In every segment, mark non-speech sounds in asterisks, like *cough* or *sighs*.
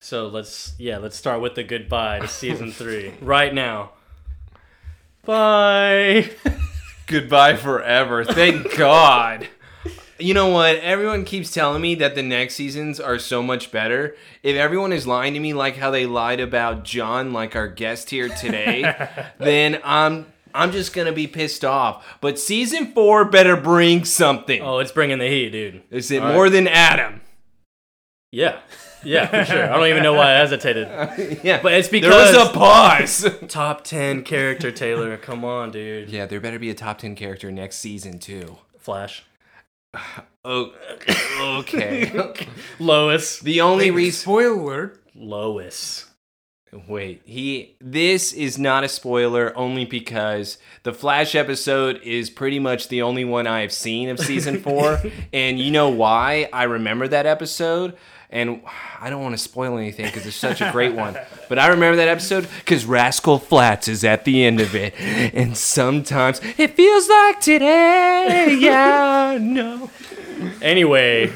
So let's yeah, let's start with the goodbye to season *laughs* three right now. Bye. Goodbye forever. Thank God. You know what? Everyone keeps telling me that the next seasons are so much better. If everyone is lying to me like how they lied about John, like our guest here today, then I'm I'm just gonna be pissed off. But season four better bring something. oh, it's bringing the heat, dude. is it more than Adam? Yeah, yeah, for sure. I don't even know why I hesitated, Yeah, but it's there was because a pause. *laughs* top ten character Taylor. Come on, dude. yeah, there better be a top ten character next season too. Flash, Oh, *coughs* okay. Lois, the only reason. Spoiler alert. Lois. Wait, he. This is not a spoiler only because the Flash episode is pretty much the only one I have seen of season four, and you know why I remember that episode. And I don't want to spoil anything because it's such a great one. But I remember that episode because Rascal Flats is at the end of it. And sometimes it feels like today. Yeah, no. Anyway,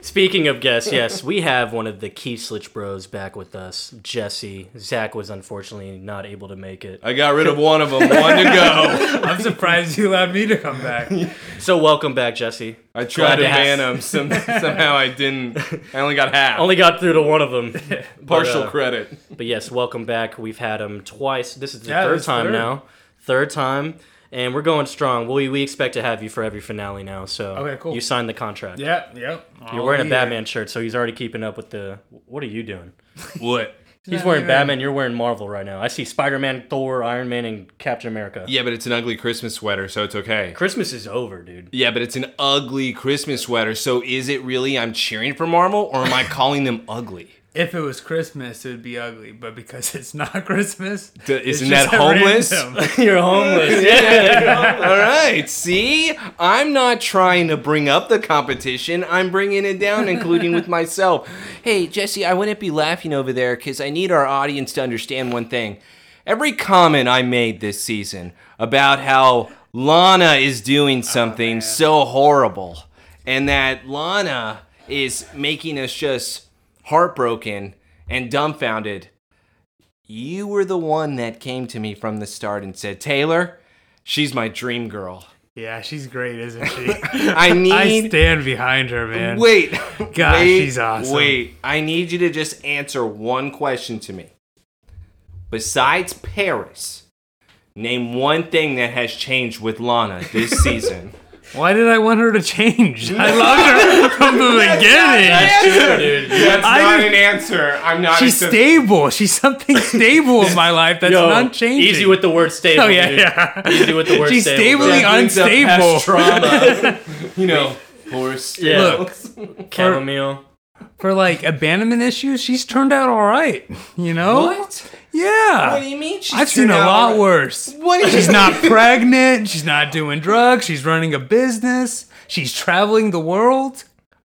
speaking of guests, yes, we have one of the Keeslitch Bros back with us, Jesse. Zach was unfortunately not able to make it. I got rid of one of them. One to *laughs* go. I'm surprised you allowed me to come *laughs* back. So welcome back, Jesse. I Glad tried to to ban have- him. *laughs* Some, somehow I didn't. I only got half. Only got through to one of them. *laughs* partial uh, *laughs* credit. But yes, welcome back. We've had him twice. This is the Yeah, third this time third. now. Third time. And we're going strong. We, we expect to have you for every finale now. So Okay, cool. you signed the contract. Yeah, Oh, yeah. You're wearing a Batman shirt, so he's already keeping up with the. What are you doing? What? He's wearing Batman. You're wearing Marvel right now. I see Spider-Man, Thor, Iron Man, and Captain America. Yeah, but it's an ugly Christmas sweater, so it's okay. Christmas is over, dude. *laughs* Yeah, but it's an ugly Christmas sweater, so is it really I'm cheering for Marvel or am I calling them ugly? If it was Christmas, it would be ugly, but because it's not *laughs* Christmas, D- it's isn't that just a homeless? random- You're homeless. *laughs* yeah. All right, see? I'm not trying to bring up the competition. I'm bringing it down, including with myself. Hey, Jesse, I wouldn't be laughing over there because I need our audience to understand one thing. Every comment I made this season about how Lana is doing something so horrible and that Lana is making us just heartbroken and dumbfounded. You were the one that came to me from the start and said, Taylor, she's my dream girl. Yeah, she's great, isn't she? *coughs* *laughs* I I need. stand behind her, man. wait. *laughs* God, wait, she's awesome. Wait. I need you to just answer one question to me. Besides Paris, name one thing that has changed with Lana *laughs* this season. Why did I want her to change? *laughs* I loved her from the beginning. dude. That's I not didn't- an answer. I'm not. She's accept- stable. *laughs* She's something stable in my life that's Yo, not changing. Easy with the word stable. Oh yeah, dude. yeah. Easy with the word *laughs* She's stable, stably bro. brings up unstable. past trauma. *laughs* *laughs* you know, horse. Yeah. Look, Chamomile. for like abandonment issues, she's turned out all right. You know? What? Yeah. What do you mean? She's I've seen turned a out lot alright? worse. What do you She's not pregnant. She's not doing drugs. She's running a business. She's traveling the world.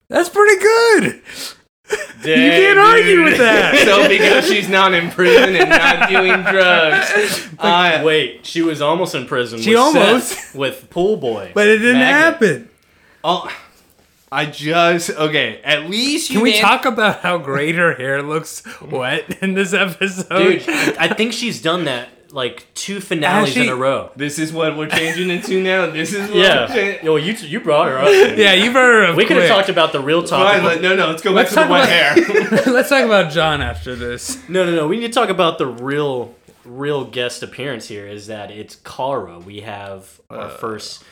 That's pretty good. You can't argue with that. *laughs* so because she's not in prison and not doing *laughs* drugs. I, Wait, she was almost in prison. She with almost- Seth, *laughs* with pool boy. But it didn't Magnet. happen. oh, I just okay. At least you Can we man- talk about how great her hair looks wet in this episode? dude, I I think she's done that like two finales in Actually- a row. This is what we're changing into now. This is what We're Yeah. changing. Yo, you you brought her up. dude. *laughs* Yeah, you've heard of We could have quick. talked about the real All right, topic. let- no, no. Let's go back Let's to the talk wet about- hair. *laughs* Let's talk about John after this. No, no, no. We need to talk about the real, real guest appearance here. Is that it's Kara? We have our Uh. first,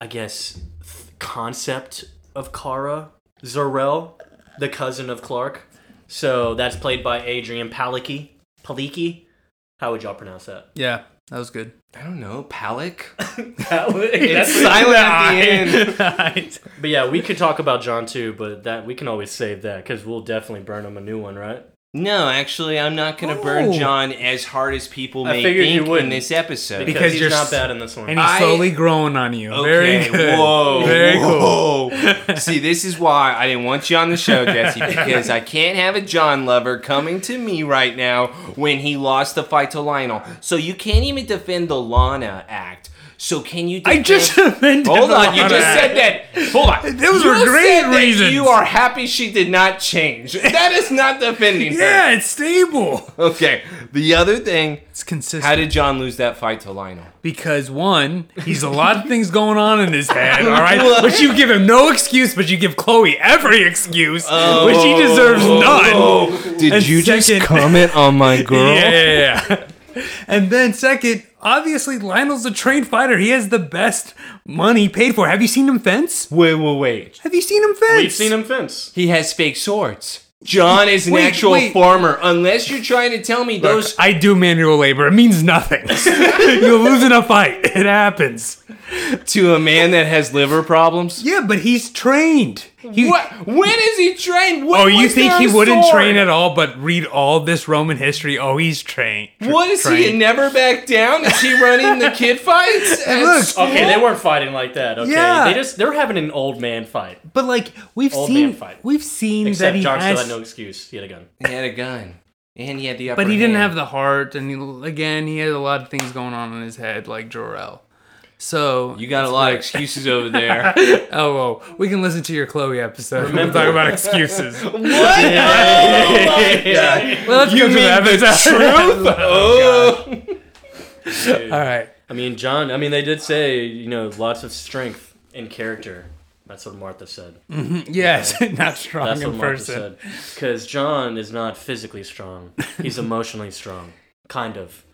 I guess, th- concept of Kara Zarel, the cousin of Clark. So that's played by Adrian Palicki. Palicki. How would y'all pronounce *laughs* that? Yeah, that was *laughs* good. *laughs* I don't know, Palik. That's- It's silent at the *laughs* end. but yeah, we could talk about John too, but that we can always save that because we'll definitely burn him a new one, right? No, actually, I'm not gonna burn Oh. John as hard as people I may figured you think in wouldn't. this episode. Because, Because he's you're not s- bad in this one. And he's I- slowly growing on you. Very Okay, good. Whoa. Very cool. cool. See, this is why I didn't want you on the show, *laughs* Jesse, because I can't have a John lover coming to me right now when he lost the fight to Lionel. So you can't even defend the Lana act. So can you? I defend- just *laughs* amended hold the on. You law. just said that. Hold *laughs* on. Those you were great said that reasons. you are happy she did not *laughs* change. That is not defending her. Yeah, it's stable. Okay. The other thing. It's consistent. How did John lose that fight to Lionel? Because one, he's a *laughs* lot of things going on in his head, all right? But you give him no excuse, but you give Chloe every excuse, which Oh. he deserves none. Did And you just second- comment on my Oh, girl? *laughs* Yeah, yeah, yeah. *laughs* and then second, obviously Lionel's a trained fighter. He has the best money paid for. Have you seen him fence? Wait, wait, wait. Have you seen him fence? We've seen him fence. He has fake swords. John is an Wait, actual wait. farmer. Unless you're trying to tell me Look, those. I do manual labor. It means *laughs* nothing. You'll lose in a fight. It happens. To a man that has liver problems? Yeah, but he's trained. He, What? When is he trained? When Oh, you was think there he a wouldn't sword? train at all, but read all this Roman history? Oh, he's trained. What is he? trained. Never back down? Is he running the kid fights? at *laughs* look, school? Okay, they weren't fighting like that. Okay, Yeah. they just they're having an old man fight. But like we've Old man seen, fight. we've seen that Except he John still has, had no excuse. He had a *laughs* gun. he had a gun, and he had the upper. but he didn't hand. have the heart, and he, again, he had a lot of things going on in his head, like Jorel. So You got a lot of excuses over *laughs* there. oh, well, we can listen to your Chloe episode. *laughs* Remember, talk about *laughs* excuses. well, what? *laughs* Oh, let's go to the episode. Oh. *laughs* All right. I mean, John. I mean, they did say you know lots of strength and character. That's what Martha said. Yes, *laughs* not strong That's what in Martha person. said. Because John is not physically strong. He's emotionally strong, kind of.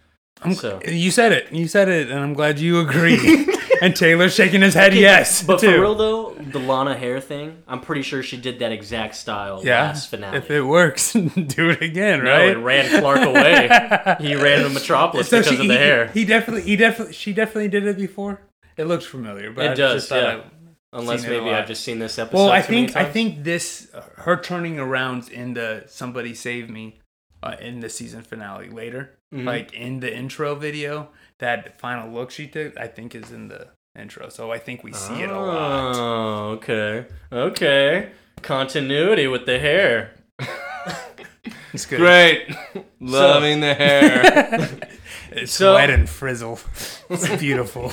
so, You said it. You said it, and I'm glad *laughs* you agree. and Taylor's shaking his head. Yes, but too. for real though, the Lana Hair thing. I'm pretty sure she did that exact style yeah. last finale. If it works, *laughs* do it again, no, right? it ran Clark *laughs* away. he ran to Metropolis So because she, of the he, hair. He definitely, he definitely, she definitely did it before. It looks familiar, but It I does, Just thought yeah. I- Unless seen it a maybe lot. I've just seen this episode. well, I too many think I times. think this uh, her turning around in the "Somebody Save Me" uh, in the season finale later, Mm-hmm. like in the intro video, that final look she took, I think is in the intro. So I think we see it a lot. Oh, okay, okay. Continuity with the hair. It's good. *laughs* Great. Loving the hair. It's So- wet and frizzle. *laughs* It's beautiful.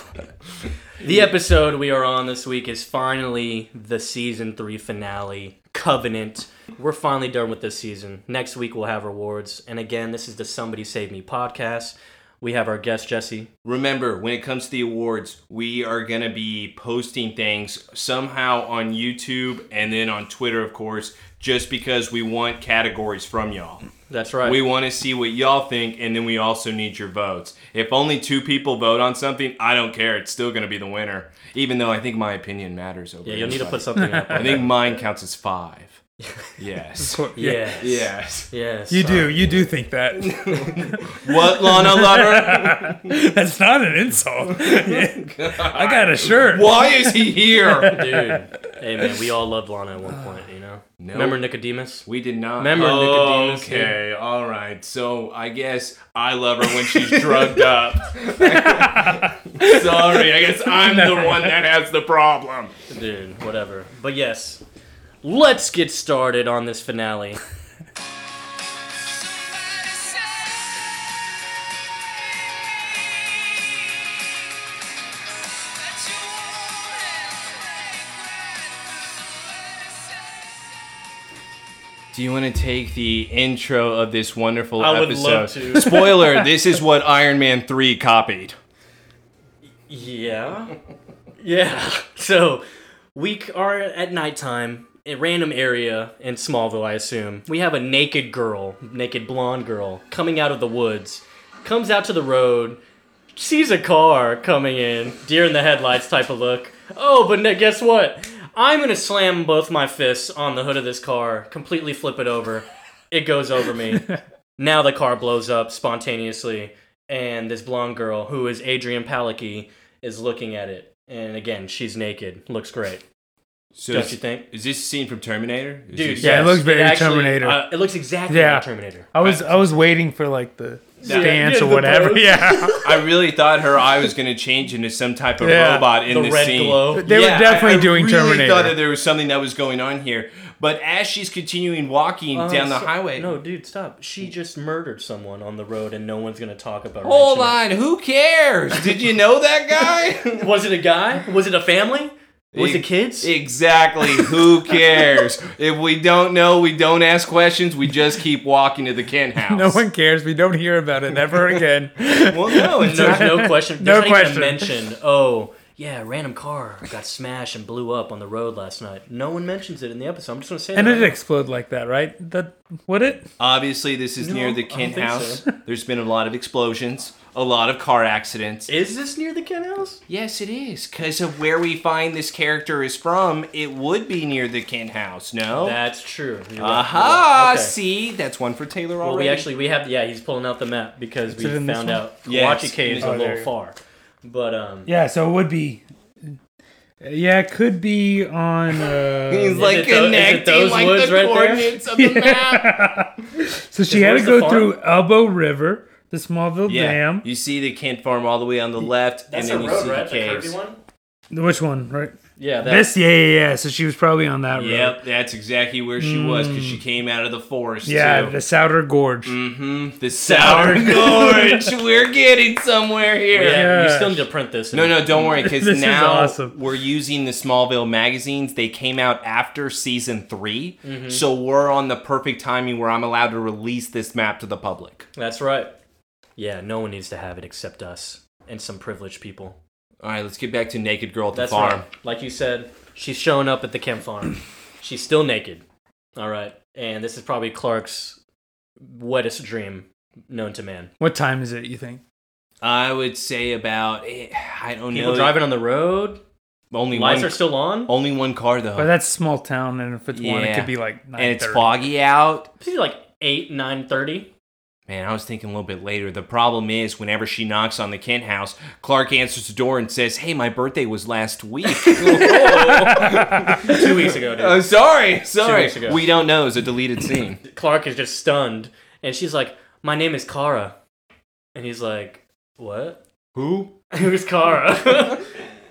The episode we are on this week is finally the season three finale, Covenant. We're finally done with this season. Next week we'll have rewards, and again, this is the Somebody Save Me podcast. We have our guest Jesse. Remember, when it comes to the awards, we are going to be posting things somehow on YouTube and then on Twitter, of course, just because we want categories from y'all. That's right. We want to see what y'all think, and then we also need your votes. If only two people vote on something, I don't care. It's still going to be the winner, even though I think my opinion matters over. yeah, you'll need to put everybody. something up. *laughs* I think mine counts *laughs* as five. Yes. *laughs* Yes. *laughs* yes. Yes. You do, you do think that. *laughs* What, Lana Lover? That's not an insult. Oh *laughs* I got a shirt. Why is he here? Dude. Hey man, we all loved Lana at one point, you know? Remember Nicodemus? We did not. Remember Nicodemus, dude? Okay, all right. So I guess I love her when she's *laughs* drugged up. Sorry, I guess I'm the one that has the problem. Dude, whatever. But yes, let's get started on this finale. Do you want to take the intro of this *laughs* wonderful I would episode? love to. Spoiler: This is what Iron Man three copied. *laughs* Yeah. Yeah. So, we c- are at nighttime, a random area in Smallville, I assume. We have a naked girl, naked blonde girl, coming out of the woods, comes out to the road, sees a car coming in, deer in the headlights type of look. Oh, but n- guess what? I'm gonna slam both my fists on the hood of this car, completely flip it over. It goes over me. now the car blows up spontaneously, and this blonde girl, who is Adrian Palicki, is looking at it. And again, she's naked. Looks great. So Don't is- you think? Is this a scene from Terminator? Dude, Is this- Yeah, yes, it looks very actually- Terminator. uh, it looks exactly Yeah. like Terminator. I was I was waiting for like the stance yeah, or the whatever. pose. *laughs* Yeah. I really thought her eye was going to change into some type of Yeah. robot in The this red scene. glow. They were definitely doing really Terminator. thought that there was something that was going on here, But as she's continuing walking Uh, down the so- highway, No, dude, stop. She just murdered someone on the road, and no one's gonna talk about. hold mentioning- on, who cares? Did you know *laughs* that guy? Was it a guy? Was it a family? Was E- it kids? *laughs* exactly, who cares? if we don't know, we don't ask questions. We just keep walking *laughs* to the Ken house. No one cares. We don't hear about it ever *laughs* again. Well, no, it's Oh, There's not. no question. *laughs* No There's not even a question. mention. Oh, yeah, random car got smashed and blew up on the road last night. No one mentions it in the episode. I'm just gonna say. and that it right explode like that, right? That would it? Obviously, this is near No, the I don't Kent think house. so. There's been a lot of explosions, a lot of car accidents. now. Is this near the Ken house? Yes, it is. Because of where we find this character is from, it would be near the Kent house, no? That's true. You're right, you're right. Oh. Aha! Okay. See, that's one for Taylor Well, already. we actually we have yeah. He's pulling out the map because we it in this found one? out Yes. Kawachi Cave's a Oh, there little you go. far, but um. Yeah, so it would be. Yeah, it could be on. *laughs* He's Uh, Is like it tho- is it connecting those like woods the right there? coordinates of the map. so she had to where's the go farm? through Elbow River, the Smallville Yeah, Dam. you see the Kent farm all the way on the left, That's and a then you road, see right? the The caves. curvy one. Which one, right? Yeah, that, This, yeah, yeah, yeah. So she was probably on that road. Yep, that's exactly where she was because she came out of Mm. the forest. Yeah, too. the Souter Gorge. hmm The Sour Gorge. We're getting somewhere here. Yeah, we Yes. still need to print this. No, no, don't worry, because *laughs* This is now awesome. we're using the Smallville magazines. They came out after season 3 Mm-hmm. so we're on the perfect timing where I'm allowed to release this map to the public. That's right. Yeah, no one needs to have it except us and some privileged people. All right, let's get back to Naked Girl at the That's farm. right. Like you said, she's showing up at the Kemp farm. *clears throat* she's still naked. All right, and this is probably Clark's wettest dream known to man. What time is it? You think? I would say about eh, I don't People know. driving on the road. only Lights one, Oh. are still on. only one car though, But that's small town, and if it's one, Yeah. it could be like nine. and it's foggy out. It's like eight, nine thirty. Man, I was thinking a little bit later. The problem is, whenever she knocks on the Kent house, Clark answers the door and says, "Hey, my birthday was last *laughs* week." *laughs* Two weeks ago, dude. Uh, sorry, sorry. weeks ago. We don't know. It's a deleted scene. *laughs* Clark is just stunned, and she's like, "My name is Kara," and he's like, "What? *laughs* Who? Who's *laughs* Kara?"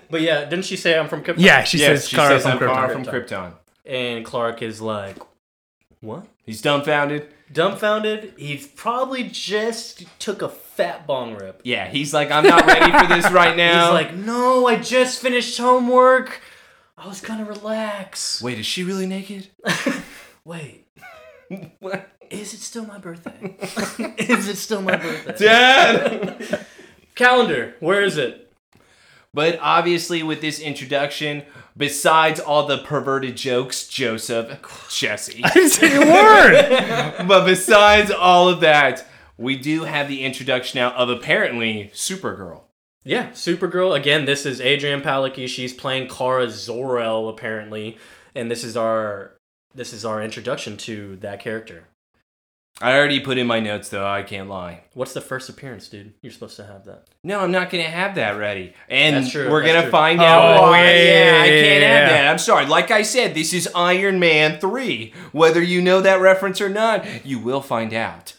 but yeah, didn't she say I'm from Kip? Yeah, she Yes, says she Kara says, from "I'm Kara from Krypton. Krypton. And Clark is like, "What?" He's dumbfounded. Dumbfounded. He probably just took a fat bong rip. Yeah, he's like, I'm not ready for *laughs* this right now. He's like, "No, I just finished homework. I was gonna relax." wait, is she really naked? *laughs* *laughs* Wait, is it still my birthday? *laughs* is it still my birthday? Dad. *laughs* Calendar, where is it? *laughs* but obviously, with this introduction, besides all the perverted jokes, Joseph, Jesse, *laughs* I didn't say a *laughs* word. but besides all of that, we do have the introduction now of apparently Supergirl. Yeah, Supergirl. Again, this is Adrian Palicki. She's playing Kara Zor-El apparently, and this is our this is our introduction to that character. I already put in my notes though. I can't lie. What's the first appearance, dude? You're supposed to have that. No, I'm not gonna have that ready. And That's true, we're that's gonna true. find out Oh, why. yeah, Yeah, I yeah, can't have yeah. that. I'm sorry. Like I said, this is Iron Man 3. Whether you know that reference or not, you will find out.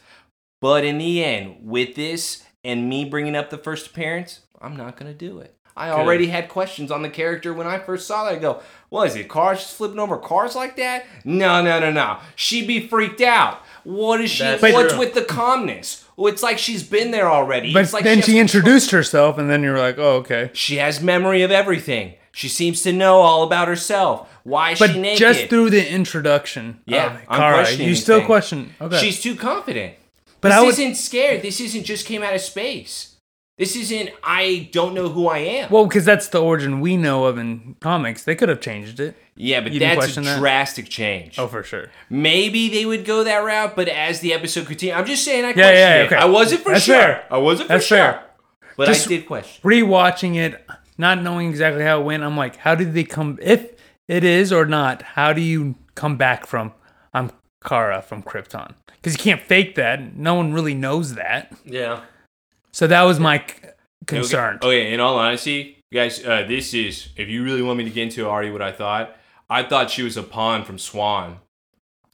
But in the end, with this and me bringing up the first appearance, I'm not gonna do it. I already had questions on the character when I first saw that. I go, what is it? Cars just flipping over cars like that? No, no, no, no. She'd be freaked out. What is she? That's what's true. with the calmness? Well, it's like she's been there already. But it's like then has she control- introduced herself, and then you're like, oh, okay. she has memory of everything. She seems to know all about herself. Why is But she naked? just through the introduction, Yeah, of I'm Kara, questioning you still things. question. Okay, She's too confident. but this I would. isn't scared. This isn't just came out of space. This isn't I don't know who I am. Well, because that's the origin we know of in comics. They could have changed it. yeah, but you that's didn't a question that? drastic change. Oh, for sure. Maybe they would go that route, but as the episode continues, I'm just saying I Yeah, questioned yeah, it. okay. I wasn't for That's sure. fair. I wasn't for That's sure. fair. But Just- I did question. Rewatching it, not knowing exactly how it went, I'm like, how did they come? If it is or not, how do you come back from I'm Kara from Krypton? Because you can't fake that. No one really knows that. Yeah. So that was my c- concern. Okay. okay, in all honesty, guys, uh, this is if you really want me to get into already what I thought. I thought she was a pawn from Swan.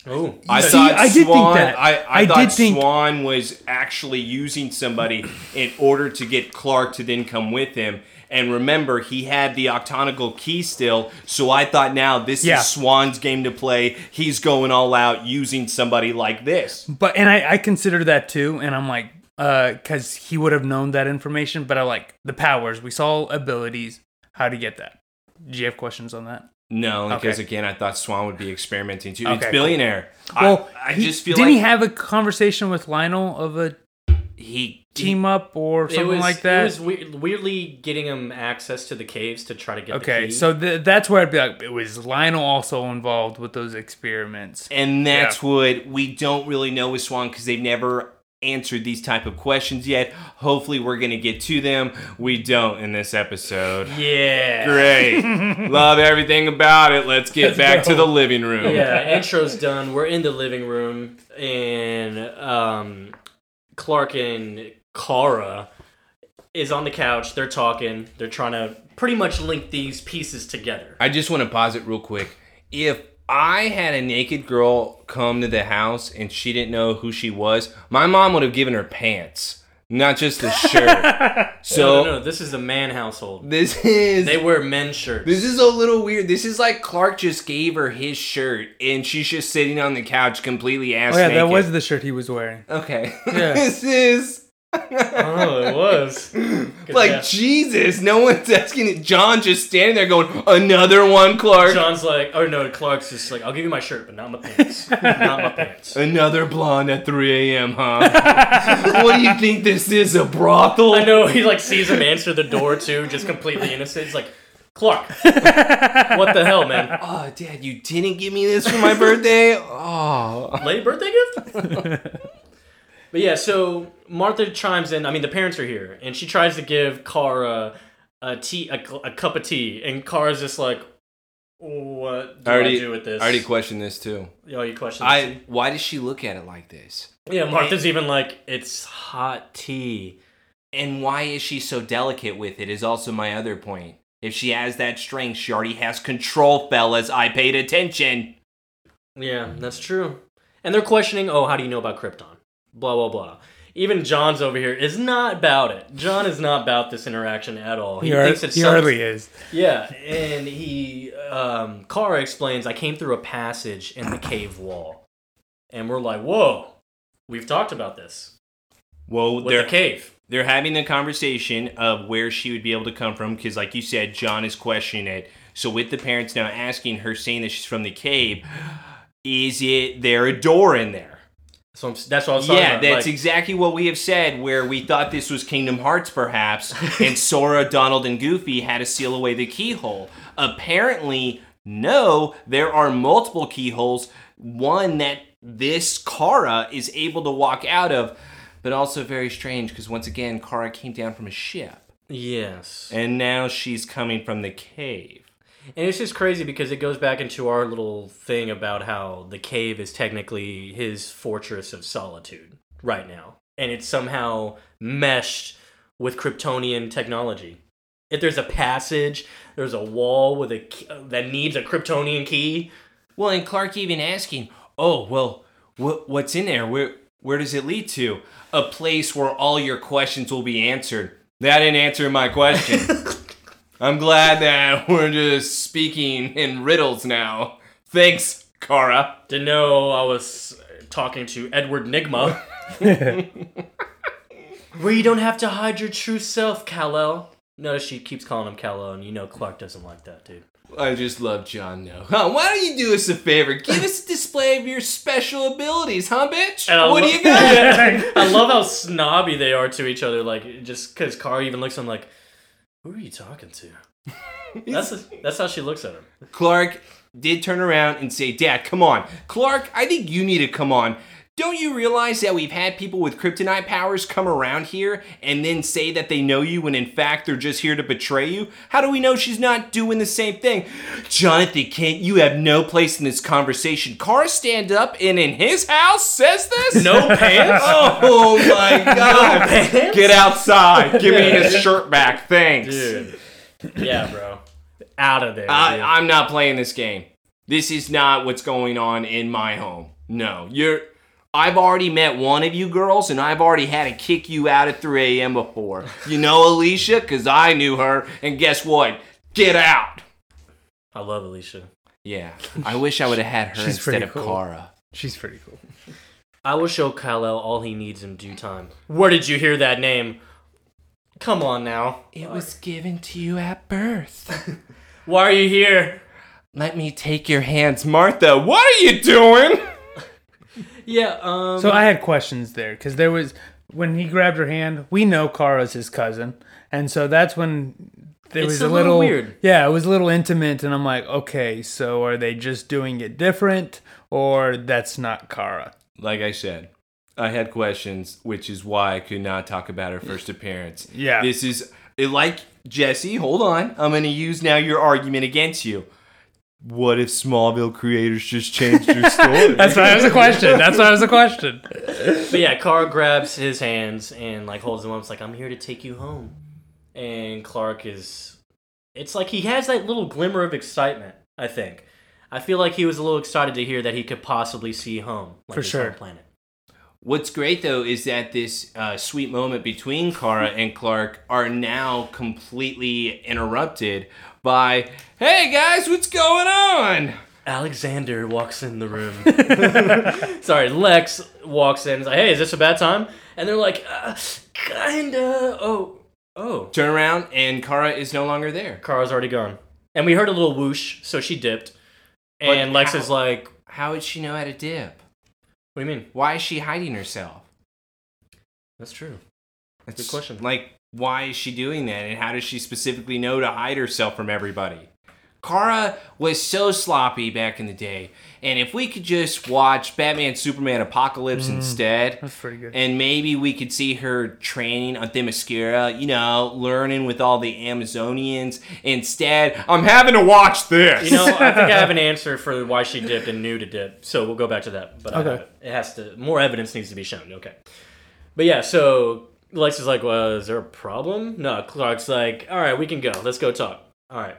Oh. I See, thought I did think Swan, that. I, I, I thought did think- Swan was actually using somebody in order to get Clark to then come with him, And remember, he had the octonical key still, so I thought now this Yeah. is Swan's game to play. He's going all out using somebody like this. But and I, I consider that too, and I'm like, uh, because he would have known that information. But I like the powers. We saw abilities. How to get that? Do you have questions on that? No, because Okay. again, I thought Swan would be experimenting too. Okay, it's cool. billionaire. well, I, I he- just feel didn't like he have a conversation with Lionel of a he team up or something it was, like that? It was weir- weirdly getting him access to the caves to try to get. the okay, key. so th- that's where I'd be like, it was Lionel also involved with those experiments? and that's what we don't really know with swan because they've never answered these type of questions yet hopefully we're gonna get to them we don't in this episode yeah, *laughs* great love everything about it let's get back to the living *laughs* room yeah. Intro's done. We're in the living room, and um, Clark and Kara is on the couch. They're talking. They're trying to pretty much link these pieces together. i just want to pause it real quick if i had a naked girl come to the house and she didn't know who she was my mom would have given her pants not just the shirt *laughs* so No, no, no, this is a man household. this is They wear men's shirts. This is a little weird. This is like Clark just gave her his shirt, and she's just sitting on the couch completely ass Oh yeah, naked. that was the shirt he was *laughs* wearing. okay. *laughs* Yeah. Uh-huh. this is *laughs* oh, it was. like yeah. Jesus. No one's asking it. John just standing there going, "Another one, Clark. John's like, oh no, Clark's just like, I'll give you my shirt, but not my pants. not my *laughs* pants. Another blonde at 3 a.m. Huh? *laughs* what do you think this is? A brothel? I know he like sees him answer the door too, just completely innocent. He's like, Clark, what the hell, *laughs* man? Oh, Dad, you didn't give me this for my birthday. Oh, Late birthday gift? but yeah, so Martha chimes in. I mean, the parents are here, and she tries to give Kara a tea, a, cl- a cup of tea, and Kara's just like, what do I, already do with this? I already questioned this too. Yo, you question. I. Why does she look at it like this? yeah, Martha's even like, it's hot tea. And why is she so delicate with it is also my other point. If she has that strength, she already has control, fellas. I paid attention. Yeah, that's true. And they're questioning, oh, how do you know about Krypton? Blah, blah, blah. Even John's over here is not about it. John is not about this interaction at all. He, ar- he some- hardly is. Yeah, and he, um, Kara explains, I came through a passage in the cave wall. And we're like, whoa, we've talked about this. Well, With they're the cave. they're having a conversation of where she would be able to come from because, like you said, John is questioning it. So with the parents now asking her, saying that she's from the cave, is it there a door in there? So I'm, that's what I was talking Yeah, about. that's like, exactly what we have said. Where we thought this was Kingdom *laughs* Hearts, perhaps, and Sora, Donald, and Goofy had to seal away the keyhole. Apparently, no, there are multiple keyholes. One that this Kara is able to walk out of, but also very strange because once again, Kara came down from a ship, yes. and now she's coming from the cave. And it's just crazy because it goes back into our little thing about how the cave is technically his fortress of solitude right now. And it's somehow meshed with Kryptonian technology. If there's a passage, there's a wall with a key, that needs a Kryptonian key. Well, and Clark even asking, "Oh, well, wh- what's in there? Where where does it lead to? A place where all your questions will be answered." That didn't answer my *laughs* question. I'm glad that *laughs* we're just speaking in riddles now. Thanks, Kara. Didn't know I was talking to Edward Nigma. Where you don't have to hide your true self, Kal-El. Notice she keeps calling him Kal-El, and you know Clark doesn't like that, dude. I just love John No. Huh, why don't you do us a favor? Give us a display of your special abilities, huh, bitch? And I What do lo- you *laughs* *laughs* got? I love how snobby they are to each other. Like, just because Carl even looks at him like, "Who are you talking to?" That's that's how she looks at him. Clark did turn around and say, Dad, come on. Clark, I think you need to come on. Don't you realize that we've had people with kryptonite powers come around here and then say that they know you when in fact they're just here to betray you? How do we know she's not doing the same thing? Jonathan Kent, you have no place in this conversation. Carr stand up and in his house says this? *laughs* No pants. Oh my god. pants? Get outside. Give me his shirt back. *laughs* Thanks. Dude. Yeah, bro. Out of there. dude. I, I'm not playing this game. This is not what's going on in my home. No, you're. I've already met one of you girls, and I've already had to kick you out at 3 a.m. before. You know Alicia? Because I knew her, and guess what? Get out! I love Alicia. Yeah, I wish I would have had her She's instead pretty of cool. Kara. She's pretty cool. I will show Kal-El all he needs in due time. Where did you hear that name? Come on now. It was given to you at birth. Why are you here? Let me take your hands, Martha. What are you doing? Yeah, um So I had questions there because there was when he grabbed her hand. We know Kara's his cousin, and so that's when there It's was a a little little, weird. Yeah, it was a little intimate, and I'm like, okay, so are they just doing it different, or that's not Kara? Like I said, I had questions, which is why I could not talk about her first appearance. Yeah. This is it- like Jesse. Hold on, I'm gonna use now your argument against you. What if Smallville creators just changed your story? That's why it was a question. That's why it was a question. But yeah, Kara grabs his hands and like holds them up. It's like I'm here to take you home. And Clark is, it's like he has that little glimmer of excitement. I think. I feel like he was a little excited to hear that he could possibly see home, like For his sure. home planet. What's great though is that this uh, sweet moment between Kara and Clark are now completely interrupted by, "Hey guys, what's going on?" Alexander walks in the room. *laughs* Sorry, Lex walks in. He's like, "Hey, is this a bad time?" And they're like, uh, "Kinda." Oh, oh. Turn around, and Kara is no longer there. Kara's already gone, and we heard a little whoosh, so she dipped. But And Lex how? is like, How would she know how to dip? "What do you mean?" Why is she hiding herself? That's true. That's Good question. Like, why is she doing that? And how does she specifically know to hide herself from everybody? Kara was so sloppy back in the day. And if we could just watch Batman Superman Apocalypse instead, That's pretty good. and maybe we could see her training on Themyscira, you know, learning with all the Amazonians. Instead, I'm having to watch this. You know, I think I have *laughs* an answer for why she dipped and knew to dip. So we'll go back to that. But I have Okay. it. it has to more evidence needs to be shown. Okay. But yeah, so Lex is like, "Well, is there a problem?" No, Clark's like, "All right, we can go. Let's go talk." All right.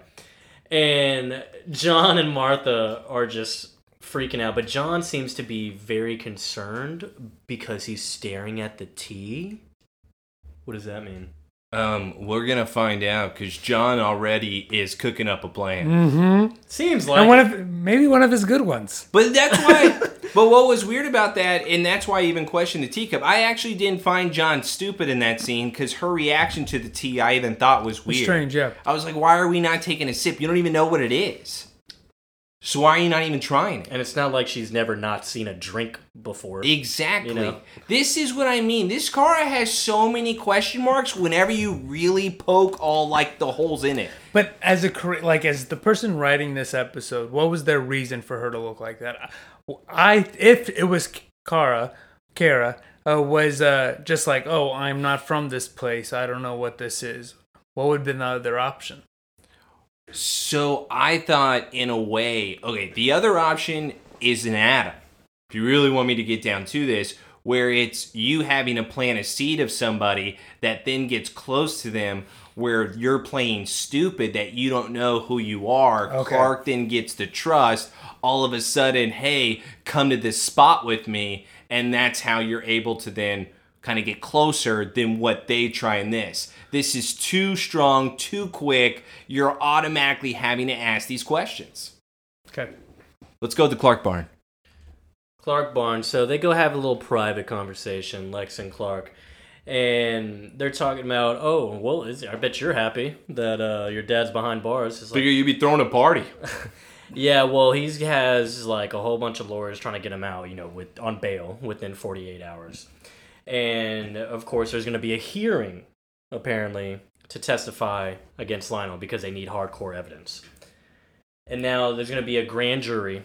And John and Martha are just freaking out, but John seems to be very concerned because he's staring at the tea. What does that mean? um, we're gonna find out because John already is cooking up a plan. Seems like And one it. of maybe one of his good ones. But that's *laughs* why. but what was weird about that, and that's why I even questioned the teacup. I actually didn't find John stupid in that scene because her reaction to the tea, I even thought was weird. Strange, yeah. I was like, why are we not taking a sip? You don't even know what it is. So why are you not even trying it? and it's not like she's never not seen a drink before. Exactly. You know. This is what I mean. This car has so many question marks whenever you really poke all like the holes in it. But as a cre- like as the person writing this episode, what was their reason for her to look like that? I if it was Kara, Kara uh, was uh, just like, oh, I'm not from this place. I don't know what this is. What would have been the other option? So I thought, in a way, okay, the other option is an atom. If you really want me to get down to this, where it's you having to plant a seed of somebody that then gets close to them, where you're playing stupid that you don't know who you are. Okay. Clark then gets the trust. All of a sudden, hey, come to this spot with me. And that's how you're able to then kind of get closer than what they try in this. This is too strong, too quick. You're automatically having to ask these questions. Okay. Let's go to Clark Barn. Clark Barnes. So they go have a little private conversation, Lex and Clark, and they're talking about, oh, well, is, I bet you're happy that uh, your dad's behind bars. It's like, you'd be throwing a party. yeah, well, he has like a whole bunch of lawyers trying to get him out, you know, with on bail within 48 hours, and of course, there's going to be a hearing, apparently, to testify against Lionel because they need hardcore evidence. And now there's going to be a grand jury.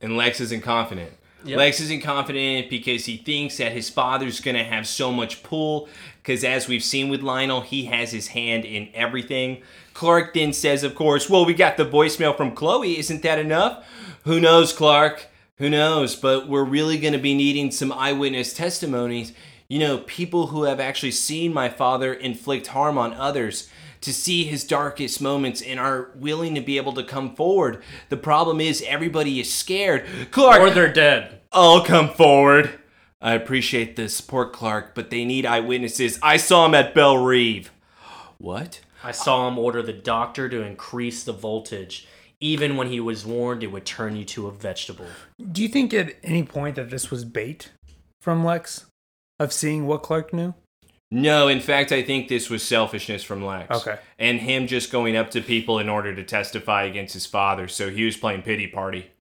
And Lex isn't confident. Yep. Lex isn't confident because he thinks that his father's going to have so much pull. Because as we've seen with Lionel, he has his hand in everything. Clark then says, of course, well, we got the voicemail from Chloe. Isn't that enough? Who knows, Clark? Who knows? But we're really going to be needing some eyewitness testimonies. You know, people who have actually seen my father inflict harm on others to see his darkest moments and are willing to be able to come forward. The problem is everybody is scared. Clark, Or they're dead. I'll come forward. I appreciate the support, Clark, but they need eyewitnesses. I saw him at Belle Reeve. What? I saw him order the doctor to increase the voltage. Even when he was warned it would turn you to a vegetable. Do you think at any point that this was bait from Lex of seeing what Clark knew? No, in fact, I think this was selfishness from Lex. Okay. And him just going up to people in order to testify against his father. So he was playing pity party.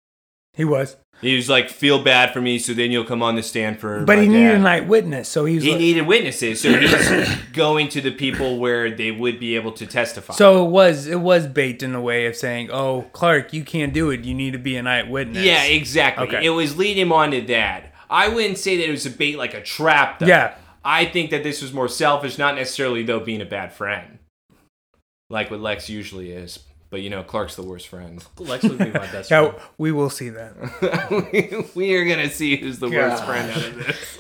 He was. He was like, feel bad for me, so then you'll come on the stand for. But my he needed dad." an eyewitness, so he was He like- needed witnesses, so *coughs* he's going to the people where they would be able to testify. So it was it was bait in the way of saying, "Oh, Clark, you can't do it. You need to be an eyewitness." yeah, exactly. Okay. It was leading him on to that. I wouldn't say that it was a bait like a trap, though. Yeah. I think that this was more selfish, not necessarily though being a bad friend, like what Lex usually is. But you know, Clark's the worst friend. *laughs* Lex would be my best friend. Now, we will see that. we are gonna see who's the worst God. friend out of this.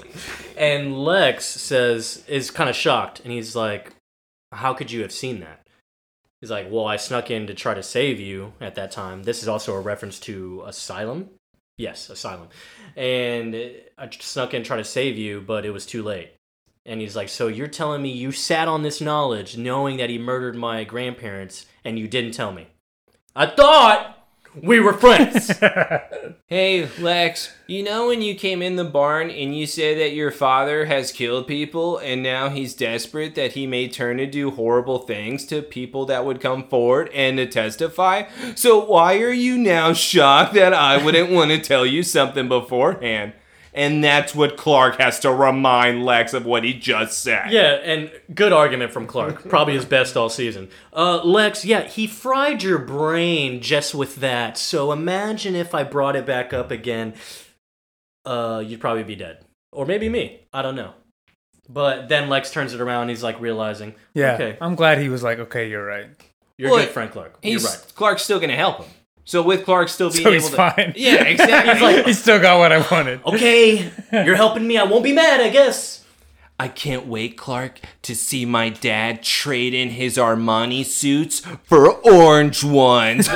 And Lex says is kind of shocked, and he's like, "How could you have seen that?" He's like, "Well, I snuck in to try to save you at that time." This is also a reference to Asylum. Yes, Asylum. And I snuck in to try to save you, but it was too late. And he's like, "So you're telling me you sat on this knowledge, knowing that he murdered my grandparents, and you didn't tell me? I thought we were friends." Hey, Lex, you know when you came in the barn and you said that your father has killed people and now he's desperate that he may turn to do horrible things to people that would come forward and to testify? So why are you now shocked that I wouldn't want to tell you something beforehand? And that's what Clark has to remind Lex of what he just said. Yeah, and good argument from *laughs* Clark. Probably his best all season. Uh, Lex, yeah, he fried your brain just with that. So imagine if I brought it back up again. Uh, you'd probably be dead, or maybe me. I don't know. But then Lex turns it around. He's like realizing, yeah, okay, I'm glad he was like, "Okay, you're right." you're Well, good, friend Clark. You're He's right. Clark's still going to help him. So with Clark still being So able he's to fine. Yeah, exactly. He's like- *laughs* Oh, he still got what I wanted. *laughs* Okay, you're helping me. I won't be mad, I guess. I can't wait, Clark, to see my dad trade in his Armani suits for orange ones.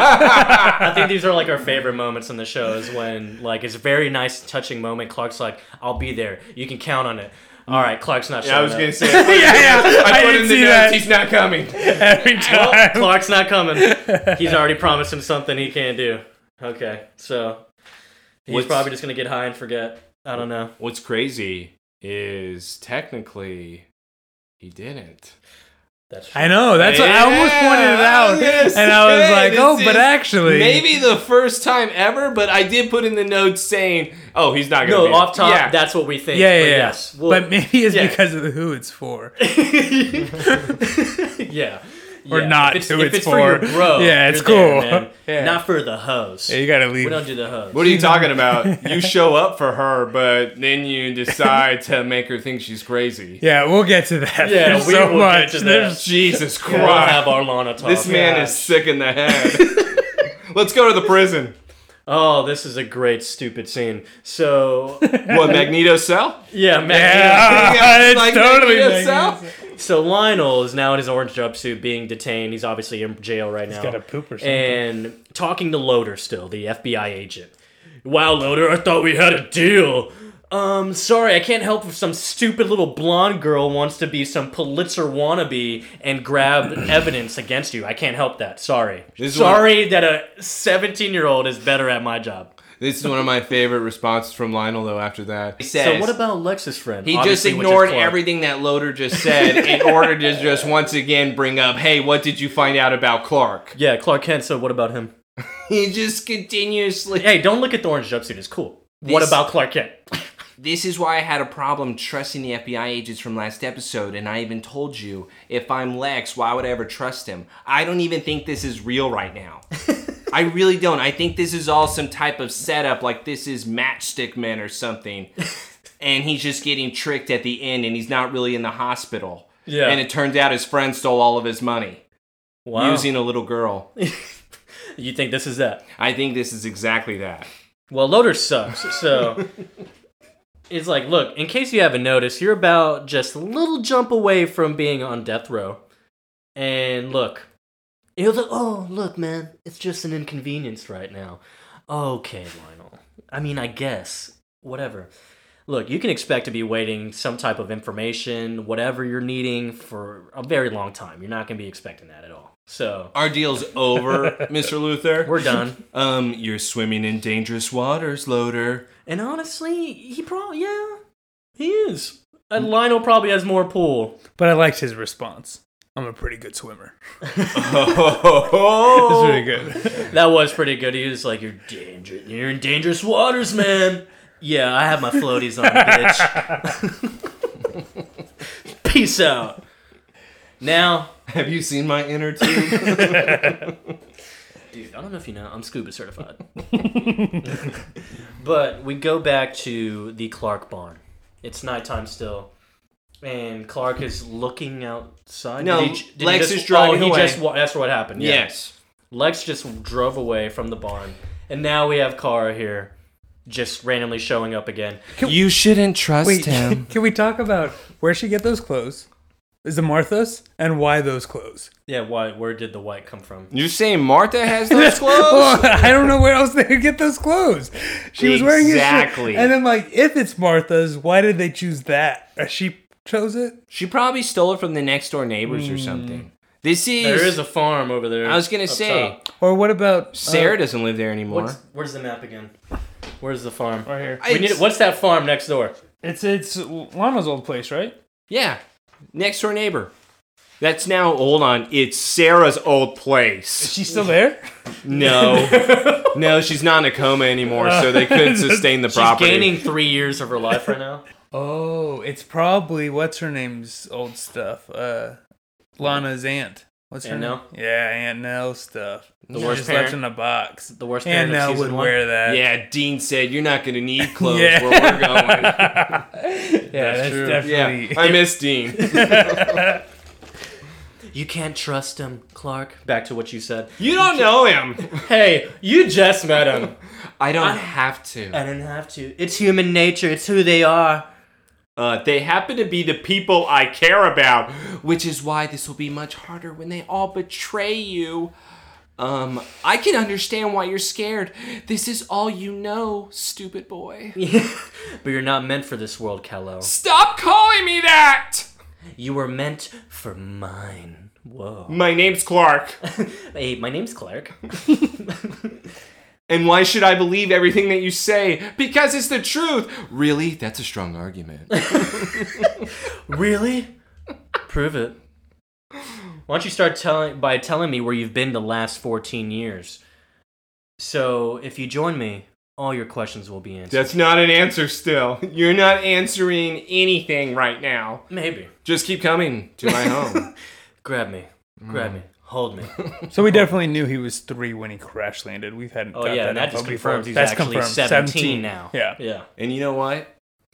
I think these are like our favorite moments in the show is when like it's a very nice, touching moment. Clark's like, "I'll be there. You can count on it." All right, Clark's not. showing up. say, *laughs* I put, yeah, I didn't see that. he's not coming. Every time. *laughs* *laughs* Well, Clark's not coming. He's already promised him something he can't do. Okay, so he's What's- probably just gonna get high and forget. I don't know. What's crazy is technically he didn't. That's I know. That's what I almost Yeah, pointed it out, yes, and I was hey, like, this "Oh, but is actually, Maybe the first time ever, but I did put in the notes saying, "Oh, he's not no going to." off top. Yeah. That's what we think. Yeah, yeah, but yeah. yes. Well, but maybe it's yeah. because of who it's for, *laughs* yeah. or Yeah. not If it's, who if it's, it's, for your bro. yeah, it's you're there, cool. man. *laughs* yeah. Not for the hoes. yeah, you gotta leave. we don't do the hoes. What are you talking about? You show up for her, but then you decide to make her think she's crazy. yeah, we'll get to that. Yeah, There's we so will much. get to that. There's *laughs* Jesus We'll have Christ. our Lana talk. This man is sick in the head. Let's go to the prison. Oh, this is a great stupid scene. *laughs* So What, Magneto cell? yeah, man. Yeah, *laughs* it's Like totally Magneto making cell? sense. So Lionel is now in his orange jumpsuit being detained. He's obviously in jail right now. got a poop or something. And talking to Loader still, the FBI agent. Wow, Loader, I thought we had a deal. Um, sorry, I can't help if some stupid little blonde girl wants to be some Pulitzer wannabe and *coughs* grab evidence against you. I can't help that. Sorry. This is sorry that a 17 year old is better at my job. This is one of my favorite responses from Lionel, though, after that. He So, what about Lex's friend? He just Obviously, which is ignored Clark. everything that Loader just said *laughs* in order to just once again bring up, hey, what did you find out about Clark? Yeah, Clark Kent. So, what about him? He just continuously. Hey, don't look at the orange jumpsuit. It's cool. What This- about Clark Kent? *laughs* This is why I had a problem trusting the FBI agents from last episode, and I even told you if I'm Lex, why would I ever trust him? I don't even think this is real right *laughs* now. I really don't. I think this is all some type of setup, like this is Matchstick Men or something. and he's just getting tricked at the end, and he's not really in the hospital. Yeah. And it turns out his friend stole all of his money Wow. using a little girl. *laughs* you think this is that? I think this is exactly that. Well, Loader sucks. So it's like, look, in case you haven't noticed, you're about just a little jump away from being on death row. And look, you're like, oh, look, man, it's just an inconvenience right now. Okay, Lionel. I mean, I guess. Whatever. look, you can expect to be waiting some type of information, whatever you're needing, for a very long time. You're not going to be expecting that at all. So Our deal's *laughs* over, Mr. Luther. we're done. Um, you're swimming in dangerous *laughs* waters, Loder. *laughs* and honestly, he probably yeah, he is. And Lionel probably has more pool. But I liked his response. I'm a pretty good swimmer. It's Oh, pretty good. *laughs* That was pretty good. He was like, "You're danger. You're in dangerous waters, man." Yeah, I have my floaties on, bitch. *laughs* Peace out. Now, have you seen my inner tube? Dude, I don't know if you know, I'm scuba *laughs* certified. *laughs* but we go back to the Clark barn. It's nighttime still. And Clark is looking outside. No, Did he j- did he Lex just- is driving Oh, he away. just wa- that's what happened. *laughs* Yeah. Lex just drove away from the barn. And now we have Kara here just randomly showing up again. You shouldn't trust *laughs* Wait, him. *laughs* can we talk about where she get those clothes? Is it Martha's and why those clothes? Yeah, why where did the white come from? You're saying Martha *laughs* has those clothes? *laughs* Well, I don't know where else they could get those clothes. She was wearing his shirt. Exactly. And I'm like, if it's Martha's, why did they choose that? Uh, She chose it. she probably stole it from the next door neighbors or something. This is. Hmm. There is a farm over there. I was gonna up say top. Or what about uh, Sarah doesn't live there anymore. What's, where's the map again? Where's the farm? right here? We need, It's- what's that farm next door? *laughs* It's it's Lana's old place, right? Yeah, next door neighbor. That's now. Hold on, it's Sarah's old place. *laughs* She's still there. No, no, she's not in a coma anymore, so they couldn't sustain the property. She's gaining three years of her life right now. Oh, it's probably what's her name's old stuff. Uh, Lana's aunt. What's her Aunt name? Nell? Yeah, Aunt Nell stuff. The worst just parent. left in a box. The worst parent Aunt of Nell season would one. wear that. Yeah, Dean said you're not gonna need clothes Yeah. where we're going. yeah, that's, true. definitely. Yeah, I miss Dean. *laughs* You can't trust him, Clark. Back to what you said. You don't know him. Hey, you just met him. I don't have to. I didn't have to. It's human nature. It's who they are. Uh, they happen to be the people I care about, which is why this will be much harder when they all betray you. Um, I can understand why you're scared. This is all you know, stupid boy. *laughs* but you're not meant for this world, Kello. Stop calling me that! You were meant for mine. Whoa. *laughs* My name's Clark. Hey, my name's Clark. And why should I believe everything that you say? Because it's the truth. Really? That's a strong argument. really? Prove it. Why don't you start telling by telling me where you've been the last 14 years? So, if you join me, all your questions will be answered. That's not an answer still. You're not answering anything right now. Maybe. Just keep coming to my home. *laughs* Grab me. Grab me. *laughs* Hold me. So we definitely knew he was three when he crash landed. We've hadn't. Oh got yeah, that, and that info just before. confirms he's That's actually confirmed. 17, now. Yeah. Yeah. and you know what?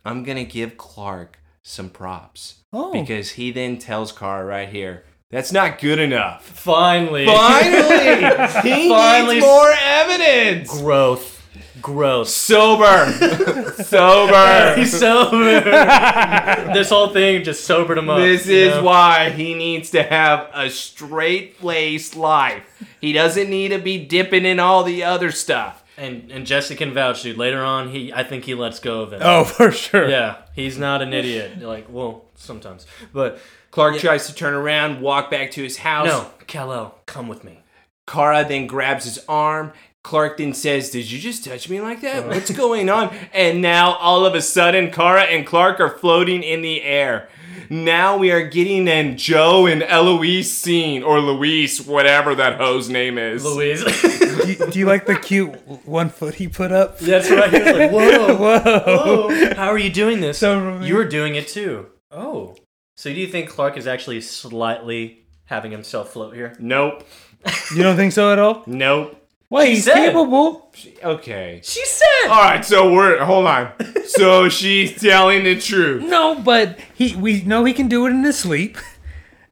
I'm going to give Clark some props Oh. because he then tells Carr right here, that's not *laughs* good enough. Finally. Finally! he Finally. needs more evidence! *laughs* Growth. *laughs* Growth. *laughs* Sober! Sober! He's *laughs* sober. this whole thing just sobered him up. This you is know? why he needs to have a straight laced life. He doesn't need to be dipping in all the other stuff. And and Jesse can vouch, dude. Later on, he I think he lets go of it. Oh, *laughs* for sure. Yeah, he's not an idiot. Like, well, sometimes, but Clark tries to turn around, walk back to his house. no. Kal-El, come with me. Kara then grabs his arm. Clark then says, Did you just touch me like that? What's going on? And now all of a sudden, Kara and Clark are floating in the air. Now we are getting an Joe and Eloise scene, or Luis, whatever that hoe's name is. Louise. *laughs* Do you, do you like the cute one foot he put up? That's right. He was like, whoa. *laughs* Whoa. Oh, *laughs* how are you doing this? So romantic. you were doing it too. Oh. So do you think Clark is actually slightly having himself float here? Nope. You don't think so at all? Nope. Why She he's said. capable. Okay. She said. All right, so we're hold on. So she's telling the truth. No, but he we know he can do it in his sleep,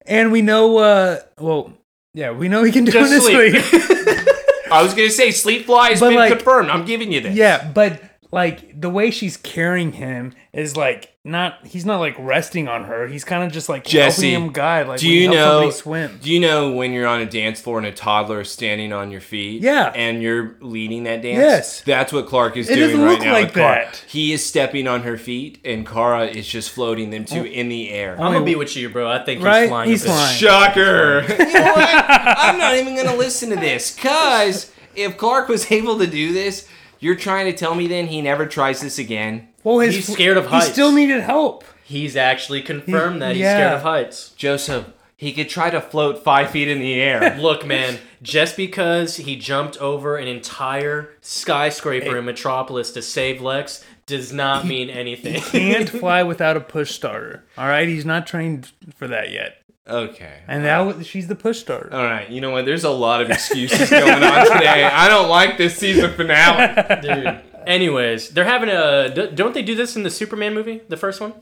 and we know. uh Well, yeah, we know he can do Just it in his *laughs* sleep. sleep. I was gonna say sleep fly has But, been like- confirmed. I'm giving you this. yeah, but like the way she's carrying him is like not he's not like resting on her. He's kind of just like Jesse, helping him guide. Like do when you help know- somebody swim? Do you know when you're on a dance floor and a toddler is standing on your feet? Yeah. And you're leading that dance? Yes. That's what Clark is It doing doesn't right look now. like with Kara. that. He is stepping on her feet and Kara is just floating them Oh. two in the air. I'm gonna be with you, bro. I think Right? he's flying. He's a bit. flying. Shocker. *laughs* you know what? I'm not even going to listen to this because if Clark was *laughs* able to do this, you're trying to tell me then he never tries this again. Well, his, he's scared of He heights. still needed *laughs* help. He's actually confirmed that he's Yeah. scared of heights. Joseph, he could try to float five feet in the *laughs* air. Look, man, just because he jumped over an entire skyscraper in Metropolis to save Lex does not mean anything. *laughs* Can't fly without a push starter. All right, he's not trained for that yet. Okay. And that was, she's the push starter. Uh, All right, you know what? There's a lot of excuses going on today. I don't like this season finale. *laughs* Dude. Anyways, they're having a. d- Don't they do this in the Superman movie, the first one?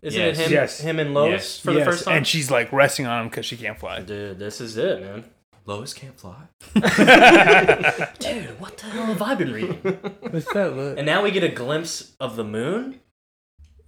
Isn't Yes. it him, Yes. him and Lois Yes. for the Yes, first time? and she's like resting on him because she can't fly. Dude, this is it, man. Lois can't fly. Dude, what the hell have I been reading? What's that look? and now we get a glimpse of the moon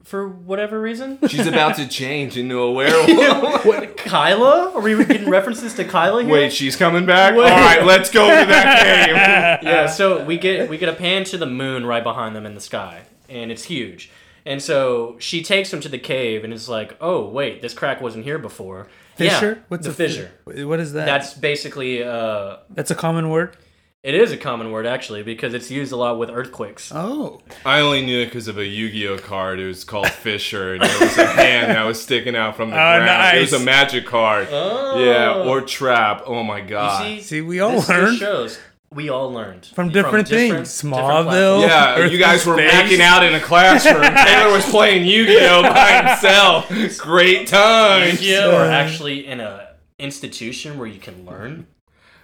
for whatever *laughs* reason. She's about to change into a werewolf. Kyla? Are we getting references to Kyla here? *laughs* Wait, she's coming back. Wait. All right, let's go to *laughs* that game. yeah, so we get we get a pan to the moon right behind them in the sky, and it's huge. And so she takes them to the cave, and it's like, oh wait, this crack wasn't here before. Fissure? Yeah, What's the a fi- fissure? What is that? That's basically uh, That's a common word. it is a common word actually because it's used a lot with earthquakes. Oh, I only knew it because of a Yu-Gi-Oh card. It was called Fisher, and there was a hand that was sticking out from the ground. It was nice. a magic card. Yeah, or trap. Oh my god. you see, see, we all this learned just shows we all learned from different things. different Smallville. yeah, Earth you guys in were Space. making out in a *laughs* classroom. Taylor was playing Yu-Gi-Oh by *laughs* himself. Great time. platforms. Yeah, or actually in a institution where you can learn.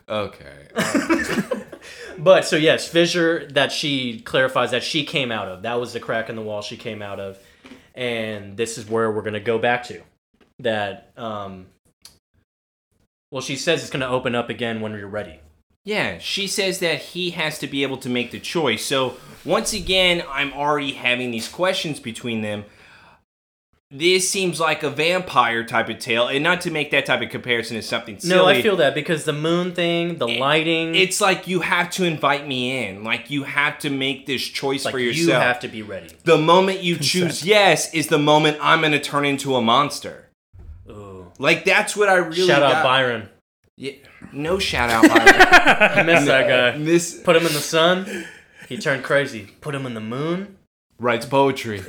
Okay. But so yes, fissure that she clarifies that she came out of. That was the crack in the wall she came out of, and this is where we're gonna go back to. That um, well, she says it's gonna open up again when you're ready. Yeah, she says that he has to be able to make the choice. So, once again, I'm already having these questions between them. This seems like a vampire type of tale, and not to make that type of comparison is something silly. No, I feel that because the moon thing, the lighting, it's like you have to invite me in. Like you have to make this choice like for you yourself. have to be ready. the moment you choose yes is the moment I'm going to turn into a monster. Ooh. Like that's what I really Shout out got- Byron. Yeah, no shout out Byron. I miss *laughs* *laughs* that guy. this Put him in the sun, he turned crazy. Put him in the moon. writes poetry. *laughs*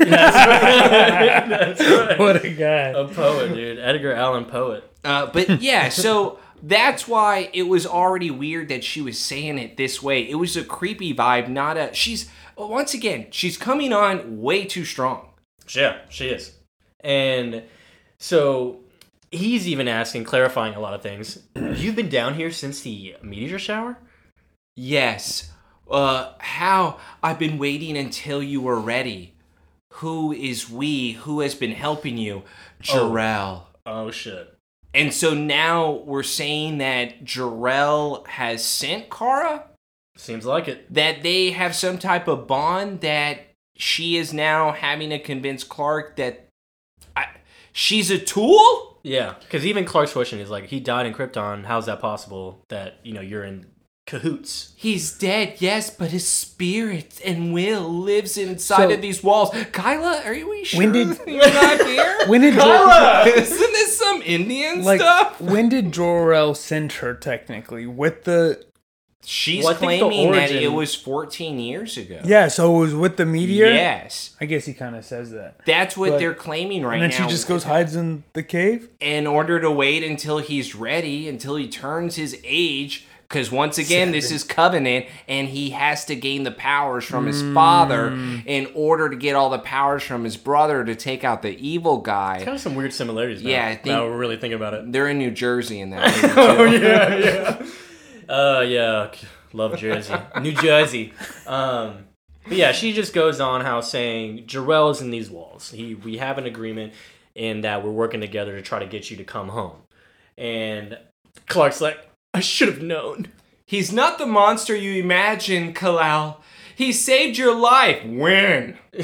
That's right. *laughs* What a guy. A poet, dude. Edgar Allan poet. Uh, but yeah, so that's why it was already weird that she was saying it this way. It was a creepy vibe, not a. She's once again, she's coming on way too strong. Yeah, she is. And so he's even asking, clarifying a lot of things. You've been down here since the meteor shower? Yes. Uh, how I've been waiting until you were ready. Who is we? Who has been helping you, Jarrell? Oh shit. And so now we're saying that Jarrell has sent Kara. Seems like it. that they have some type of bond that she is now having to convince Clark that I, she's a tool. Yeah, because even Clark's question is like, he died in Krypton. How's that possible that, you know, you're in cahoots? He's dead, yes, but his spirit and will lives inside of these walls. Kyla, are you sure When did- *laughs* you're not *laughs* here? When did Kyla, *laughs* *laughs* isn't this some Indian like stuff? when did Jor-El send her technically with the She's Well, I think the claiming that origin- it was 14 years ago. yeah? So it was with the meteor. Yes, I guess he kind of says that. that's what But- they're claiming right And then now. she just goes hides in the *laughs* cave. in order to wait until he's ready, until he turns his age. Because once again, this is covenant, and he has to gain the powers from his father Mm. in order to get all the powers from his brother to take out the evil guy. Kind of some weird similarities. Now, Yeah, I think- Now we're really thinking about it. They're in New Jersey *laughs* in that. movie, too. *laughs* Oh, yeah, yeah. Uh, yeah. Love Jersey, New Jersey. Um, but yeah, she just goes on how saying Jarrell is in these walls. He, we have an agreement in that we're working together to try to get you to come home. And Clark's like, I should have known. He's not the monster you imagine, Kalal. He saved your life. When? *laughs*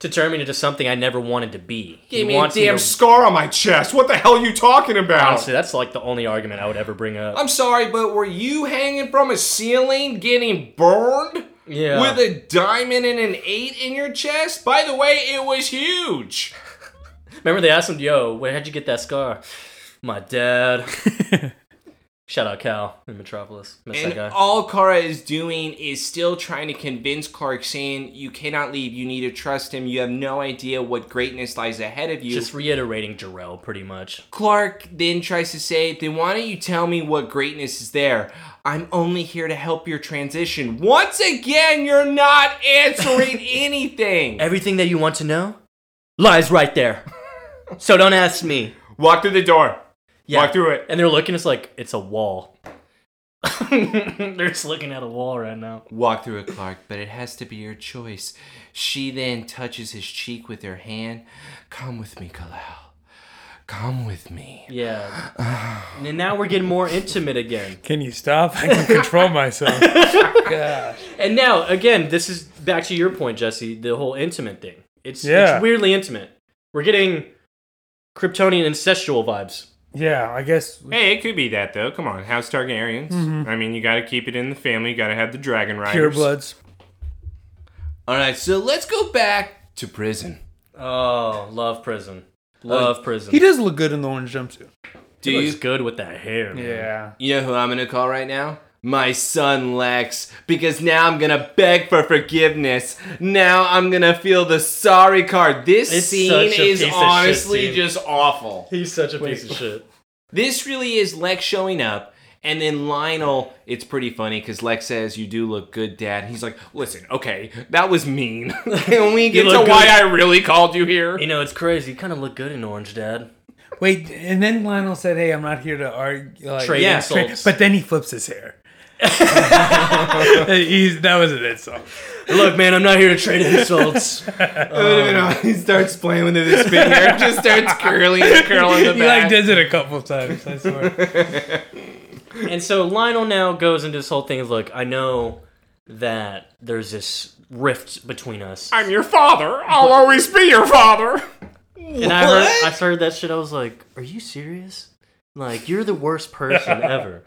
to turn me into something I never wanted to be. He Gave me a wants me damn to- scar on my chest. What the hell are you talking about? Honestly, that's like the only argument I would ever bring up. I'm sorry, but were you hanging from a ceiling getting burned? Yeah. With a diamond and an eight in your chest? By the way, it was huge. Remember they asked him, "Yo, where how'd you get that scar?" My dad. Shout out Cal in Metropolis. Miss and that guy. all Kara is doing is still trying to convince Clark, saying, You cannot leave. You need to trust him. You have no idea what greatness lies ahead of you. Just reiterating Jarrell, pretty much. Clark then tries to say, Then why don't you tell me what greatness is there? I'm only here to help your transition. Once again, you're not *laughs* answering anything. Everything that you want to know lies right *laughs* there. so don't ask me. Walk through the door. Yeah. Walk through it. And they're looking. It's like it's a *laughs* wall. they're just looking at a wall right now. Walk through it, Clark, but it has to be your choice. She then touches his cheek with her hand. Come with me, Kalal. Come with me. Yeah. *sighs* and now we're getting more intimate again. Can you stop? I can control myself. *laughs* Gosh. And now again, this is back to your point, Jesse. The whole intimate thing. It's Yeah. it's weirdly intimate. We're getting Kryptonian ancestral vibes. Yeah, I guess. Hey, it could be that though. Come on, House Targaryens. Mm-hmm. I mean, you got to keep it in the family. You got to have the dragon riders. Mm-hmm. Pure Bloods. All right, so let's go back to prison. Oh, love prison. Love prison. He does look good in the orange jumpsuit. Do He you looks good with that hair. man. Yeah. You know who I'm gonna call right now? My son Lex, because now I'm gonna beg for forgiveness. Now I'm gonna feel the sorry card. This It's scene such a is piece of shit honestly scene. just awful. He's such a piece of shit. This really is Lex showing up, and then Lionel. It's pretty funny because Lex says, "You do look good, Dad." He's like, "Listen, okay, that was mean. *laughs* Can we get to look why good." I really called you here?" You know, it's crazy. You kind of look good in orange, Dad. Wait, and then Lionel said, "Hey, I'm not here to argue." Like, Trade Yeah. insults. but then he flips his *laughs* hair. He's, that was an insult. look, man, I'm not here to trade insults. he starts playing with his finger, just starts curling and curling the He like does it a couple times. I swear. and so Lionel now goes into this whole thing of, look, I know that there's this rift between us. I'm your father. I'll always be your father. and I heard, I heard that shit. I was like, are you serious? Like, you're the worst person ever.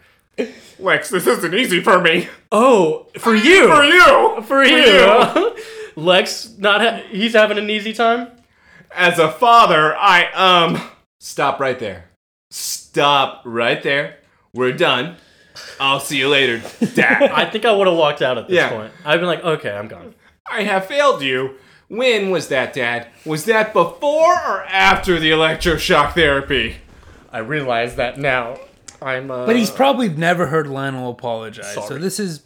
Lex, this isn't easy for me. Oh, for you. For you. For *laughs* Lex, not ha- he's having an easy time. As a father, I um Stop right there. Stop right there. We're done. I'll see you later, Dad. *laughs* I think I would have walked out at this Yeah. point. I've been like, okay, I'm gone. I have failed you. When was that, Dad? Was that before or after the electroshock therapy? I realize that now. I'm. Uh, *laughs* But he's probably never heard Lionel apologize. So Sorry. this is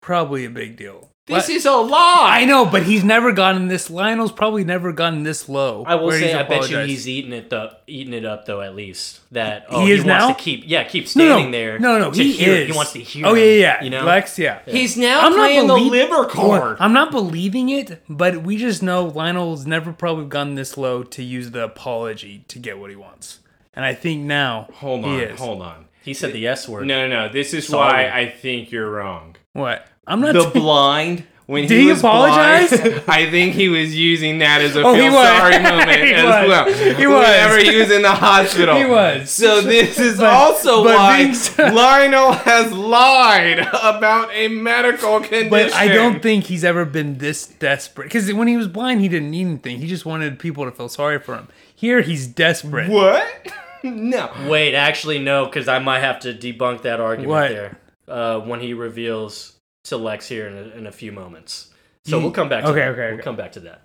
probably a big deal. This What? is a lie. I know, but he's never gotten this. Lionel's probably never gotten this low. I will where say, he's I bet you apologized. he's eating it up, eating it up though. At least that oh, He he, is wants now? to keep, yeah, keep no, no, standing there. No, no, to he hear- is. He wants to hear. Oh yeah, him, yeah. You know, Lex, yeah. He's now I'm not playing the belie- liver card. I'm not believing it, but we just know Lionel's never probably gone this low to use the apology to get what he wants. And I think now Hold he on, is. hold on. he said the S word. No, no, no. This is Sorry. why I think you're wrong. What? I'm not. the blind. When Did he, he was apologize? blind, *laughs* I think he was using that as a Oh, he feel was. *laughs* sorry moment He as was. well. He was. Whenever he was in the hospital. He was. So this is *laughs* But- also but why being *laughs* so- Lionel has lied about a medical condition. but I don't think he's ever been this desperate. Because when he was blind, he didn't need anything. He just wanted people to feel sorry for him. Here, he's desperate. What? *laughs* no. Wait, actually, no, because I might have to debunk that argument What? there uh, when he reveals to Lex here in a, in a few moments. So we'll come back. To Okay, that. okay, we'll okay. come back to that.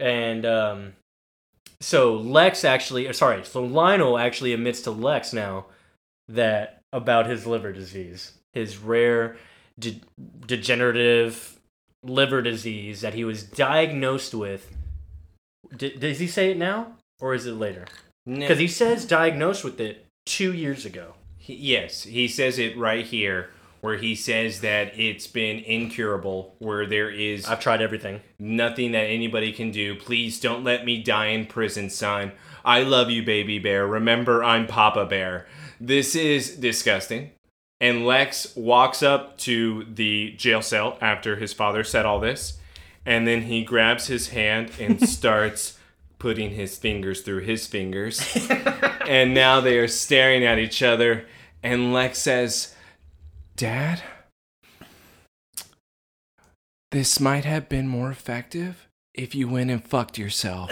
And um, so Lex actually, or sorry, so Lionel actually admits to Lex now that about his liver disease, his rare de- degenerative liver disease that he was diagnosed with. D- does he say it now, or is it later? Because he says diagnosed with it two years ago. Yes, he says it right here, where he says that it's been incurable, where there is I've tried everything. Nothing that anybody can do. Please don't let me die in prison, son. I love you, baby bear. Remember, I'm Papa Bear. This is disgusting. And Lex walks up to the jail cell after his father said all this. And then he grabs his hand and starts putting his fingers through his fingers. and now they are staring at each other. And Lex says, Dad, this might have been more effective if you went and fucked yourself.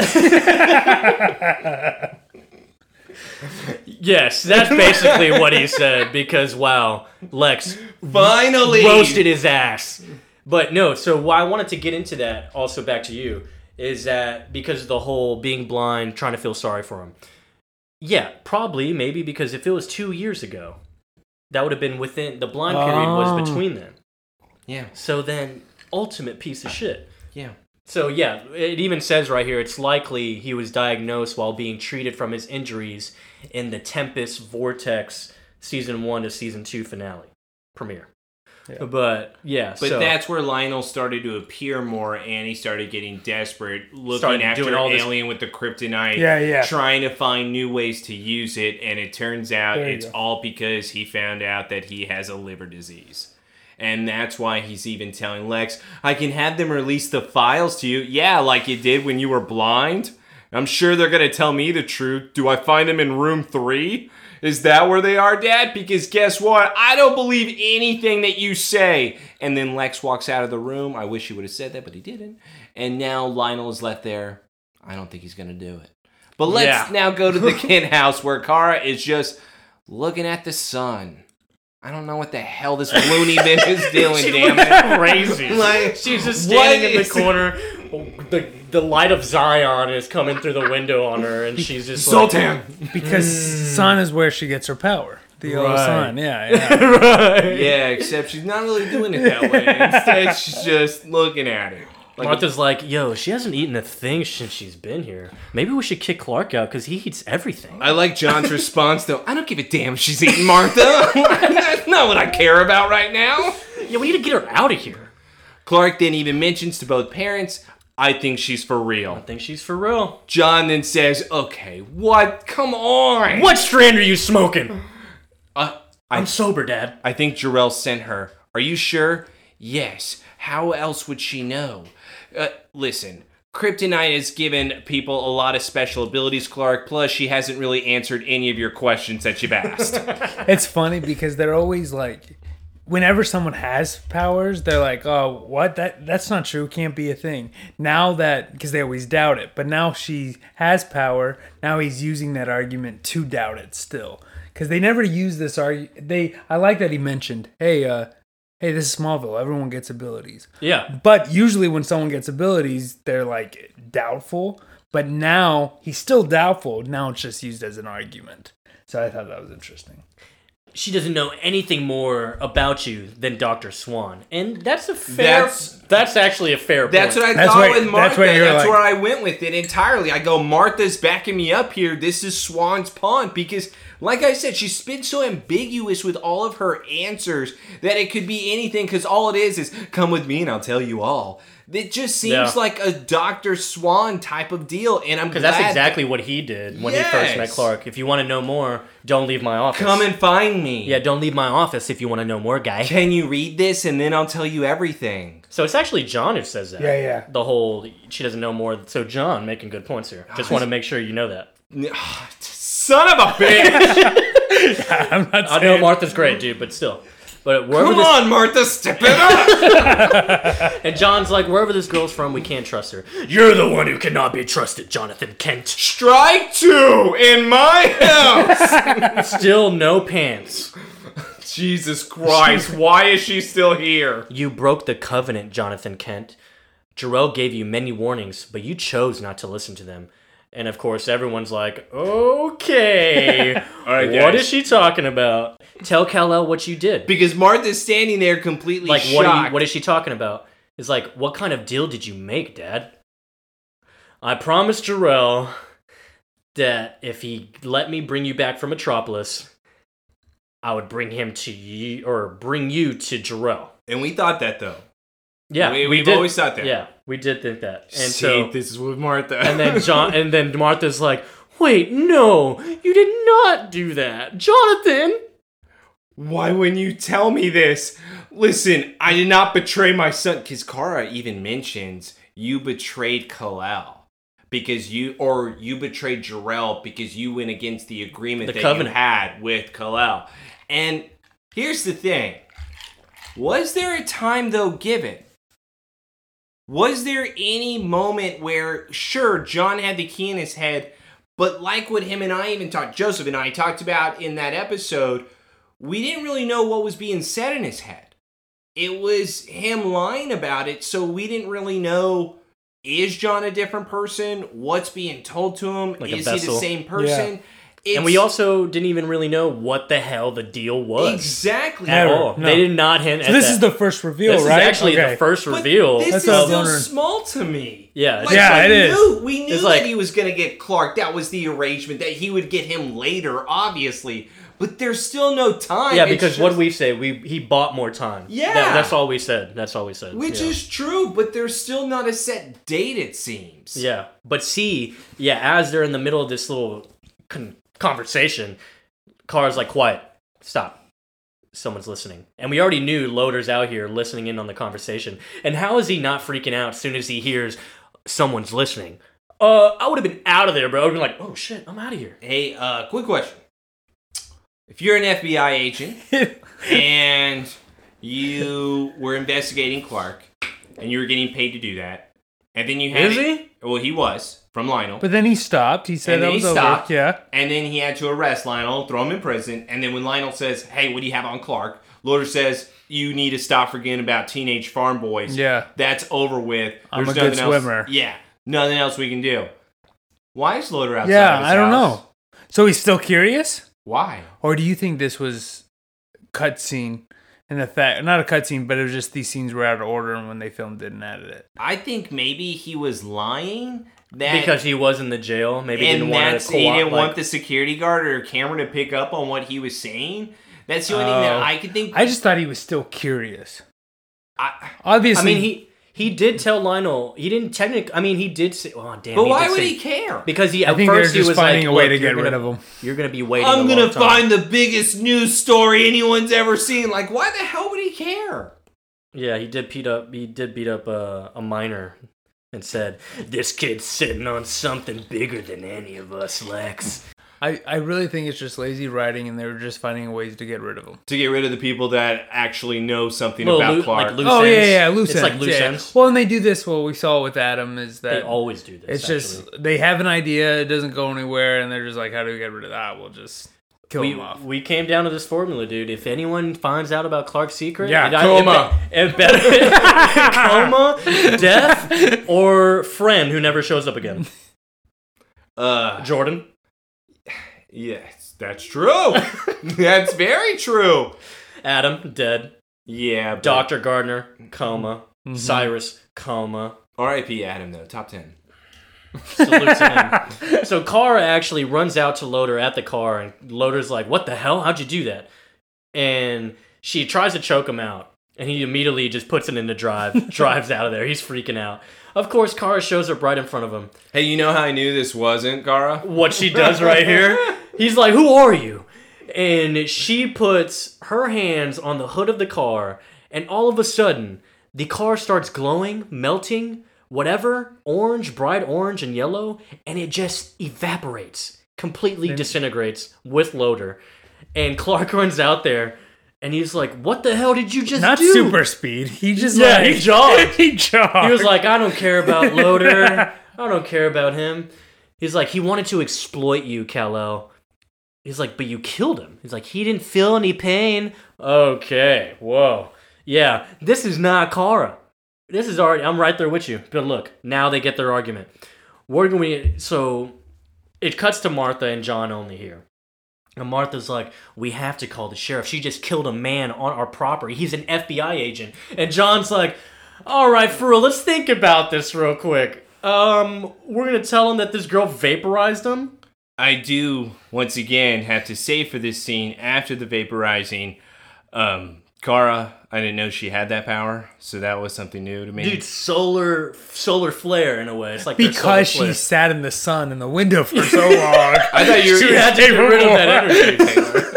Yes, that's basically what he said because wow, Lex *laughs* Finally, roasted his ass. But no, so why I wanted to get into that also back to you is that because of the whole being blind, trying to feel sorry for him. Yeah, probably, maybe because if it was two years ago, that would have been within the blind period Oh. was between them. Yeah, So then, ultimate piece of shit. yeah. So yeah, it even says right here it's likely he was diagnosed while being treated from his injuries in the Tempest Vortex season 1 to season 2 finale premiere. But yeah, But so *laughs* that's where Lionel started to appear more, and he started getting desperate, looking Started after doing all this- Alien with the kryptonite. Yeah, yeah. Trying to find new ways to use it, and it turns out There you it's go. all because he found out that he has a liver disease. And that's why he's even telling Lex, I can have them release the files to you. Yeah, like you did when you were blind. I'm sure they're going to tell me the truth. Do I find them in room three? Is that where they are, Dad? Because guess what? I don't believe anything that you say. And then Lex walks out of the room. I wish he would have said that, but he didn't. And now Lionel is left there. I don't think he's going to do it. But let's Yeah. now *laughs* go to the Kent house where Kara is just looking at the sun. I don't know what the hell this loony bin *laughs* is doing, She damn looked it. crazy. *laughs* Like, She's just what standing in the is- corner. *laughs* The, the light of Zion is coming through the window on her, and she's just Sultan! Because sun is where she gets her power. The yellow Right. sun. Yeah, yeah. like, *laughs* right. Yeah, except she's not really doing it that way. Instead, she's just looking at it. Like a Martha's like, yo, she hasn't eaten a thing since she's been here. Maybe we should kick Clark out because he eats everything. I like John's response though. I don't give a damn if she's eating Martha. *laughs* That's not what I care about right now. Yeah, we need to get her out of here. Clark then even mentions to both parents, I think she's for real. I think she's for real. John then says, Okay, what? Come on. What strand are you smoking? Uh, I'm sober, Dad. I think Jarrell sent her. Are you sure? Yes. How else would she know? Uh, listen, kryptonite has given people a lot of special abilities, Clark. Plus, she hasn't really answered any of your questions that you've asked. it's funny because they're always like whenever someone has powers they're like oh what that that's not true can't be a thing now that because they always doubt it but now she has power now he's using that argument to doubt it still because they never use this argument they i like that he mentioned hey uh hey this is smallville everyone gets abilities Yeah. but usually when someone gets abilities, they're like doubtful. But now he's still doubtful. Now it's just used as an argument. So I thought that was interesting. She doesn't know anything more about you than Dr. Swan. And that's a fair That's- that's, actually a fair That's point. what I That's thought where- with that's Martha. That's, where where, you're like- I went with it entirely. I go, Martha's backing me up here. This is Swan's Pond because, like I said, she's been so ambiguous with all of her answers that it could be anything because all it is is come with me and I'll tell you all. It just seems Yeah. like a Dr. Swan type of deal. And I'm Because glad that's exactly what he did when he first met Yes. Clark. If you want to know more, don't leave my office. come and find me. yeah, don't leave my office if you want to know more, guy. Can you read this and then I'll tell you everything? So it's actually John who says that. Yeah, yeah. The whole she doesn't know more. So John making good points here. Just want to make sure you know that. *sighs* Son of a bitch! I'm not I know Martha's great, dude, but still. But wherever come this, on, Martha, step it up! and John's like, wherever this girl's from, we can't trust her. You're the one who cannot be trusted, Jonathan Kent. Strike two in my *laughs* house! Still no pants. Jesus Christ, why is she still here? You broke the covenant, Jonathan Kent. Jarrell gave you many warnings, but you chose not to listen to them. And of course, everyone's like, *laughs* okay, right, what guys. is she talking about? Tell Kal-El what you did. Because Martha's standing there completely like shocked. what are you, what is she talking about? It's like what kind of deal did you make, Dad? I promised Jarrell that if he let me bring you back from Metropolis, I would bring him to you or bring you to Jarrell. and we thought that though. Yeah, We- we we've did- always thought that. Yeah, we did think that, and See, so this is with Martha. and *laughs* then John and then Martha's like, wait, no, you did not do that, Jonathan. Why wouldn't you tell me this? Listen, I did not betray my son. Because Kara even mentions you betrayed Kalal because you, or you betrayed Jarrell because you went against the agreement The that covenant. you had with Kalal. And here's the thing was there a time, though, given? Was there any moment where, sure, John had the key in his head, but like what him and I even talked, Joseph and I talked about in that episode, we didn't really know what was being said in his head. It was him lying about it, so we didn't really know is John a different person? What's being told to him? Like a is he the vessel. same person? It's and we also didn't even really know what the hell the deal was. exactly At Never. all. No. They did not hint So at this is is the first reveal, This right? is actually Okay. the first But reveal. This That's is what I was still wondering. small to me. yeah, it's Like, Yeah, we it is. Knew, we knew It's like- that he was going to get Clark. That was the arrangement that he would get him later, obviously. But there's still no time. yeah, It's because just- what we say, we he bought more time. Yeah. That- that's all we said. That's all we said. which yeah. is true, but there's still not a set date. It seems. yeah. But see, yeah, as they're in the middle of this little con- conversation, Cara's like, "Quiet, stop." Someone's listening, and we already knew Loader's out here listening in on the conversation. And how is he not freaking out as soon as he hears someone's listening? Uh, I would have been out of there, bro. I would have been like, "Oh shit, I'm out of here." Hey, uh, quick question. If you're an *laughs* FBI agent and you were investigating Clark and you were getting paid to do that, and then you had Is it- Well, he was from Lionel. But then he stopped. He said And that then he was over. stopped. Yeah. And then he had to arrest Lionel, throw him in prison. And then when Lionel says, "Hey, what do you have on Clark?" Lawyer says, "You need to stop forgetting about teenage farm boys." Yeah. that's over with. I'm There's a good nothing else- swimmer. Yeah, nothing else we can do. Why is Loader outside? Yeah, of his I don't house? know. So he's still curious? Why? Or do you think this was cutscene and the fact not a cutscene, but it was just these scenes were out of order and when they filmed didn't edit it. I think maybe he was lying that Because he was in the jail, maybe he didn't and want that's to. he co-op, didn't like- want the security guard or camera to pick up on what he was saying. That's the only thing Oh. that I could think. I just thought he was still curious. I- I Obviously mean, he he did tell Lionel. He didn't technically. I mean, he did say. Oh damn! but he why did would say- he care? Because he I at think they're first he just was finding like, a way "Look, to you're get rid gonna- of him. You're gonna be waiting. I'm a gonna long time." find the biggest news story anyone's ever seen. Like, why the hell would he care? Yeah, he did beat up. He did beat up uh, a minor, and said, "This kid's sitting on something bigger than any of us, Lex." I, I really think it's just lazy writing and they were just finding ways to get rid of him. To get rid of the people that actually know something Little about loo- Clark. like loose oh ends. yeah, yeah, loose It's ends. like loose yeah. ends. Well, and they do this. Well, we saw with Adam is They that always do this. it's actually. just they have an idea, it doesn't go anywhere, and they're just like, how do we get rid of that? We'll just kill him off. we, we came down to this formula, dude. If anyone finds out about Clark's secret, Yeah, it, I- coma. *laughs* It, be- it better coma, death, or friend who never shows up again. uh, Jordan. yes, that's *laughs* true. that's very true. Adam, dead. Yeah, but- Dr. Gardner, coma. Mhm. Cyrus, coma. R.I.P. Adam though, top ten. Salutes him. So Kara actually runs out to Loader at the car, and Loader's like, What the hell? How'd you do that? And she tries to choke him out, and he immediately just puts it into drive, drives out of there. He's freaking out. Of course, Kara shows up right in front of him. Hey, you know how I knew this wasn't Gara? What she does right here, he's like, Who are you? And she puts her hands on the hood of the car, and all of a sudden, the car starts glowing, melting, whatever, orange, bright orange and yellow, and it just evaporates, completely disintegrates with Loader. And Clark *laughs* runs out there, and he's like, What the hell did you just Not do? super speed. He just Yeah, like *laughs* he jogged. he jogged. He was like, I don't care about Loader. I don't care about him. He's like, he wanted to exploit you, Kal-El. He's like, but you killed him. He's like, he didn't feel any pain. Okay, whoa. Yeah, this is not Kara. This is already, I'm right there with you. But look, now they get their argument. We're going to, so it cuts to Martha and John only here. And Martha's like, we have to call the sheriff. She just killed a man on our property. He's an FBI agent. And John's like, all right, for real, let's think about this real quick. Um, we're gonna tell him that this girl vaporized him. I do once again have to say for this scene after the vaporizing, um, Gara. I didn't know she had that power, so that was something new to me. Dude, solar solar flare in a way. It's like their solar because she flare. *laughs* sat in the sun in the window for so long. *laughs* I thought you she were. had to get rid of that energy. *laughs*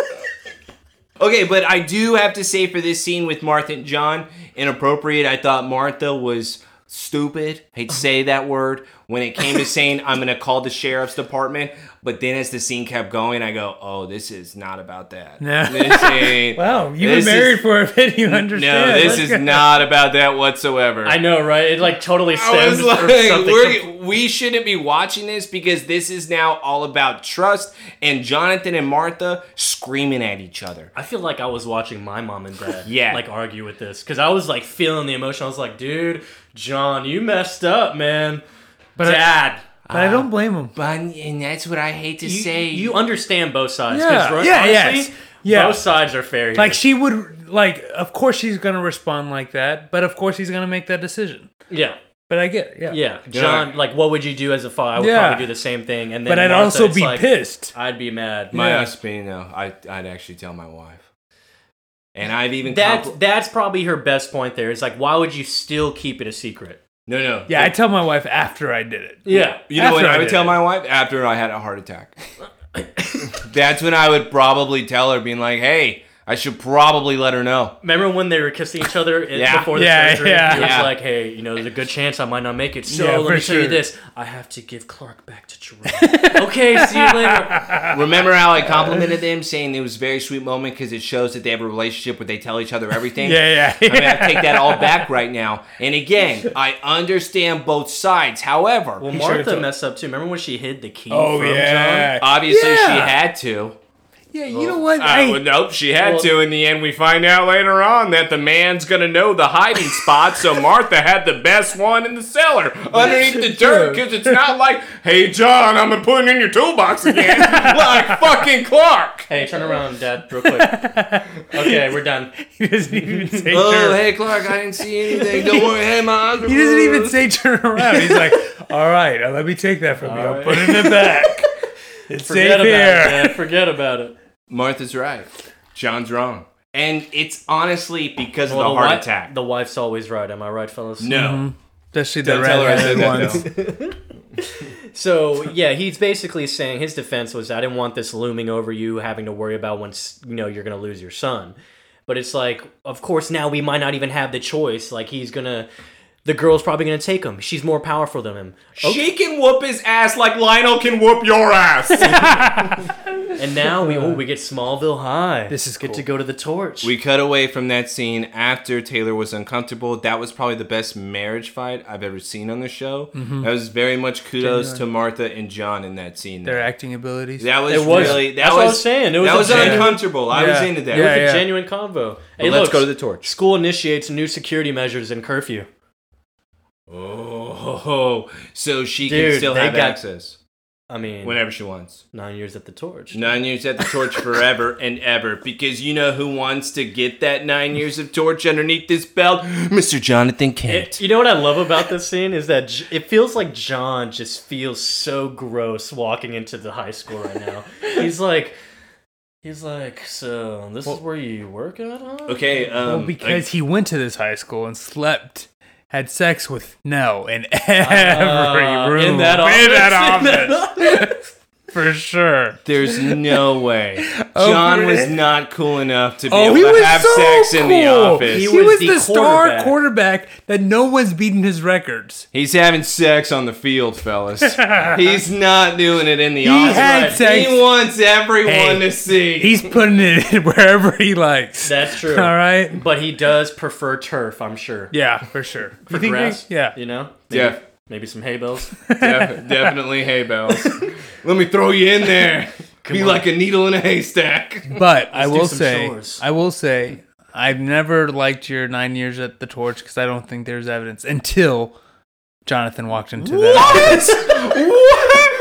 Okay, but I do have to say for this scene with Martha and John, inappropriate. I thought Martha was stupid. I'd say that word when it *laughs* came to saying I'm gonna call the sheriff's department. But then as the scene kept going, I go, "Oh, this is not about *laughs* that. No. This ain't. *laughs* *laughs* Wow, you've This been married is- for a bit. You no, understand? this Let's is go. not about that whatsoever." I know, right? It like totally I was stems from like, something. we're, we shouldn't be watching this because this is now all about trust and Jonathan and Martha screaming at each other. I feel like I was watching my mom and dad, Yeah. like argue with this because I was like feeling the emotion. I was like, dude, John, you messed up, man. But I- dad, But I don't blame him. But and that's what I hate to you, say. you understand both sides. 'cause Yeah, ro- yeah, honestly, yes. Yeah. Both sides are fair. here. Like she would, like of course she's gonna respond like that, but of course he's gonna make that decision. yeah, But I get, it, yeah, yeah. John, like, what would you do as a father? I would Yeah. probably do the same thing. And then, But I'd Martha, also it's be like, uh, pissed. I'd be mad. My Yeah. husband, no, I I'd actually tell my wife, and I've even That's compl- that's probably her best point. There is like, why would you still keep it a secret? no no Yeah, I tell my wife after I did it. Yeah, You know what After I, I would did tell it. my wife after I had a heart attack. *coughs* that's when I would probably tell her, being like, "Hey, I should probably let her *laughs* know." Remember when they were kissing each other in- Yeah. before the Yeah, surgery? yeah. He was Yeah. like, "Hey, you know, there's a good chance I might not make it. So Yeah, let for me tell you sure. this: I have to give Clark back to Jerome. okay, see you *laughs* later. Remember how I complimented them, saying it was a very sweet moment because it shows that they have a relationship where they tell each other everything. Yeah, yeah. I mean, I take that all back right now. And again, I understand both sides. However, Well, should've Martha told- messed up too. Remember when she hid the key? *laughs* oh from John? yeah, obviously, Yeah. she had to. yeah. You know what? Uh, I, well, nope, she had Well- to. In the end, we find out later on that the man's gonna know the *laughs* hiding spot, so Martha had the best one in the cellar underneath the dirt, because it's not like, *laughs* hey, John, I'm gonna put it in your toolbox again, like fucking Clark. Hey, turn around, Dad, real quick. okay, we're done. *laughs* he doesn't *laughs* even say. Oh, turn- hey, Clark, I didn't see anything. Don't worry. Hey, *laughs* my eyes are He doesn't even closed. say turn around. *laughs* He's like, all right, uh, let me take that from you. I'll put it in the back. *laughs* It's Forget safe about it. here. Dad. Forget about it. Martha's right. John's wrong. And it's honestly because Well, of the heart wi- attack. The wife's always right. Am I right, fellas? no. Especially the Don't tell her I said red-headed *laughs* that, ones. though. *laughs* So yeah, he's basically saying his defense was, "I didn't want this looming over you, having to worry about once you know you're gonna lose your son." But it's like, of course, now we might not even have the choice. Like he's gonna, the girl's probably gonna take him. She's more powerful than him, She can whoop his ass like Lionel can whoop your *laughs* ass. and now we oh we get Smallville High. This is get cool. to go to the torch. We cut away from that scene after Taylor was uncomfortable. That was probably the best marriage fight I've ever seen on the show. Mm-hmm. That was very much kudos to Martha and John in that scene. Their acting abilities. That was, It was- really that that's was, what I was saying. It was that a was genuine- uncomfortable. I was Yeah. into that. Yeah, It's a yeah. genuine convo. Hey, let's look, go to the torch. school initiates new security measures and curfew. Oh, so she Dude, can still they have got- access I mean, whenever she wants. nine years at the torch. Nine years at *laughs* the torch forever and ever, because you know who wants to get that nine years of torch underneath this belt, Mr. Jonathan Kent. It- you know what I love about this scene is that J- it feels like John just feels so gross walking into the high school right *laughs* now. he's like, he's like, so this is where you work at, huh? okay, um, well, because he went to this high school and slept, had sex with Nell in every Uh, room. in that office. In *laughs* that in that office, for sure. There's no way. *laughs* Oh, John for was it. not cool enough to be Oh, able he to was have so sex cool. in the office. He, He was, was the, the star quarterback. quarterback that no one's beaten his records. He's having sex on the field, *laughs* fellas. He's not doing it in the He office. had sex. He wants everyone Hey, to see. He's putting it *laughs* in wherever he likes. *laughs* That's true. All right. But he does prefer turf, I'm sure. Yeah, for sure. For you think Grass, they- yeah. You know, maybe, Def- maybe some hay *laughs* bales. def- definitely hay bells. Let me throw you in there. be like a needle in a haystack. But I do will some say, chores. I will say, I've never liked your nine years at the torch because I don't think there's evidence until Jonathan walked into that. *laughs*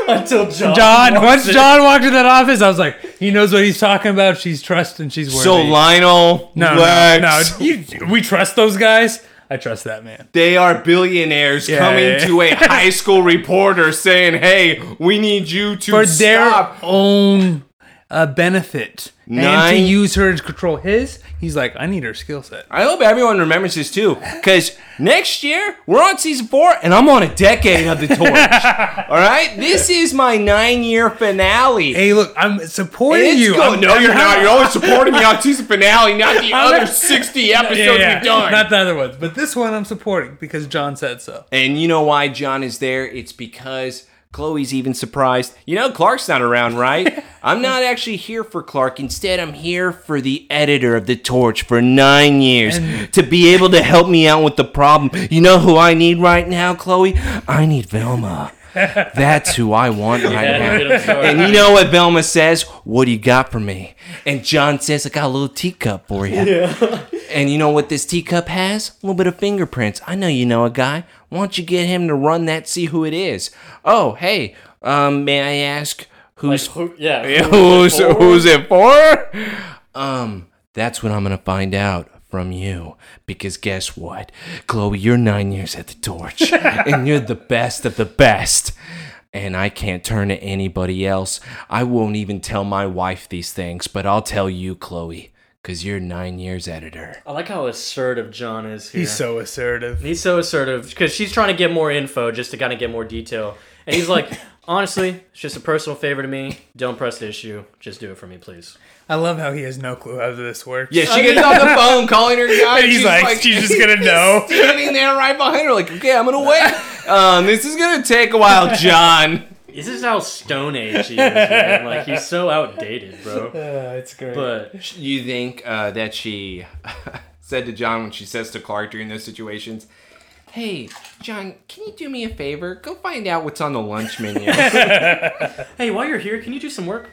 Until John. *laughs* John, walks once in. John walked into that office, I was like, he knows what he's talking about. She's trust and she's worthy. So Lionel, no, no, no, Lex, you, we trust those guys. I trust that man. they are billionaires coming yeah, yeah. to a high school reporter saying, "Hey, we need you to For their stop own a benefit and to Nine- use her to control his. He's like, I need her skill set. I hope everyone remembers this too, because next year we're on season four, and I'm on a decade of the torch. *laughs* All right, this is my nine-year finale. Hey, look, I'm supporting It's you. go- I'm- No, you're not. You're only supporting me on season finale, not *laughs* the other 60 episodes yeah, yeah. we've done. Not the other ones, but this one I'm supporting because John said so. And you know why John is there? It's because Chloe's even surprised. You know, Clark's not around, right? I'm not actually here for Clark. Instead, I'm here for the editor of The Torch for nine years And- to be able to help me out with the problem. You know who I need right now, Chloe? I need Velma. That's who I want right now. *laughs* And you know what Velma says? What do you got for me? And John says, I got a little teacup for you. *laughs* And you know what this teacup has? A little bit of fingerprints. I know you know a guy. Why don't you get him to run that, see who it is? Oh, hey, um, may I ask who's Who- *laughs* yeah. who's who's it for? Um, that's what I'm gonna find out from you. Because guess what, Chloe, you're nine years at the *laughs* torch, and you're the best of the best. And I can't turn to anybody else. I won't even tell my wife these things, but I'll tell you, Chloe, because you're nine years editor. I like how assertive John is here. He's so assertive. He's so assertive because she's trying to get more info just to kind of get more detail. And he's *laughs* like, honestly, it's just a personal favor to me. Don't press the issue. Just do it for me, please. I love how he has no clue how this works. Yeah, she gets on *laughs* the phone calling her guy. He's *laughs* like, she's just gonna know. standing there right behind her, like, okay, I'm gonna *laughs* wait. Um, this is gonna take a while, John. This is how Stone Age he is, *laughs* man. Like, he's so outdated, bro. it's great. But You think uh, that she *laughs* said to John when she says to Clark during those situations, "Hey, John, can you do me a favor? Go find out what's on the lunch menu." hey, while you're here, can you do some work?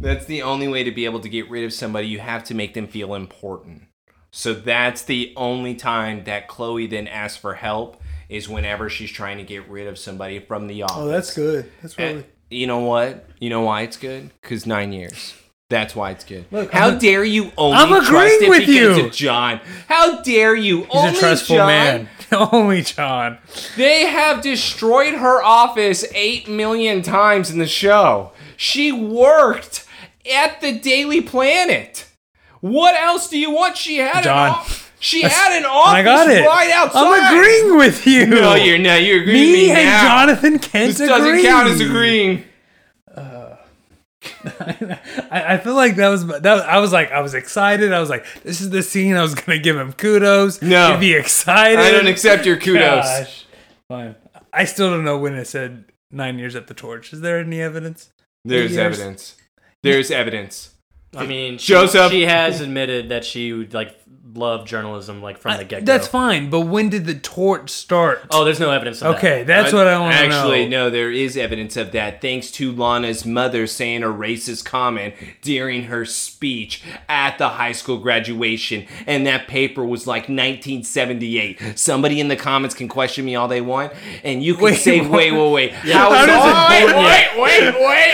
that's the only way to be able to get rid of somebody. You have to make them feel important. So that's the only time that Chloe then asks for help is whenever she's trying to get rid of somebody from the office. Oh, that's good. That's really. You know what? You know why it's good? Because nine years. That's why it's good. Look, How I'm a- dare you only I'm trust agreeing it with because you. of John? How dare you He's only a trustful John? man. *laughs* Only John. They have destroyed her office eight million times in the show. She worked at the Daily Planet. What else do you want? She had John. an office. She had an office I got it. right outside. I'm agreeing with you. No, you're not. You're agreeing me with me and now. Jonathan can't This doesn't count as agreeing. I, I feel like that was that. was- I was like, I was excited. I was like, this is the scene. I was gonna give him kudos. No. he'd be excited. I don't accept your kudos. Gosh. Fine. I still don't know when it said nine years at the torch. Is there any evidence? There's years. evidence. There's evidence. I mean, she, Joseph. she has admitted that she would, like loved journalism like from the get go. That's fine. But when did the torch start? Oh, there's no evidence of that. okay, that's what I want to know. Actually, no, there is evidence of that thanks to Lana's mother saying a racist comment during her speech at the high school graduation. And that paper was like 1978. Somebody in the comments can question me all they want. And you can Wait, say, *laughs* what? wait, wait, wait. How is does it it born wait, wait,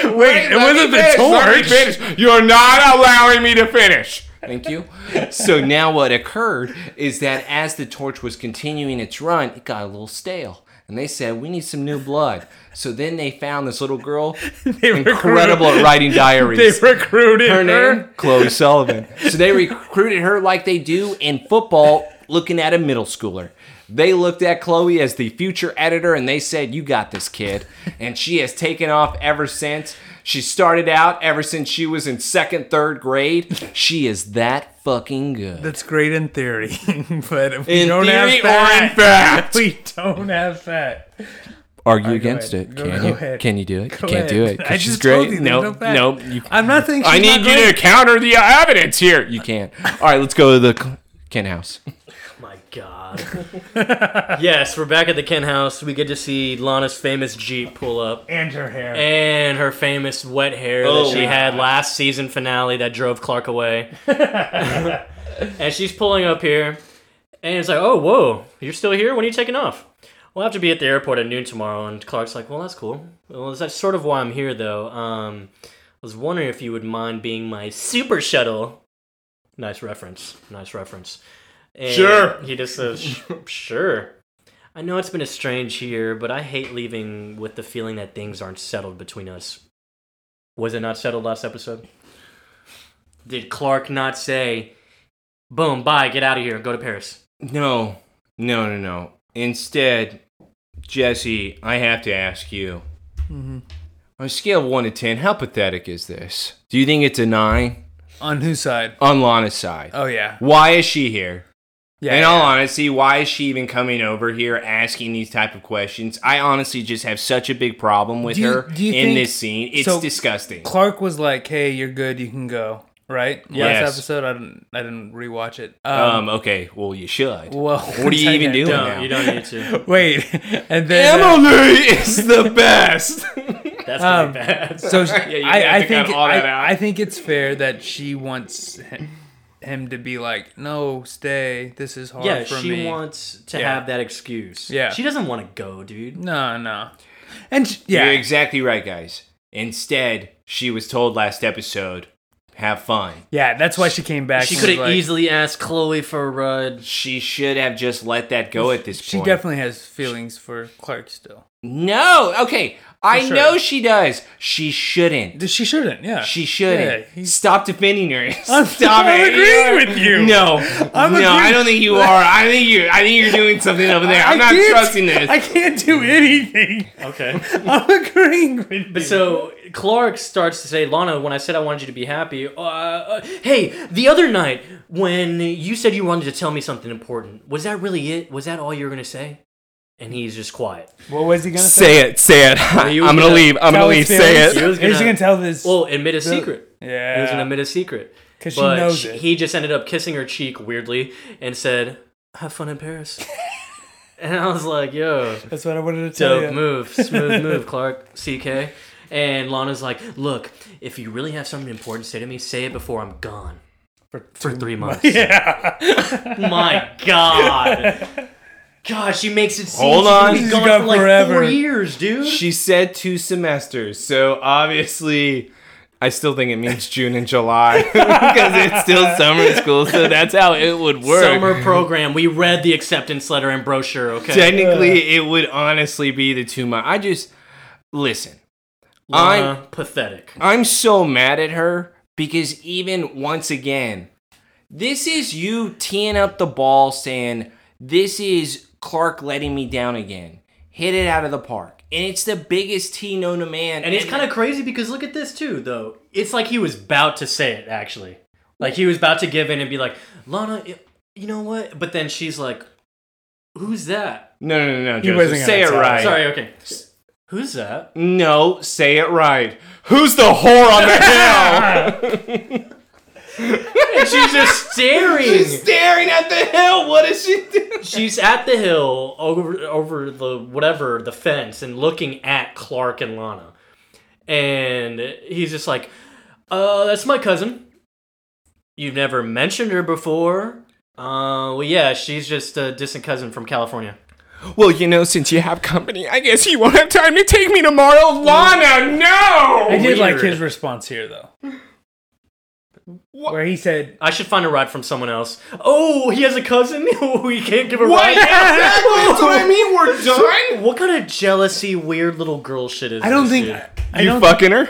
wait, wait, it let wasn't me the finish, let me torch. finish. You're not allowing me to finish. Thank you. So now what occurred is that as the torch was continuing its run, it got a little stale. And they said, we need some new blood. So then they found this little *laughs* girl, They recruit- incredible at *laughs* writing *laughs* They diaries. recruited Her her. name, *laughs* Chloe Sullivan. So they recruited her like they do in football, looking at a middle schooler. They looked at Chloe as the future editor and they said, You got this kid. And she has taken off ever since. She started out ever since she was in second, third grade. She is that fucking good. That's great in theory, *laughs* but if we In don't theory have or that. in fact? *laughs* we don't have that. Argue go against ahead. it. Go- can go you? ahead. Can you do it? Go you can't do ahead. it. 'cause I she's just told great. you, no, there's no fact. no, you I'm not thinking. I she's need not you to great. counter the evidence here. You you can't. All right, let's go to the Cl- Ken house. My *laughs* God. yes, we're back at the Ken house. We get to see Lana's famous Jeep pull up and her hair. and her famous wet hair that she had last season finale that drove Clark away. and she's pulling up here, and it's like, oh, whoa, you're still here? When are you taking off? We'll have to be at the airport at noon tomorrow. And Clark's like, well, that's cool. Well, that's sort of why I'm here, though. Um, I was wondering if you would mind being my super shuttle. Nice reference. Nice reference. And Sure. He just says, "Sh- sure. I know it's been a strange year, but I hate leaving with the feeling that things aren't settled between us. Was it not settled last episode? Did Clark not say, boom, bye, get out of here and go to Paris? No, no, no, no. Instead, Jesse, I have to ask you. Mm-hmm. On a scale of one to ten, how pathetic is this? Do you think it's a nine On whose side? on Lana's side? Oh yeah. Why is she here? Yeah. In all honesty, why is she even coming over here asking these type of questions? I honestly just have such a big problem with Do you- her do you in think- this scene. It's so- disgusting. Clark was like, "Hey, you're good. You can go." Right? Yes. Last episode, I didn't. I didn't rewatch it. Um. Um, okay, well you should. well, what are *laughs* you even doing No, now? you don't need *laughs* to. Wait, *laughs* and then uh, *laughs* Emily is *laughs* the best. That's Um, pretty bad. so she- you I, I have to cut think all that out. I, I think it's fair that she wants him, him to be like, "No, stay. This is hard yeah, for she me." wants to Yeah. have that excuse. Yeah. She doesn't want to go, dude. no, no, and sh yeah, You're exactly right, guys. Instead, she was told last episode, have fun. yeah. That's why she came back. She and could have was like- easily asked Chloe for uh, She should have just let that go at this She point. definitely has feelings for Clark still. no, okay. I sure. know she does. She shouldn't. She shouldn't. Yeah. She shouldn't. Yeah, *laughs* he- Stop defending her. *laughs* I'm- Stop I'm it. agreeing with you. No, I'm no, agreeing- I don't think you are. I think you. I think you're doing something over there. I'm I not can't- trusting this. I can't do anything. Okay. *laughs* I'm agreeing with you. But so Clark starts to say, Lana, when I said I wanted you to be happy, uh, uh, hey, the other night when you said you wanted to tell me something important, was that really it? Was that all you were going to say? And he's just quiet. What was he gonna it. Say it. you was gonna I'm Tell his feelings? it. He was He was gonna- gonna tell this. Well, admit a secret. He was going to yeah. admit a secret. 'Cause she But knows sh- it. he just ended up kissing her cheek weirdly and said, have fun in *laughs* Paris. and I was like, yo. That's what I wanted to tell Dope you. move, smooth move, Clark CK. And Lana's like, look, if you really have something important to say to me, say it before I'm gone for, for three months. Yeah. *laughs* My God, God, she makes it seem Hold she's gonna on. be She's gone gone for like four forever. years, dude. She said two semesters, so obviously, I still think it means June and July *laughs* because it's still summer school. So that's how it would work. Summer program. We read the acceptance letter and brochure. Okay, Technically, it would honestly be the two months. I just listen. Lana, pathetic. I'm so mad at her because even once again, this is you teeing up the ball saying, This is Clark letting me down again. Hit it out of the park. And it's the biggest tee known to man. And it's kind of crazy because look at this too, though. It's like he was about to say it actually, like he was about to give in and be like, "Lana, y- you know what?" But then she's like, "Who's that?" No, no, no, no. Joseph. wasn't gonna say it tell. right. Sorry, okay. Who's that? No, say it right. Who's the whore *laughs* on the hill? And *laughs* she's just staring. Staring at the hill. What is she doing? She's at the hill over over the whatever the fence and looking at Clark and Lana, and he's just like, "Uh, that's my cousin. You've never mentioned her before." Uh, well, yeah, she's just a distant cousin from California. Oh, Well, you know, since you have company, I guess you won't have time to take me tomorrow. Lana, no! I did like Weird. his response here though. Where he said, I should find a ride from someone else. Oh, he has a cousin. *laughs* we can't give a What? ride. exactly. That's what I *laughs* mean. We're done. What kind of jealousy, weird little girl shit is? "I don't this, think." dude? I don't fucking her?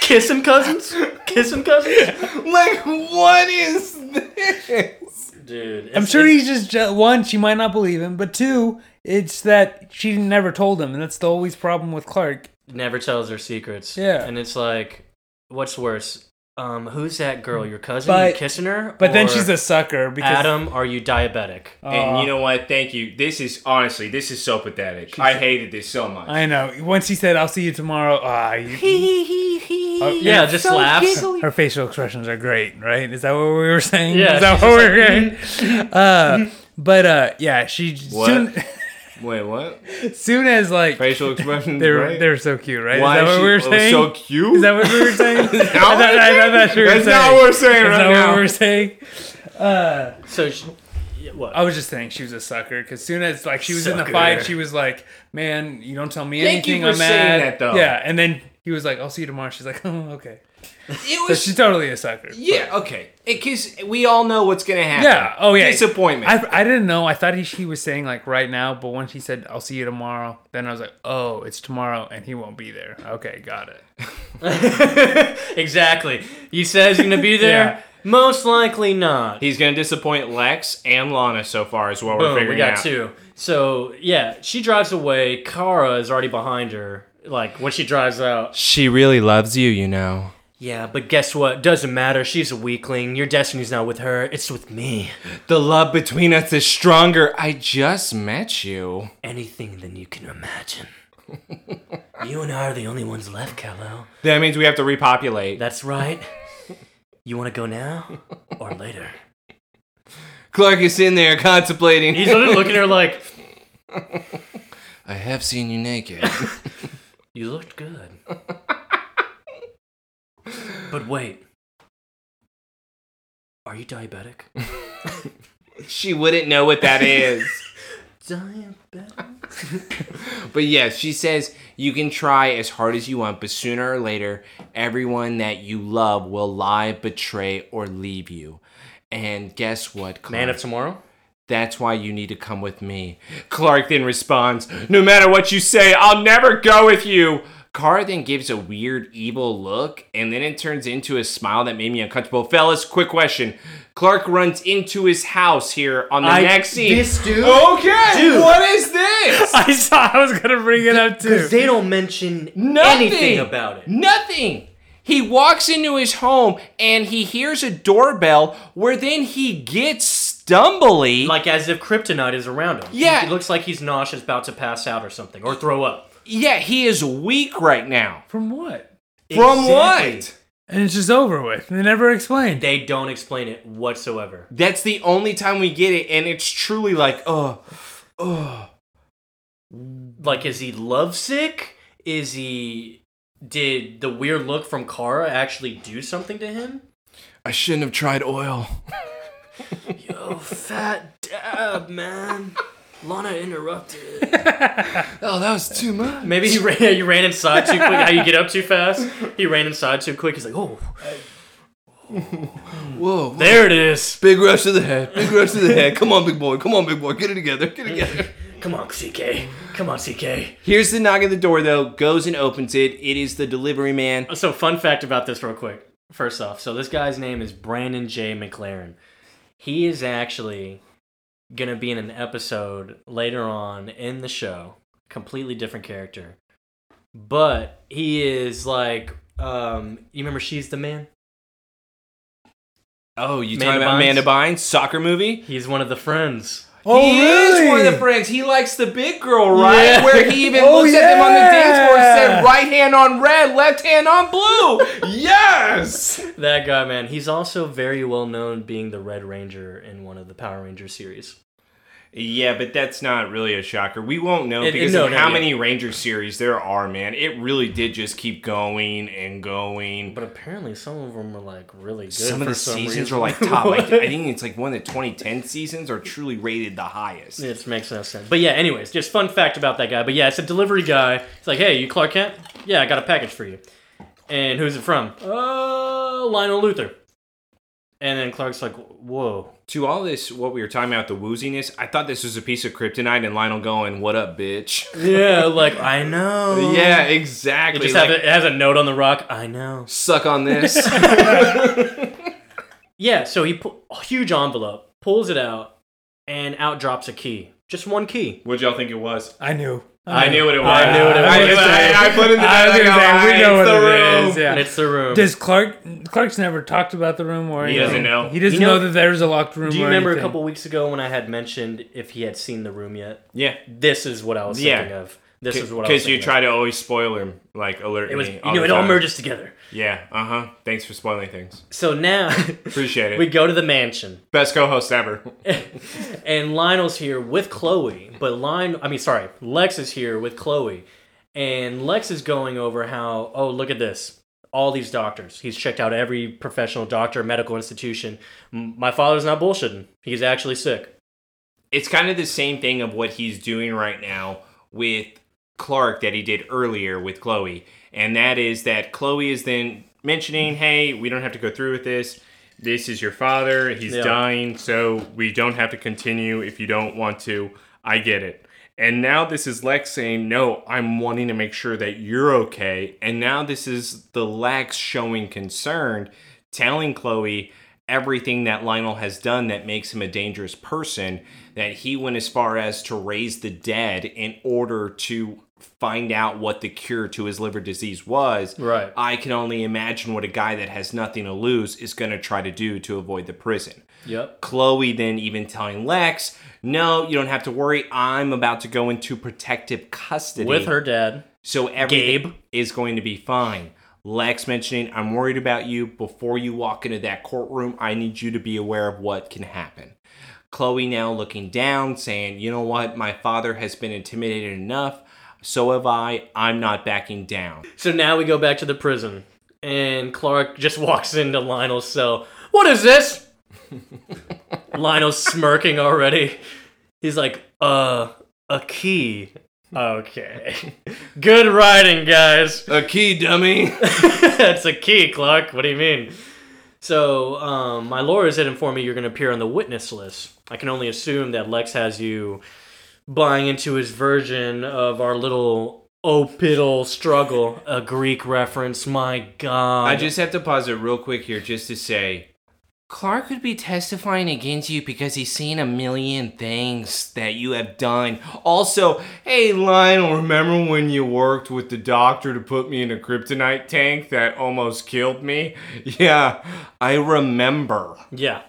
kissing *laughs* cousins, kissing cousins, like, what is this? dude. I'm it's- sure it's- he's just je- one. She might not believe him, but two, it's that she never told him, and that's the always problem with Clark. never tells her secrets. Yeah. and it's like, what's worse? Um, who's that girl? Your cousin? you But- kissing her? But then Or, she's a sucker because Adam. Are you diabetic? and you know what? Thank you. This is honestly, this is so pathetic. I hated this so much. I know. Once he said, "I'll see you tomorrow," ah, you, yeah, just laughs. her facial expressions are great, right? Is that what we were saying? Yeah, Is that she's what just we were *laughs* saying? uh, but uh, yeah, she What? soon *laughs* Wait, what? soon as like Facial expression. they were right? they were so cute, right? Why is is that what she we were oh, saying? so cute? Is that what we *laughs* were saying? I Is that what thought- we're I thought saying? that's what we were That's saying. not what we're saying Is right now. that what we were saying? So, she, yeah, what? *laughs* I was just saying she was a sucker because soon as like she was in Sucker. the fight, she was like, "Man, you don't tell me Thank you anything. for I'm saying mad." that, though. Yeah, and then he was like, "I'll see you tomorrow." She's like, *laughs* "Oh, okay." It So was. she's totally a sucker. yeah. Okay. Because we all know what's gonna happen. Yeah. Oh yeah. Disappointment. I, I didn't know. I thought he, he was saying like right now, but once he said I'll see you tomorrow, then I was like, oh, it's tomorrow, and he won't be there. Okay, got it. *laughs* exactly. You said he's gonna be there. Yeah. Most likely not. He's gonna disappoint Lex and Lana so far, is what we're Boom, figuring we got out. two. So yeah, she drives away. Kara is already behind her. Like when she drives out. She really loves you, you know. Yeah, but guess what? Doesn't matter. She's a weakling. Your destiny's not with her. It's with me. The love between us is stronger. I just met you. Anything than you can imagine. *laughs* you and I are the only ones left, Kal-El. That means we have to repopulate. That's right. You want to go now or later? Clark is in *laughs* there contemplating. He's literally looking at her like, I have seen you naked. "You looked good." but wait, are you diabetic? *laughs* *laughs* she wouldn't know what that *laughs* is. Diabetic. But yes, she says you can try as hard as you want, but sooner or later, everyone that you love will lie, betray, or leave you. And guess what, Clark? Man of Tomorrow. That's why you need to come with me. Clark then responds, No matter what you say, I'll never go with you. Kara then gives a weird, evil look, and then it turns into a smile that made me uncomfortable. Fellas, quick question. Clark runs into his house here on the I- next scene. this dude- Oh, Okay, what *laughs* is this? I saw. I was gonna bring it up *laughs* too. They don't mention Nothing. anything about it. Nothing. He walks into his home and he hears a doorbell where then he gets stumbly. Like as if kryptonite is around him. Yeah. It looks like he's nauseous, about to pass out or something, or throw up. yeah, he is weak right now. From what? From Exactly. what? And it's just over with. They never explained. They don't explain it whatsoever. That's the only time we get it, and it's truly like, oh, oh. Like, is he lovesick? Is he. Did the weird look from Kara actually do something to him? I shouldn't have tried oil. Yo, fat dab, man. Lana interrupted. Oh, that was too much. Maybe he ran. You ran inside too quick. How you get up too fast? He ran inside too quick. He's like, oh, Whoa. there it is. Big rush to the head. Big rush to the head. Come on, big boy. Come on, big boy. Get it together. Get it together. Come on, CK. Come on, CK. Here's the knock at the door, though. Goes and opens it. It is the delivery man. So, fun fact about this, real quick. First off, so this guy's name is Brandon J. McLaren. He is actually gonna be in an episode later on in the show, completely different character, but he is like, um, you remember she's the man. Oh, you Amanda talking about Bynes? Amanda Bynes? Soccer movie? He's one of the friends. Oh, he is one of the really? friends. He likes the big girl, right? Yeah. Where he *laughs* even Oh, looks at them on the dance floor and yeah. said, right hand on red, left hand on blue. *laughs* yes! That guy, man. He's also very well known being the Red Ranger in one of the Power Rangers series. Yeah, but that's not really a shocker. We won't know It- it- because no, of no, how yeah. many Ranger series there are, man. It really did just keep going and going. But apparently, some of them were like really good. Some for of the some seasons reason. are like top. *laughs* Like, I think it's like one of the 2010 seasons are truly rated the highest. It makes no sense. But yeah, anyways, just fun fact about that guy. But yeah, it's a delivery guy. It's like, hey, you Clark Kent? Yeah, I got a package for you. And who's it from? Uh, Lionel Luther. And then Clark's like, whoa. To all this, what we were talking about, the wooziness, I thought this was a piece of kryptonite and Lionel going, What up, bitch? *laughs* Yeah, like, I know. Yeah, It exactly. just Like, have a, it has a note on the rock. I know. Suck on this. Yeah, so he pu- a huge envelope, pulls it out, and out drops a key. Just one key. What'd y'all think it was? I knew. I knew what it was. I knew what it I, was. I- I put it in the I was bag, gonna I'm say, like, "Oh, we know "It's what the it room." is. Yeah. And it's the room. Does Clark? Clark's never talked about the room or He anything. doesn't know. He doesn't You know- know, that there's a locked room. Do you or remember anything. a couple weeks ago when I had mentioned if he had seen the room yet? Yeah. This is what I was Yeah. thinking of. This is what I was Because you thinking try to always spoil him, like alert Of. It was me. you know the it all time. merges together. Yeah, uh huh. Thanks for spoiling things. So now *laughs* Appreciate it. we go to the mansion, *laughs* Best co-host ever. *laughs* and Lionel's here with Chloe, but Lion I mean sorry, Lex is here with Chloe, and Lex is going over how oh look at this. All these doctors. He's checked out every professional doctor, medical institution. M- My father's not bullshitting. He's actually sick. it's kind of the same thing of what he's doing right now with Clark that he did earlier with Chloe. And that is that Chloe is then mentioning, hey, we don't have to go through with this. This is your father. He's Yeah. dying. So we don't have to continue if you don't want to. I get it. And now this is Lex saying, No, I'm wanting to make sure that you're okay. And now this is the Lex showing concern, telling Chloe everything that Lionel has done that makes him a dangerous person, that he went as far as to raise the dead in order to find out what the cure to his liver disease was. Right. I can only imagine what a guy that has nothing to lose is going to try to do to avoid the prison. Yep. Chloe then even telling Lex, "No, you don't have to worry. I'm about to go into protective custody With her dad. so everything Gabe. is going to be fine." Lex mentioning, "I'm worried about you. Before you walk into that courtroom, I need you to be aware of what can happen." Chloe now looking down, saying, "You know what? My father has been intimidated enough. So have I. I'm not backing down." So now we go back to the prison, and Clark just *laughs* walks into Lionel's cell. What is this? Lionel's smirking already. He's like, uh, a key. Okay. *laughs* Good writing, guys. A *laughs* key, dummy. *laughs* That's a key, Clark. What do you mean? So, um, my lawyers had informed me you're going to appear on the witness list. I can only assume that Lex has you buying into his version of our little oh piddle struggle, a Greek reference. My God. I just have to pause it real quick here just to say Clark would be testifying against you because he's seen a million things that you have done. Also, hey Lionel, remember when you worked with the doctor to put me in a kryptonite tank that almost killed me? *laughs* Yeah, I remember. yeah.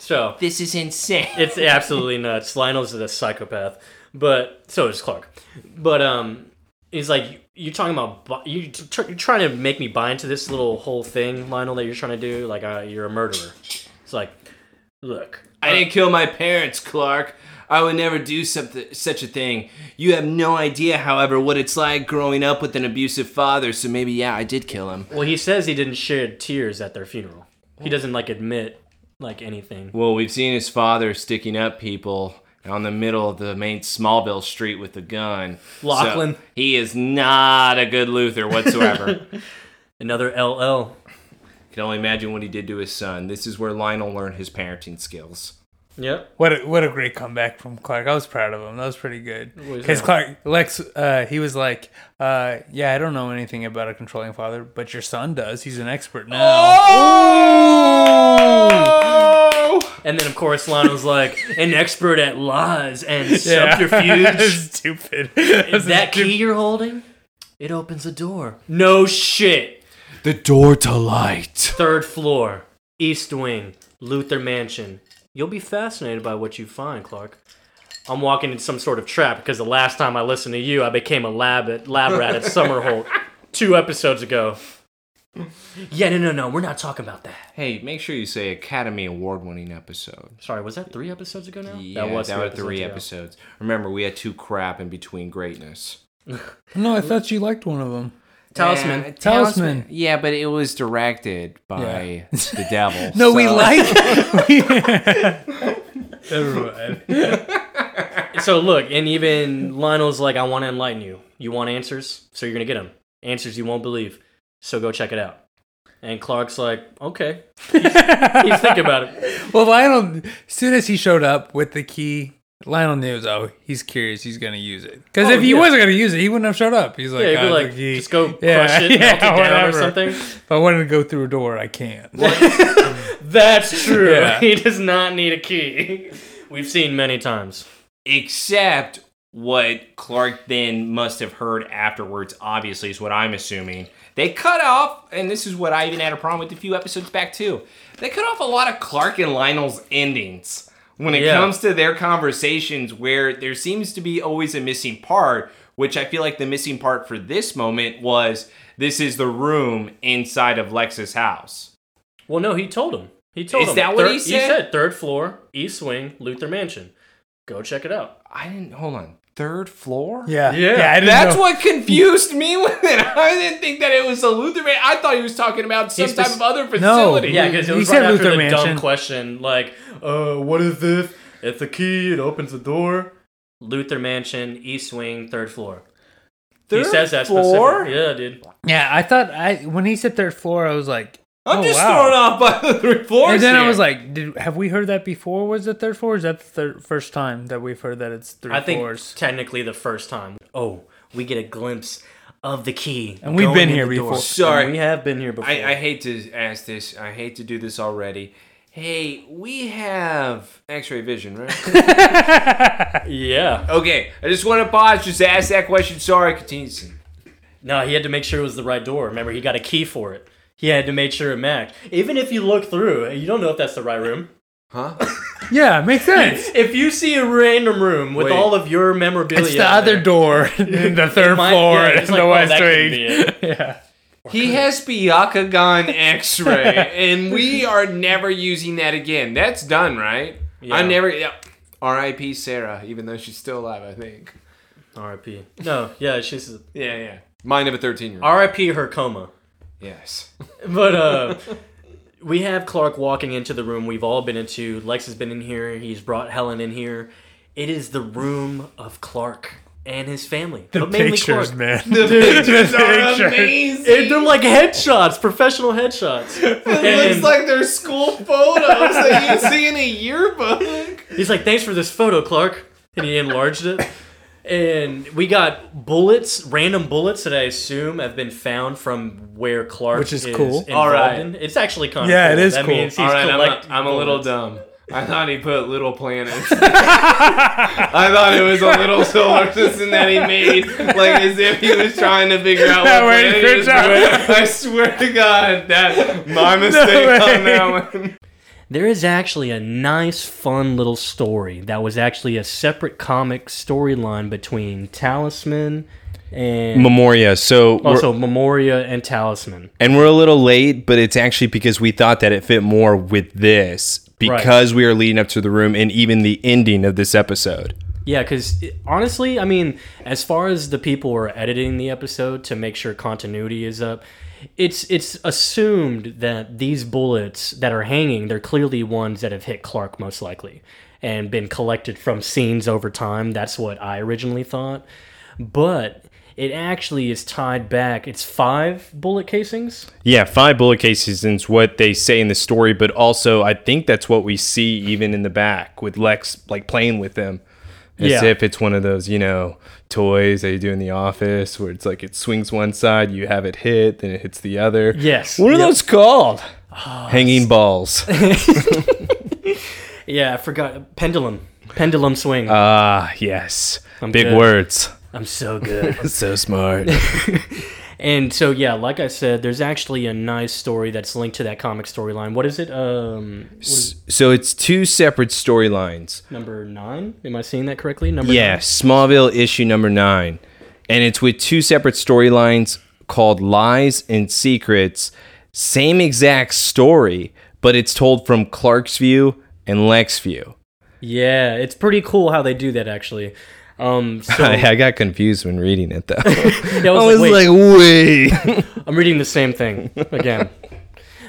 So This is insane. it's absolutely nuts. Lionel's a psychopath, but so is Clark. But um, he's like, you're talking about bu- you tr- you're trying to make me buy into this little whole thing, Lionel, that you're trying to do. Like, uh, you're a murderer. It's like, look, I didn't kill my parents, Clark. I would never do something, such a thing. You have no idea, however, what it's like growing up with an abusive father, so maybe, yeah, I did kill him. well, he says he didn't shed tears at their funeral. He doesn't like admit like anything. Well, we've seen his father sticking up people on the middle of the main Smallville street with a gun. Lachlan. So he is not a good Luther whatsoever. Another LL. Can only imagine what he did to his son. This is where Lionel learned his parenting skills. Yep. What a, what a great comeback from Clark. I was proud of him. That was pretty good. was Because that? Clark, Lex, uh, he was like, uh, yeah, I don't know anything about a controlling father, but your son does. He's an expert Oh! now. And then of course Lionel's like an expert at lies and *laughs* Yeah. *laughs* *laughs* subterfuge. Stupid. That was that key you're holding, it opens a door. No shit. The door to light. Third floor, East Wing, Luther Mansion. You'll be fascinated by what you find, Clark. I'm walking into some sort of trap because the last time I listened to you, I became a lab, at, lab rat at Summerholt *laughs* two episodes ago. Yeah, no, no, no. We're not talking about that. Hey, make sure you say Academy Award winning episode. Sorry, was that three episodes ago now? Yeah, that was two three ago. episodes. Remember, we had two crap in between greatness. no, I thought you liked one of them. Talisman. And- Talisman. Yeah, but it was directed by the devil. No, we so- *laughs* like. Never *laughs* mind. So look, and even Lionel's like, I want to enlighten you. You want answers, so you're gonna get them. Answers you won't believe. So go check it out. And Clark's like, okay. He's, he's thinking about it. Well, Lionel, as soon as he showed up with the key, Lionel knew, oh, he's curious. He's going to use it. Because Oh, if he yeah. wasn't going to use it, he wouldn't have showed up. He's like, Yeah, he'd "Oh, be like, the key." just *laughs* go crush *laughs* Yeah, it, yeah, melt it down or whatever. something. If I wanted to go through a door, I can't. *laughs* That's true. *laughs* Yeah. He does not need a key. *laughs* We've seen many times. except what Clark then must have heard afterwards, obviously, is what I'm assuming. They cut off, and this is what I even had a problem with a few episodes back, too. They cut off a lot of Clark and Lionel's endings when it Yeah. comes to their conversations, where there seems to be always a missing part, which I feel like the missing part for this moment was this is the room inside of Lex's house. Well, no, he told him. He told Is him. that what he He said? said third floor, East Wing, Luther Mansion. Go check it out. I didn't, hold on, third floor? *laughs* Yeah. Yeah. I didn't That's know. what confused me *laughs* with it. I didn't think that it was a Luther man. I thought he was talking about some He's type spec- of other facility. Yeah, because it He was said right after Luther the Mansion. dumb question, like, uh, what is this? It's a key, it opens the door. Luther Mansion, East Wing, third floor. he says that floor? specifically. Yeah, dude. Yeah, I thought I when he said third floor, I was like, I'm Oh, just wow. thrown *laughs* off by the three floors. And then I here. was like, did, "Have we heard that before? Was it third floor? Is that the third, first time that we've heard that it's three I think *laughs* floors?" technically the first time. Oh, we get a glimpse of the key. And we've going been in here the door. before. Sorry. And we have been here before. I, I hate to ask this. I hate to do this already. Hey, we have X-ray vision, right? *laughs* yeah. okay, I just want to pause just to ask that question. Sorry, Katinson. No, he had to make sure it was the right door. Remember, he got a key for it. He had to make sure it matched. Even if you look through, you don't know if that's the right room. Huh? yeah, makes sense. If you see a random room with Wait. all of your memorabilia, It's the in other there, door, in the third might- floor, yeah, in it's the like, oh, west that could be wing. *laughs* *laughs* it. yeah, He has Byakugan X-ray, *laughs* and we are never using that again. That's done, right? Yeah. I'm never. Yeah. R.I.P. Sarah, even though she's still alive, I think. R.I.P. No, yeah, she's Yeah, yeah. Mind of a thirteen-year-old. R.I.P. Her coma. *laughs* yes. *laughs* But uh, we have Clark walking into the room we've all been into. Lex has been in here. He's brought Helen in here. It is the room of Clark and his family, the but mainly pictures, Clark. man. The pictures are pictures. amazing. And they're like headshots, professional headshots. *laughs* It looks And like their school photos that you see in a yearbook. he's like, "Thanks for this photo, Clark," and he enlarged it. And we got bullets, random bullets that I assume have been found from where Clark Which is is cool. involved All right. in. It's actually kind of Yeah, it cool. is that cool. Means he's All right, I'm a, collecting I'm a little bullets. dumb. I thought he put *laughs* little planets. I thought it was a little solar system that he made, like as if he was trying to figure out No what way, planet good it is. job. I swear to God, *laughs* that my mistake on that one. There is actually a nice, fun little story that was actually a separate comic storyline between Talisman and Memoria. So we're- also Memoria and Talisman. and we're a little late, but it's actually because we thought that it fit more with this because we are leading up to the room and even the ending of this episode. Yeah, because honestly, I mean, as far as the people who are editing the episode to make sure continuity is up, it's it's assumed that these bullets that are hanging, they're clearly ones that have hit Clark most likely and been collected from scenes over time. That's what I originally thought, but it actually is tied back. It's five bullet casings. Yeah, five bullet cases is what they say in the story, but also I think that's what we see even in the back with Lex like playing with them. As Yeah. if it's one of those, you know, toys that you do in the office where it's like it swings one side, you have it hit, then it hits the other. Yes. What are those called? Hanging *laughs* balls. Yeah, I forgot pendulum. Pendulum swing. Ah, yes. Big good. words. I'm so good. *laughs* So smart. And so yeah, like I said, there's actually a nice story that's linked to that comic storyline. What is it? Um, what is- so it's two separate storylines. number nine? Am I seeing that correctly? Number Yeah, nine? Smallville issue number nine. And it's with two separate storylines called Lies and Secrets. Same exact story, but it's told from Clark's view and Lex's view. yeah. It's pretty cool how they do that actually. *laughs* Um, so *laughs* I, I got confused when reading it though. I *laughs* I was was like, "Wait, like, wait. I'm reading the same thing again.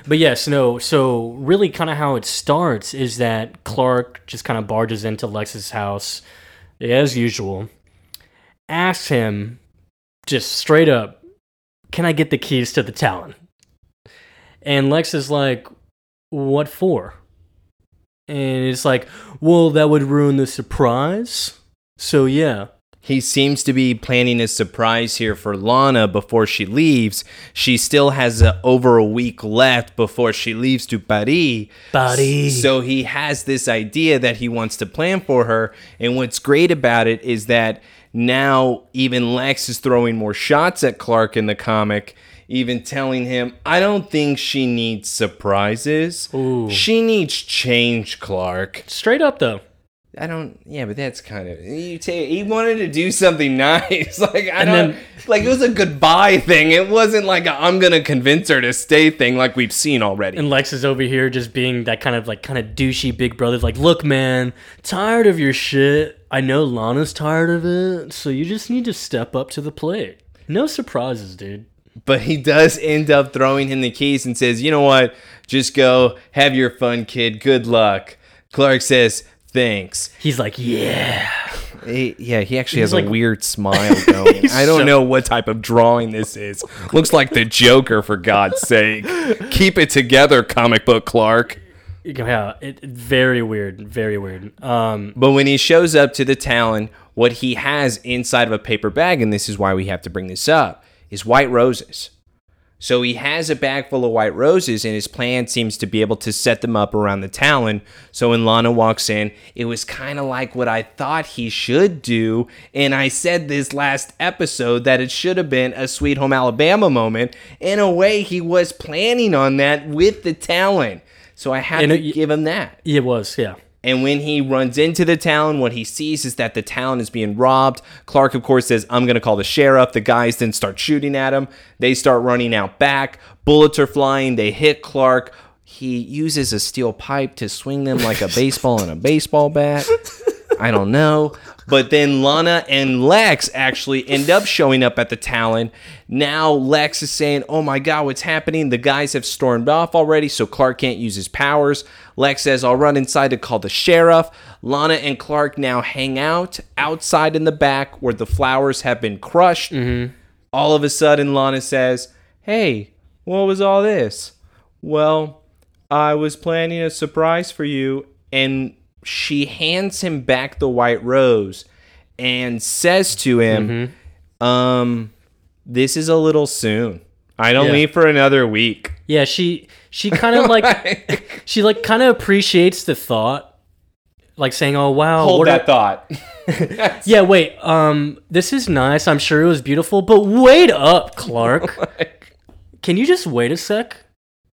but yes, no. So really, kind of how it starts is that Clark just kind of barges into Lex's house as usual, asks him just straight up, "Can I get the keys to the Talon?" And Lex is like, "What for?" And it's like, "Well, that would ruin the surprise." So yeah. He seems to be planning a surprise here for Lana before she leaves. She still has uh, over a week left before she leaves to Paris. Body. So he has this idea that he wants to plan for her. And what's great about it is that now even Lex is throwing more shots at Clark in the comic, even telling him, I don't think she needs surprises. She needs change, Clark. straight up though. I don't. Yeah, but that's kind of you take. He wanted to do something *laughs* nice, like I And don't. then- like it was a goodbye thing. It wasn't like i am I'm gonna convince her to stay thing, like we've seen already. And Lex is over here just being that kind of like kind of douchey big brother. Like, look, man, tired of your shit. I know Lana's tired of it, so you just need to step up to the plate. No surprises, dude. but he does end up throwing him the keys and says, "You know what? Just go have your fun, kid. Good luck." Clark says, "Thanks." He's like, yeah. He- yeah, he actually has He's a like- *laughs* weird smile going. I don't know what type of drawing this is. Looks like the Joker, for God's *laughs* sake. Keep it together, comic book Clark. Yeah, it, it- very weird, very weird. Um, But when he shows up to the Talon, what he has inside of a paper bag, and this is why we have to bring this up, is white roses. So he has a bag full of white roses, and his plan seems to be able to set them up around the Talon. So when Lana walks in, it was kind of like what I thought he should do. And I said this last episode that it should have been a Sweet Home Alabama moment. In a way, he was planning on that with the Talon. So I have And to it- give him that. it was, yeah. And when he runs into the town, what he sees is that the town is being robbed. Clark, of course, says, I'm going to call the sheriff. The guys then start shooting at him. They start running out back. Bullets are flying. They hit Clark. He uses a steel pipe to swing them like a baseball and a baseball bat. I don't know. But then Lana and Lex actually end up showing up at the Talon. Now Lex is saying, Oh my God, what's happening? The guys have stormed off already, so Clark can't use his powers. Lex says, I'll run inside to call the sheriff. Lana and Clark now hang out outside in the back where the flowers have been crushed. All of a sudden, Lana says, Hey, what was all this? Well, I was planning a surprise for you. And she hands him back the white rose and says to him, Mm-hmm. Um, this is a little soon. I don't Yeah. leave for another week. Yeah, she *laughs* she kind of like she like kind of appreciates the thought, like saying, "Oh wow, Hold what that a- *laughs* thought. yeah, wait, um, this is nice. I'm sure it was beautiful, but wait up, Clark. Can you just wait a sec?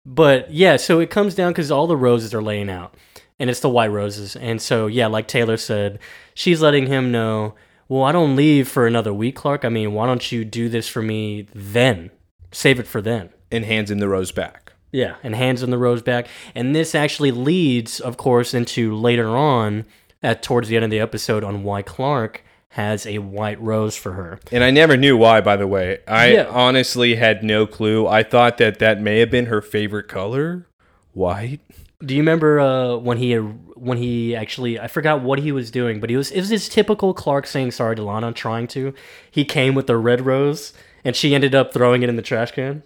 But yeah, so it comes down because all the roses are laying out, and it's the white roses, and so yeah, like Taylor said, she's letting him know. Well, I don't leave for another week, Clark. I mean, why don't you do this for me then? Save it for then. and hands him the rose back. Yeah, and hands him the rose back. And this actually leads, of course, into later on, at towards the end of the episode, on why Clark has a white rose for her. And I never knew why, by the way. I Yeah. honestly had no clue. I thought that that may have been her favorite color, white. Do you remember uh, when he when he actually I forgot what he was doing, but he was it was his typical Clark saying sorry to Lana, trying to. He came with the red rose, and she ended up throwing it in the trash can.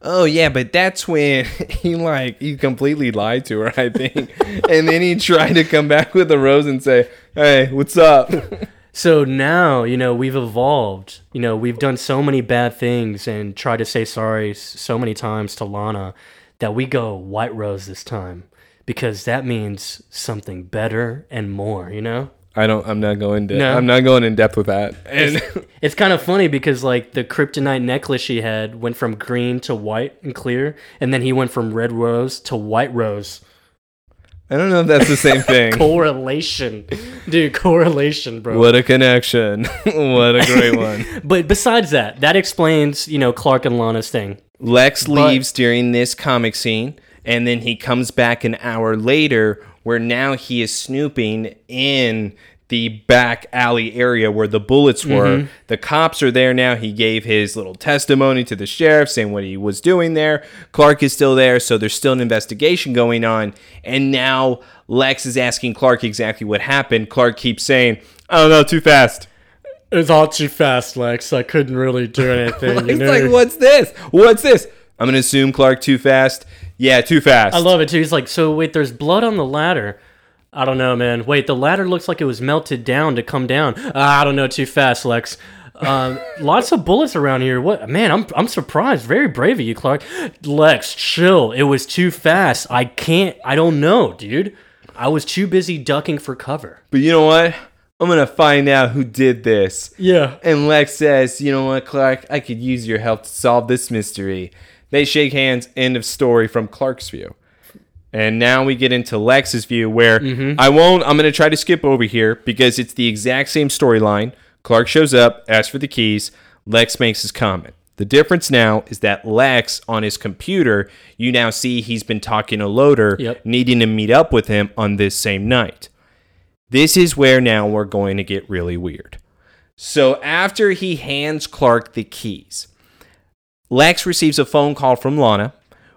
Oh yeah, but that's when *laughs* he like he completely lied to her, I *laughs* think. and then he tried to come back with a rose and say, "Hey, what's up?" *laughs* So now, you know, we've evolved. You know, we've done so many bad things and tried to say sorry s- so many times to Lana that we go White Rose this time because that means something better and more, you know? I don't. I'm not going to. No. I'm not going in depth with that. And *laughs* It's kind of funny because, like, the kryptonite necklace she had went from green to white and clear, and then he went from red rose to white rose. I don't know if that's the *laughs* same thing. Correlation. Dude, correlation, bro. What a connection! *laughs* what a great one. But besides that, that explains, you know, Clark and Lana's thing. Lex leaves during this comic scene, and then he comes back an hour later, where now he is snooping in the back alley area where the bullets were. The cops are there now. He gave his little testimony to the sheriff saying what he was doing there. Clark is still there, so there's still an investigation going on. And now Lex is asking Clark exactly what happened. Clark keeps saying, I don't know, too fast. It was all too fast, Lex. I couldn't really do anything. *laughs* you He's know? like, What's this? What's this? I'm going to assume Clark too fast. Yeah, too fast. I love it too. He's like, so wait, there's blood on the ladder. I don't know, man. Wait, the ladder looks like it was melted down to come down. Ah, I don't know, too fast, Lex. Um, *laughs* lots of bullets around here. What, man? I'm I'm surprised. Very brave of you, Clark. Lex, chill. It was too fast. I can't. I don't know, dude. I was too busy ducking for cover. But you know what? I'm gonna find out who did this. Yeah. And Lex says, You know what, Clark? I could use your help to solve this mystery. They shake hands, end of story from Clark's view. And now we get into Lex's view where I won't, I'm gonna try to skip over here because it's the exact same storyline. Clark shows up, asks for the keys, Lex makes his comment. The difference now is that Lex on his computer, you now see he's been talking to Loader, Yep. needing to meet up with him on this same night. This is where now we're going to get really weird. So after he hands Clark the keys, Lex receives a phone call from Lana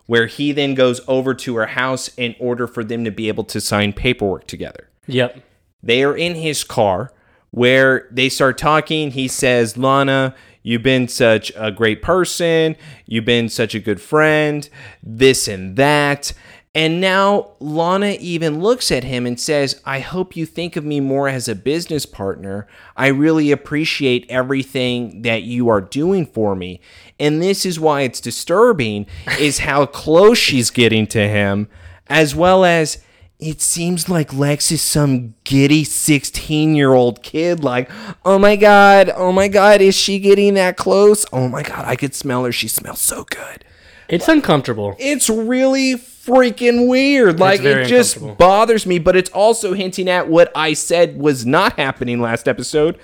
where he then goes over to her house in order for them to be able to sign paperwork together. Yep. They are in his car where they start talking. He says, Lana, you've been such a great person. You've been such a good friend, this and that. And now Lana even looks at him and says, I hope you think of me more as a business partner. I really appreciate everything that you are doing for me. And this is why it's disturbing is how close she's getting to him, as well as it seems like Lex is some giddy 16 year old kid. Like, oh my God, oh my God, is she getting that close? Oh my God, I could smell her. She smells so good. It's uncomfortable. It's really freaking weird. Like, very it just uncomfortable. bothers me, but it's also hinting at what I said was not happening last episode.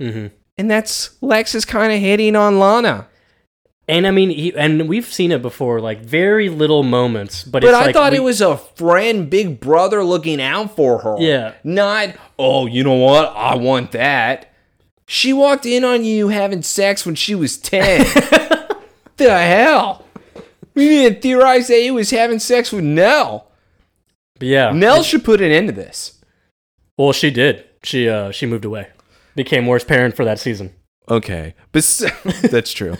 Mm-hmm. And that's Lex is kind of hitting on Lana. And I mean, he, and we've seen it before, like very little moments, but, But it's I like thought we- it was a friend, big brother looking out for her. Yeah. Not, oh, you know what? I want that. She walked in on you having sex when she was 10. the hell? We didn't theorize that he was having sex with Nell. yeah. Nell should put an end to this. Well, she did. She uh she moved away. Became worst parent for that season. Okay. But *laughs* that's true.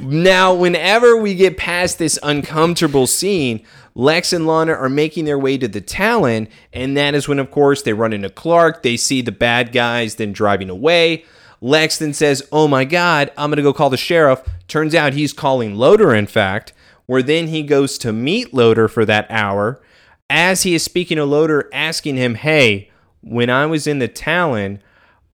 now, whenever we get past this uncomfortable scene, Lex and Lana are making their way to the Talon, and that is when, of course, they run into Clark. They see the bad guys then driving away. Lex then says, Oh my God, I'm going to go call the sheriff. Turns out he's calling Loader, in fact, where then he goes to meet Loader for that hour. As he is speaking to Loader, asking him, Hey, when I was in the Talon,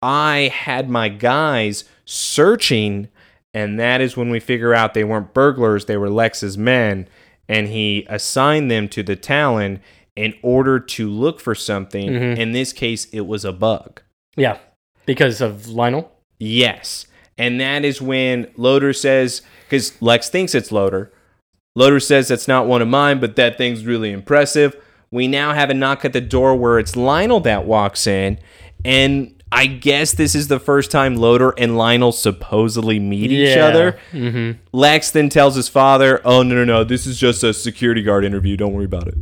I had my guys searching and that is when we figure out they weren't burglars, they were Lex's men. And he assigned them to the Talon in order to look for something. In this case, it was a bug. Yeah. Because of Lionel. Yes. And that is when Loader says, because Lex thinks it's Loader. Loader says, that's not one of mine, but that thing's really impressive. We now have a knock at the door where it's Lionel that walks in. And I guess this is the first time Loader and Lionel supposedly meet each Yeah. other. Lex then tells his father, "Oh no, no, no! This is just a security guard interview. Don't worry about it."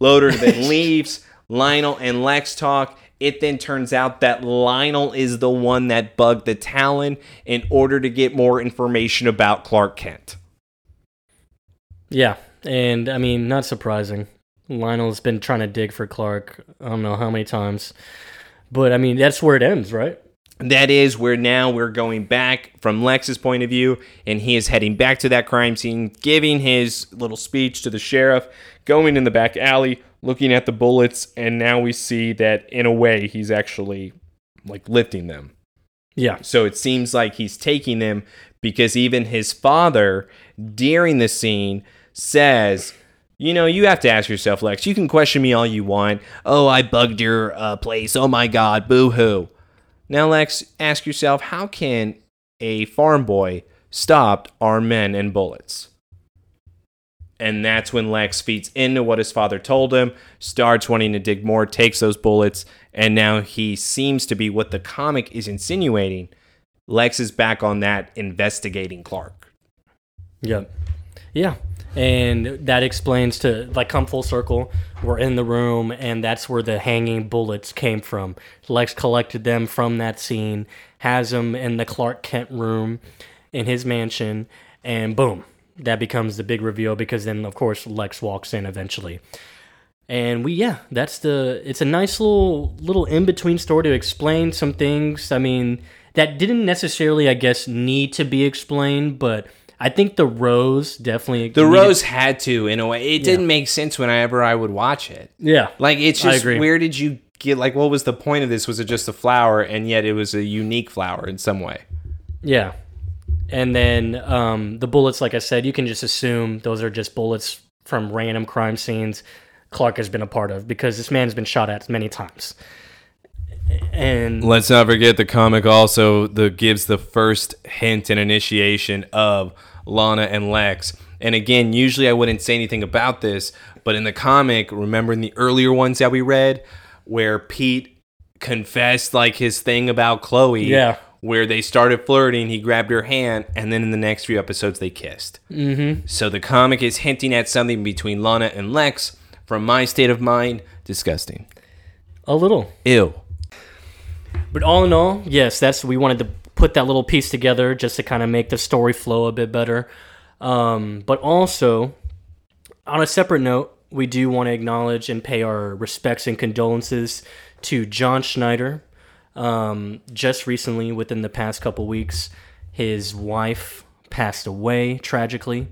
Loader then leaves. Lionel and Lex talk. It then turns out that Lionel is the one that bugged the Talon in order to get more information about Clark Kent. Yeah. And I mean, not surprising. Lionel's been trying to dig for Clark. I don't know how many times. But I mean, that's where it ends, right? That is where now we're going back from Lex's point of view, and he is heading back to that crime scene, giving his little speech to the sheriff, going in the back alley, looking at the bullets, and now we see that in a way he's actually like lifting them. Yeah. So it seems like he's taking them because even his father, during the scene, says, You know, you have to ask yourself, Lex, you can question me all you want. Oh, I bugged your uh, place. Oh my God, boo hoo. Now, Lex, ask yourself, how can a farm boy stop our men and bullets? And that's when Lex feeds into what his father told him, starts wanting to dig more, takes those bullets, and now he seems to be what the comic is insinuating. Lex is back on that investigating Clark. Yeah. Yeah. And that explains to like come full circle. We're in the room, and that's where the hanging bullets came from. Lex collected them from that scene, has them in the Clark Kent room in his mansion, and boom, that becomes the big reveal because then, of course, Lex walks in eventually. And we, yeah, that's the. It's a nice little little in between story to explain some things. I mean, that didn't necessarily, I guess, need to be explained, but I think the rose definitely The needed- Rose had to, in a way. It didn't make sense whenever I would watch it. Yeah, Like, it's I just agree. where did you get, like, what was the point of this? Was it just a flower? And yet it was a unique flower in some way. yeah. And then um, the bullets, like I said, you can just assume those are just bullets from random crime scenes Clark has been a part of because this man's been shot at many times. And Let's not forget the comic also the gives the first hint and initiation of Lana and Lex. And again, usually I wouldn't say anything about this, but in the comic, remember in the earlier ones that we read, where Pete confessed like his thing about Chloe, Yeah. where they started flirting, he grabbed her hand, and then in the next few episodes they kissed. Mm-hmm. So the comic is hinting at something between Lana and Lex. From my state of mind, disgusting, a little. ew. But all in all, yes, that's we wanted to put that little piece together just to kind of make the story flow a bit better. Um, but also, on a separate note, we do want to acknowledge and pay our respects and condolences to John Schneider. Um, just recently, within the past couple weeks, his wife passed away tragically.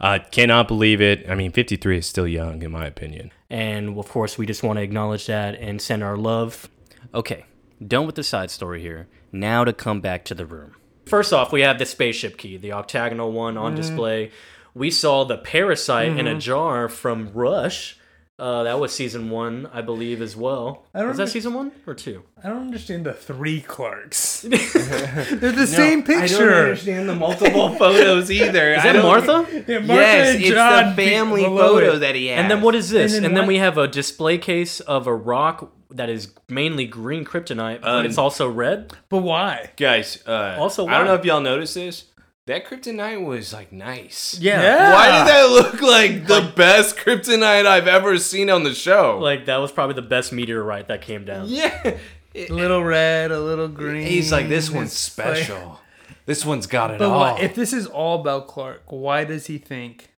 Uh, cannot believe it. I mean, 53 is still young, in my opinion. And of course, we just want to acknowledge that and send our love. Okay, done with the side story here. Now to come back to the room. First off, we have the spaceship key, the octagonal one on Mm-hmm. display. We saw the parasite in a jar from Rush. Uh, that was season one, I believe, as well. don't Was that remember- season one or two? I don't understand the three Clarks. *laughs* They're the same picture. understand the *laughs* multiple photos either. Is that Martha? Yeah, Martha Yes, and it's John the family be- below photo it. that he has. And then what is this? And And then then, what- we have a display case of a rock that is mainly green kryptonite, but it's also red. But why? Guys, uh, Also, I don't why- know if y'all noticed this. That kryptonite was like nice. Yeah. Why did that look like the best kryptonite I've ever seen on the show? Like that was probably the best meteorite that came down. yeah. A little red, a little green. He's like, this one's It's like- special. This one's got it *laughs* But all. why, if this is all about Clark, why does he think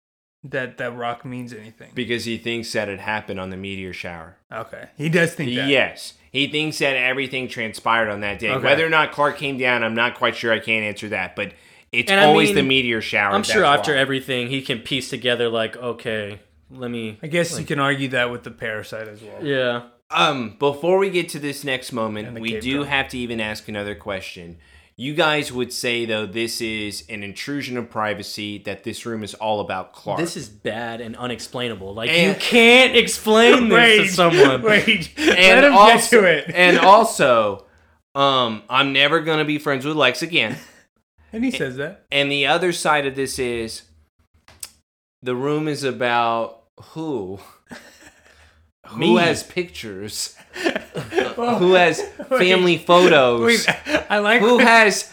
that that rock means anything? because he thinks that it happened on the meteor shower. Okay, he does think that. Yes. He thinks that everything transpired on that day. Okay. Whether or not Clark came down, I'm not quite sure. I can't answer that. But it's And I always mean, the meteor shower. I'm sure that's after why. everything, he can piece together like, okay, let me. I guess you can argue that with the parasite as well. Yeah. Um, before we get to this next And moment, the we cave do drawing. have to even ask another question. You guys would say though this is an intrusion of privacy that this room is all about Clark. This is bad and unexplainable. Like you And- can't explain this to *laughs* someone. Wait, and let him also, get to it. *laughs* and also, um, I'm never gonna be friends with Lex again. And he says that. And the other side of this is the room is about who? *laughs* Who has pictures? who *laughs* has family photos? Oh, Wait, I like who has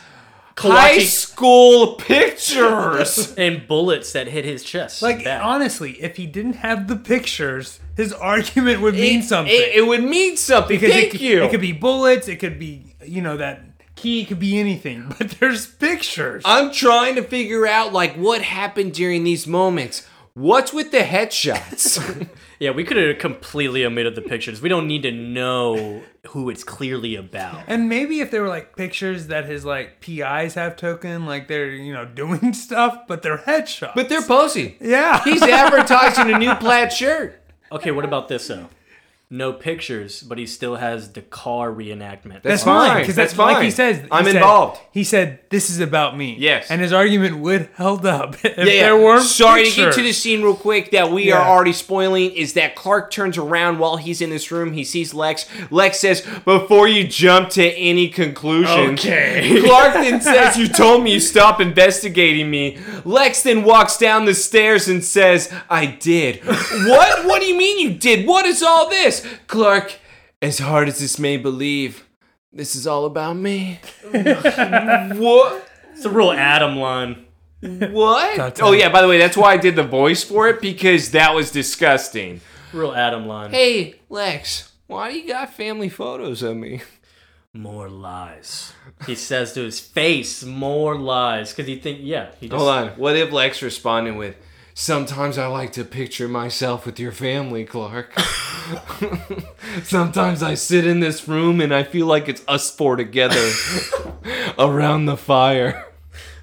high Kawaki- school pictures? And bullets that hit his chest. like Bad. honestly, if he didn't have the pictures, his argument would mean It- something. It, it would mean something. because Thank it, could- you. It could be bullets. It could be you know that key. It could be anything. *laughs* But there's pictures. I'm trying to figure out like what happened during these moments. What's with the *laughs* headshots? yeah, we could have completely omitted the pictures. We don't need to know who it's clearly about. and maybe if there were like pictures that his like PIs have taken, like they're you know *laughs* doing stuff, but they're headshots. but they're posing. yeah, He's advertising a new plaid shirt. Okay, what about this though? No pictures, but he still has the car reenactment. That's fine, fine because that's, that's like he fine. says. he I'm said- involved. He said this is about me. Yes. and his argument would *laughs* held up if there were. Sorry to get pictures. to the scene real quick that we are Yeah. already spoiling is that Clark turns around while he's in this room. He sees Lex. Lex says, "Before you jump to any conclusions." Okay. *laughs* *laughs* Clark then says, "You told me you stop investigating me." Lex then walks down the stairs and says, "I *laughs* did." what? What do you mean you did? What is all this? Clark, as hard as this may believe, this is all about me. what? It's a real Adam line. What? Oh yeah, by the way, that's why I did the voice for it because that was disgusting. Real Adam line. Hey, Lex, why do you got family photos of me? More lies. He says to his face, more lies. Because he think, yeah, he just. Hold on. What if Lex responded with, "Sometimes I like to picture myself with your family, Clark. *laughs* Sometimes I sit in this room and I feel like it's us four *laughs* together around the fire."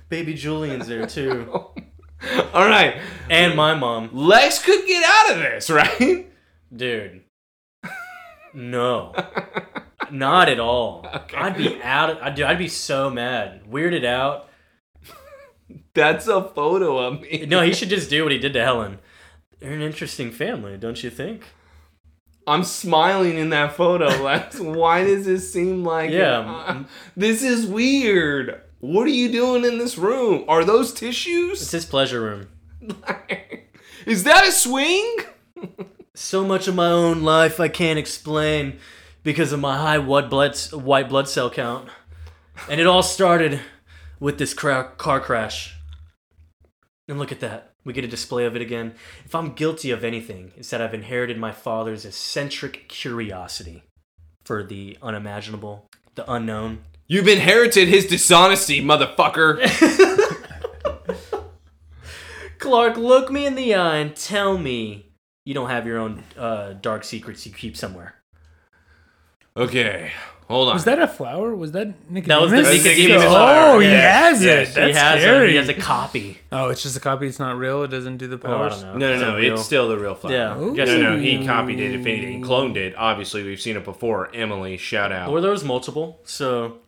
Baby Julian's there *laughs* too. All right. and my mom. Lex could get out of this, *laughs* right? Dude. No. Not at all. I'd be out of. I'd, dude, I'd be so mad. Weirded out. That's a photo of me. No, he should just do what he did to Helen. They're an interesting family, don't you think? I'm smiling in that photo. *laughs* Lex. Why does this seem like Yeah. uh, this is weird? What are you doing in this room? Are those It's tissues? his pleasure room. is that a swing? so much of my own life I can't explain because of my high white blood white blood cell count, and it all started with this cra- car crash. And look at that. We get a display of it again. If I'm guilty of anything, it's that I've inherited my father's eccentric curiosity for the unimaginable the unknown. You've inherited his dishonesty, *laughs* motherfucker. Clark, look me in the eye and tell me you don't have your own uh, dark secrets you keep somewhere. okay, hold on. Was that a flower? Was that Nicodemus? That was the Nicodemus Oh, flower, he yeah. has it. Yes, That's he has scary. A, he has a copy. oh, it's just a copy. It's not real. It doesn't do the Oh, I powers. don't know. No, no, no. real- It's still the real flower. Yeah. Ooh. No, no, he copied it, if anything, cloned it. Obviously, we've seen it before. Emily, shout Oh. out. Or there was multiple. So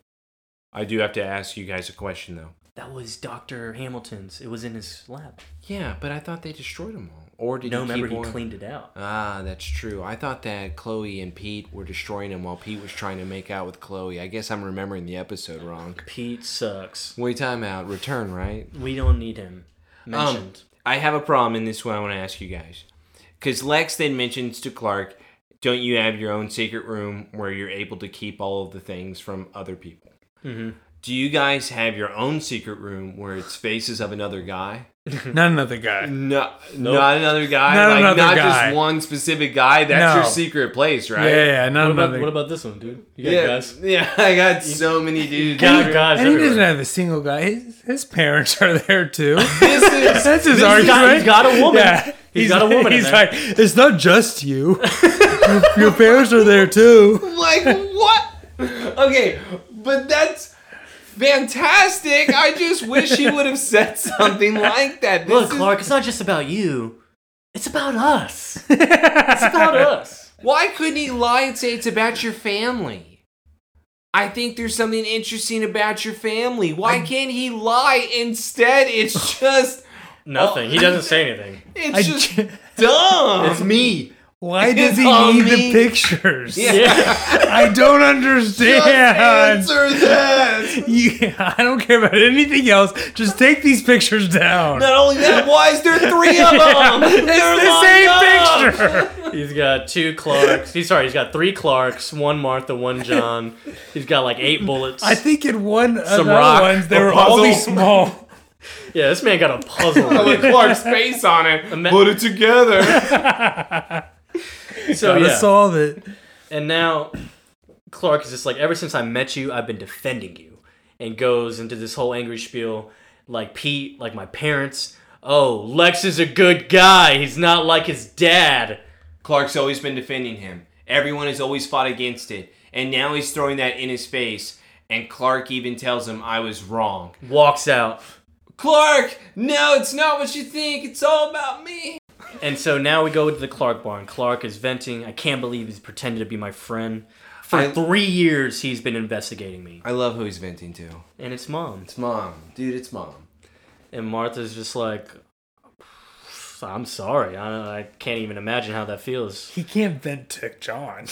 I do have to ask you guys a question, though. that was Dr. Hamilton's. It was in his lab. yeah, but I thought they destroyed him all. Or did no, you remember, keep he on? cleaned it out. Ah, that's true. I thought that Chloe and Pete were destroying him while Pete was trying to make out with Chloe. I guess I'm remembering the episode wrong. Pete sucks. Wait, time out. Return, right? We don't need him Um, mentioned. I have a problem in this one I want to ask you guys. Because Lex then mentions to Clark, don't you have your own secret room where you're able to keep all of the things from other people? Mm-hmm. Mhm. Do you guys have your own secret room where it's faces of another guy? Not another guy. No, not another guy. Not like, another not guy. just one specific guy. That's No. your secret place, Yeah, right? yeah, yeah, not What another. about, what about this one, dude? You Yeah, got guys. yeah, *laughs* I got so many dudes. Got guys and he doesn't everywhere. have a single guy. His, his parents are there *laughs* too. This is- *laughs* That's his He's argument. got, he's got a woman. Yeah. he's got a woman. in He's there. like, it's not *laughs* just you. your, your parents are there too. like what? Okay, but that's fantastic. I just wish he would have said something like that. This Look, is- Clark, it's not just about you. It's about us. it's *laughs* about us. why couldn't he lie and say it's about your family? I think there's something interesting about your family. Why can't he lie? Instead, it's just Nothing. He doesn't say anything. it's I just ju- dumb. It's *laughs* me. Why does It's he all need me. the pictures? Yeah. *laughs* I don't Just understand. answer this. Yeah, I don't care about anything else. Just take these pictures down. Not only that, why is there three of them? They're it's the lined same up. picture. He's got two Clarks. He's sorry. He's got three Clarks, one Martha, one John. He's got like eight bullets. I think in one of the Some other rock, ones, they a were all puzzle. these *laughs* small. yeah, this man got a *laughs* Put puzzle. Clark's face on it. Ima- Put it together. so Gotta yeah. solve it. And now Clark is just like, ever since I met you, I've been defending you, and goes into this whole angry spiel, like Pete, like my parents. Oh, Lex is a good guy. He's not like his dad. Clark's always been defending him. Everyone has always fought against it. And now he's throwing that in his face. And Clark even tells him, I was wrong. Walks out. Clark, no, it's not what you think. It's all about me. And so now we go to the Clark barn. Clark is venting. I can't believe he's pretended to be my friend. For I- three years, he's been investigating me. I love who he's venting to. And it's mom. It's mom. Dude, it's mom. And Martha's just like, I'm sorry. I, I can't even imagine how that feels. He can't vent to John.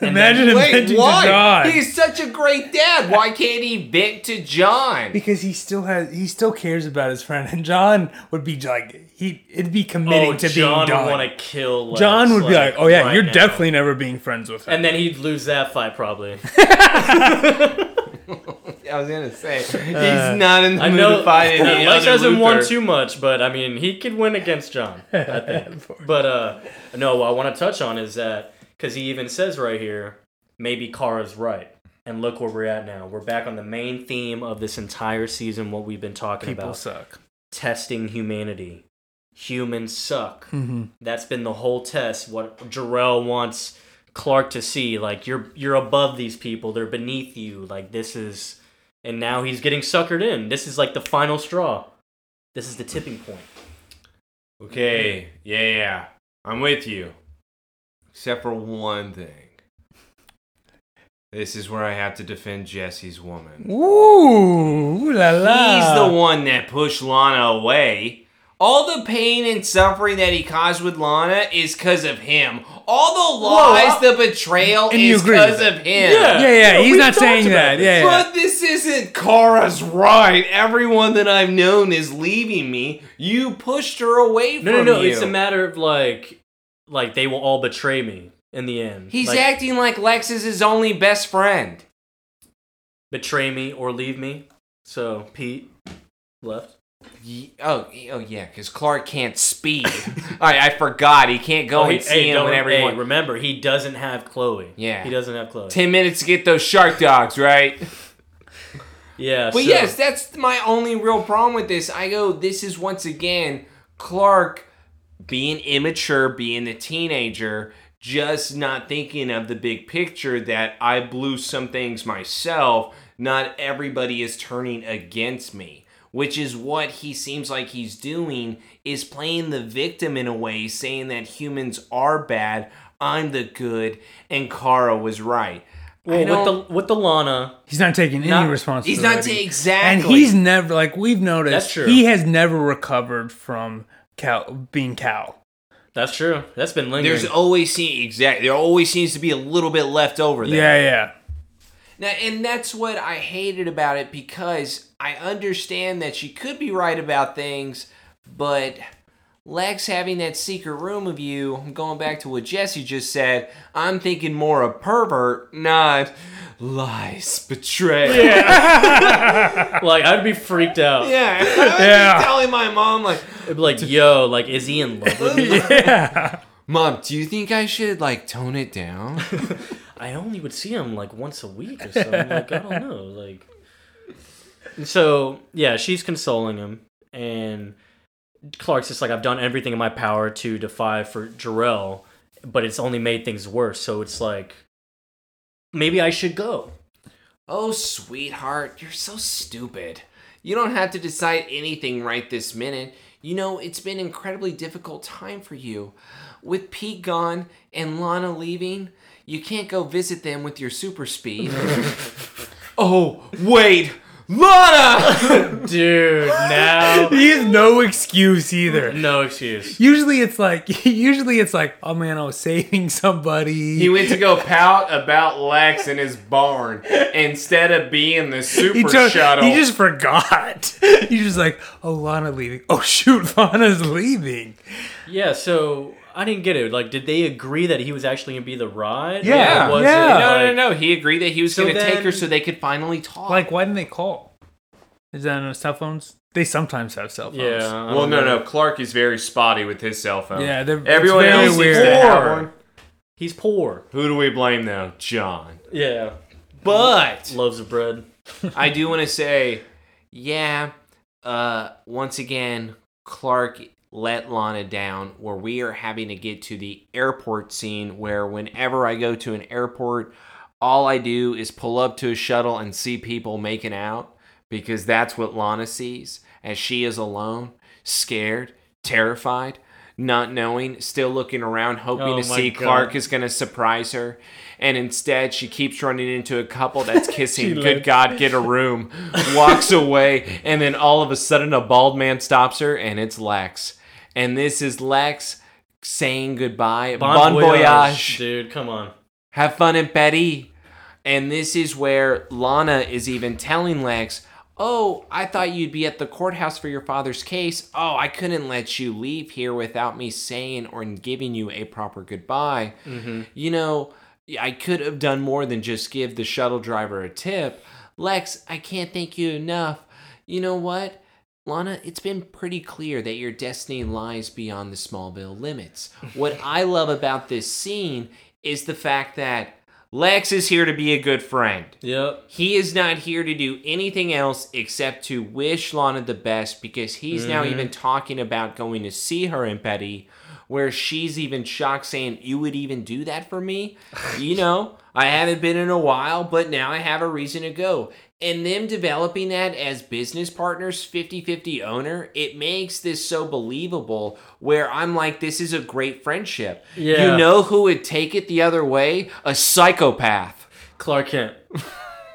And Imagine him venting to John. He's such a great dad. Why can't he vent to John? *laughs* because he still has, he still cares about his friend, and John would be like, he, it'd be committing oh, to John being would done. want to kill. Lex, John would be like, "Oh yeah, right you're now." definitely never being friends with him." And then he'd lose that fight *laughs* probably. I was going to *laughs* say, Uh, he's not in the I know any Lex other hasn't won Luther. too much, but I mean he could win against *laughs* John. I *laughs* think. but uh, no, what I want to touch on is that because he even says right here, maybe Kara's right. And look where we're at now. We're back on the main theme of this entire season. What we've been talking people about: suck. testing humanity. Humans suck. Mm-hmm. That's been the whole test. What Jarrell wants Clark to see, like you're you're above these people. They're beneath you. Like this is, and now he's getting suckered in. This is like the final straw. This is the tipping point. Okay. Yeah, yeah. I'm with you. Except for one thing. This is where I have to defend Jesse's woman. Ooh, ooh la He's Ah. la. the one that pushed Lana away. All the pain and suffering that he caused with Lana is because of him. All the uh, lies, the betrayal And you is agree with because that. of him. Yeah, yeah, we he's not talked saying about that. this. Yeah, yeah. But this isn't Kara's right. Everyone that I've known is leaving me. You pushed her away No, no, from no. you. It's a matter of like, like they will all betray me in the end. He's Like, acting like Lex is his only best friend. betray me or leave me. So Pete left. Ye- Oh, y- oh yeah, because Clark can't *laughs* speed. I, I forgot. He can't go Oh, he, and see hey, him don't, whenever he hey, wants. remember, he doesn't have Chloe. Yeah. He doesn't have Chloe. Ten minutes to get those shark dogs, right? yeah. But so- yes, that's my only real problem with this. I go, this is once again Clark being immature, being a teenager, just not thinking of the big picture that I blew some things myself. Not everybody is turning against me, which is what he seems like he's doing is playing the victim in a way, saying that humans are bad, I'm the good, and Kara was right. Well, I don't- with the with the Lana, He's not taking Not- any responsibility. he's not ta- exactly. And he's never like we've noticed. That's true. He has never recovered from Cal being Cal. that's true. That's been lingering. There's always seem exactly there always seems to be a little bit left over there. Yeah, yeah. Now, and that's what I hated about it because I understand that she could be right about things, but Lex having that secret room of you, I'm going back to what Jesse just said, I'm thinking more a pervert, not lies, betrayal. Yeah. like I'd be freaked out. *laughs* yeah. I was Yeah. just telling my mom like It'd be like, yo, like, is he in love with *laughs* me? Mom, do you think I should like tone it down? I only would see him like once a week or something. Like I don't know, like. So yeah, she's consoling him, and Clark's just like, "I've done everything in my power to defy for Jarrell, but it's only made things worse." So it's like, maybe I should *laughs* go. Oh, sweetheart, you're so stupid. You don't have to decide anything right this minute. You know, it's been an incredibly difficult time for you. With Pete gone and Lana leaving, you can't go visit them with your super *laughs* speed. oh, wait! Lana! Dude, now *laughs* He has no excuse either. no excuse. Usually it's like *laughs* usually it's like, oh man, I was saving somebody. He went to go pout about Lex in his barn instead of being the super he, took- shuttle. he just forgot. *laughs* He's just like, oh, Lana leaving. Oh shoot, *laughs* Lana's leaving. Yeah, so I didn't get it. Like, did they agree that he was actually gonna be the ride? Yeah, Or was it, yeah. no, no, like- no, he agreed that he was So gonna take then- her so they could finally talk. Like, why didn't they call? Is that on cell phones? They sometimes have cell phones. Yeah. I well, don't no, know. no. Clark is very spotty with his cell phone. Yeah, they're it's Oh. Everyone very else weird. seems to have Poor. one. He's poor. Who do we blame though? John. Yeah. but Loaves of bread. I do want to say, yeah, uh, once again, Clark let Lana down where we are having to get to the airport scene where whenever I go to an airport, all I do is pull up to a shuttle and see people making out because that's what Lana sees as she is alone, scared, terrified, not knowing, still looking around, hoping Oh to my see God. Clark is going to surprise her. And instead, she keeps running into a couple *laughs* that's kissing. Good God, get a room. Walks away. And then all of a sudden, a bald man stops her, and it's Lex. And this is Lex saying goodbye. Bon, voyage. Dude, come on. Have fun in Paris. And this is where Lana is even telling Lex, Oh, I thought you'd be at the courthouse for your father's case. Oh, I couldn't let you leave here without me saying or giving you a proper goodbye. You know, I could have done more than just give the shuttle driver a tip. Lex, I can't thank you enough. You know what? Lana, it's been pretty clear that your destiny lies beyond the Smallville limits. What I love about this scene is the fact that Lex is here to be a good friend. Yep. He is not here to do anything else except to wish Lana the best because he's now even talking about going to see her in Petty, where she's even shocked, saying, You would even do that for me? you know, I haven't been in a while, but now I have a reason to go. And them developing that as business partners, 50 50 owner, it makes this so believable where I'm like, This is a great friendship. Yeah. You know who would take it the other way? A psychopath. Clark *laughs* Kent.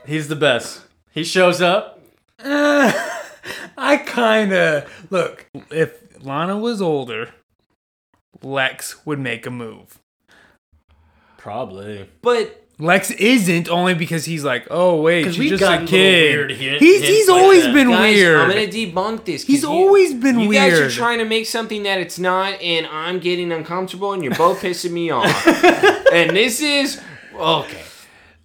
He's the best. He shows up. *laughs* I kind of look. If Lana was older, Lex would make a move. Probably. But Lex isn't only because he's like, oh wait, 'Cause she's we've just a gotten kid. little weird hit- he's hints he's like always that. been Guys, weird. I'm gonna debunk this. 'cause He's you- always been you weird. guys are trying to make something that it's not, and I'm getting uncomfortable, and you're both pissing me *laughs* off. and this is okay.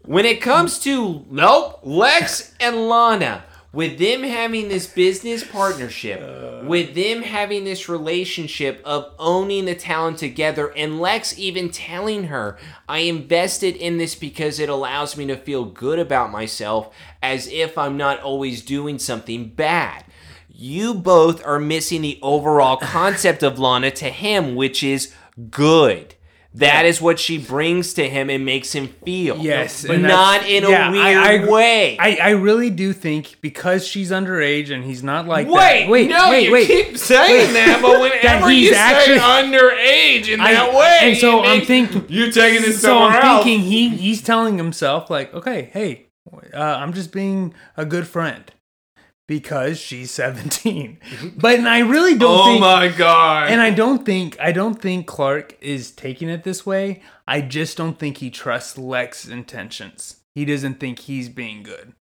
When it comes to nope, Lex and Lana, with them having this business partnership, with them having this relationship of owning the talent together, and Lex even telling her, I invested in this because it allows me to feel good about myself as if I'm not always doing something bad. You both are missing the overall concept of Lana to him, which is good. That is what she brings to him and makes him feel. Yes, but and that's- not in a yeah, I- weird I- way. I, I really do think because she's underage and he's not like Wait, that. Wait, no, wait, you wait. keep saying that, but whenever he's you actually- say underage in I- that way, and so it I'm makes- thinking- you're taking this so somewhere I'm else. thinking he he's telling himself like, okay, hey, uh, I'm just being a good friend because she's *laughs* 17. But and I really don't Oh think my god. and I don't think I don't think Clark is taking it this way. I just don't think he trusts Lex's intentions. He doesn't think he's being good.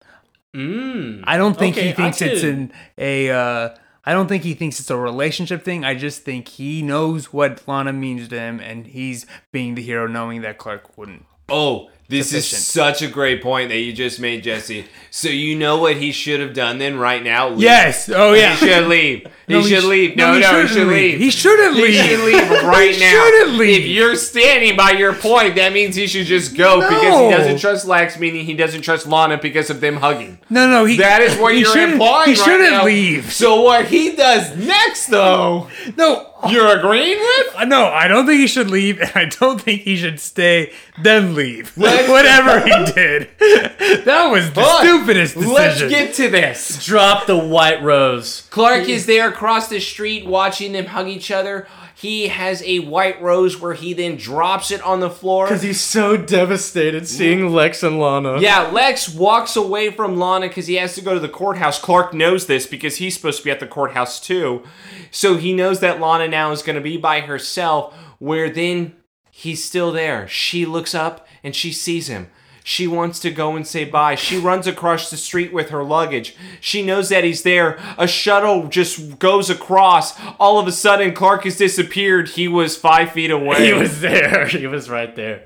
Mm. I don't think Okay, he I thinks it's could- an a. Uh, I don't think he thinks it's a relationship thing. I just think he knows what Lana means to him, and he's being the hero, knowing that Clark wouldn't. Oh, this Sufficient. is such a great point that you just made, Jesse. So you know what he should have done then, right now? Leave. Yes. Oh yeah. He should leave. He No, should leave. No, no, he should shouldn't leave. He should have He leave. should leave *laughs* right He now. shouldn't leave. If you're standing by your point, that means he should just go because he No. doesn't trust Lex, meaning he doesn't trust Lana because of them hugging. No, no. He. That is what he you're shouldn't- implying. He right shouldn't now. leave. So what he does next, though, No. you're agreeing with? Uh, No, I don't think he should leave, and I don't think he should stay, then leave. Let's- *laughs* Whatever he did. *laughs* That was the But stupidest decision. Let's get to this. Drop the white rose. Clark is there across the street watching them hug each other. He has a white rose where he then drops it on the floor. Because he's so devastated seeing Lex and Lana. Yeah, Lex walks away from Lana because he has to go to the courthouse. Clark knows this because he's supposed to be at the courthouse too. So he knows that Lana now is going to be by herself, where then he's still there. She looks up and she sees him. She wants to go and say bye. She runs across the street with her luggage. She knows that he's there. A shuttle just goes across. All of a sudden, Clark has disappeared. He was five feet away. He was there. *laughs* He was right there.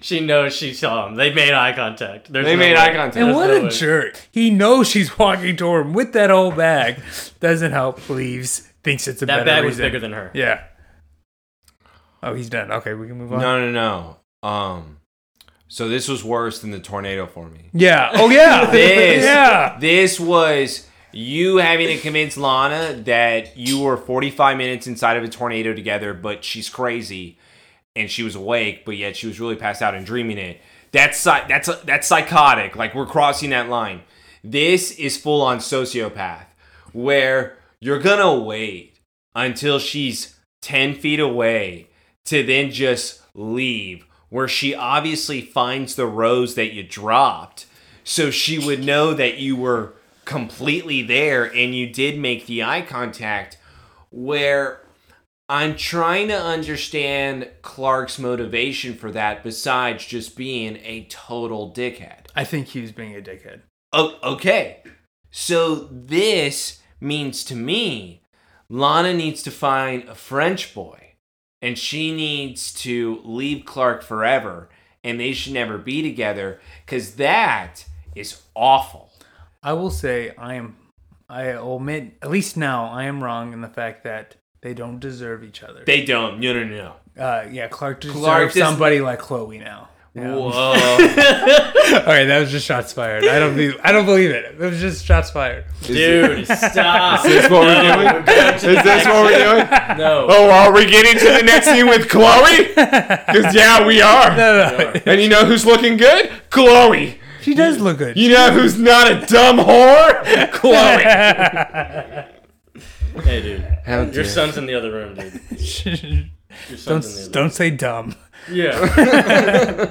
She knows she saw him. Um, They made eye contact. There's they no made way. eye contact. And what no a way. jerk. He knows she's walking toward him with that old bag. Doesn't help, leaves. Thinks it's a That better bag was reason. bigger than her. Yeah. Oh, he's done. Okay, we can move on. No, no, no. Um, so this was worse than the tornado for me. Yeah. Oh, yeah. This, Yeah. *laughs* this was you having to convince Lana that you were 45 minutes inside of a tornado together, but she's crazy and she was awake, but yet she was really passed out and dreaming it. That's psy- that's that's psychotic. Like we're crossing that line. This is full on sociopath, where you're gonna wait until she's 10 feet away to then just leave, where she obviously finds the rose that you dropped. So she would know that you were completely there and you did make the eye contact. Where I'm trying to understand Clark's motivation for that besides just being a total dickhead. I think he was being a dickhead. O- okay. So this means to me, Lana needs to find a French boy and she needs to leave Clark forever and they should never be together because that is awful. I will say I am. I omit at least now I am wrong in the fact that they don't deserve each other. They don't. No, no, no. uh, yeah, Clark deserves Clark does- somebody like Chloe now. Yeah. *laughs* Whoa. All right, that was just shots fired. I don't believe. I don't believe it. It was just shots fired. *laughs* Dude, *laughs* stop. Is this what we're *laughs* *laughs* doing? Is this what we're doing? no. Oh, are we getting to the next scene with Chloe? Because yeah, we are. And you know who's looking good? Chloe. She does look good. You know who's not a dumb whore? Chloe. Hey, dude. Your son's in the other room, dude. Your don't son's in the other don't say dumb. *laughs* *laughs* Yeah.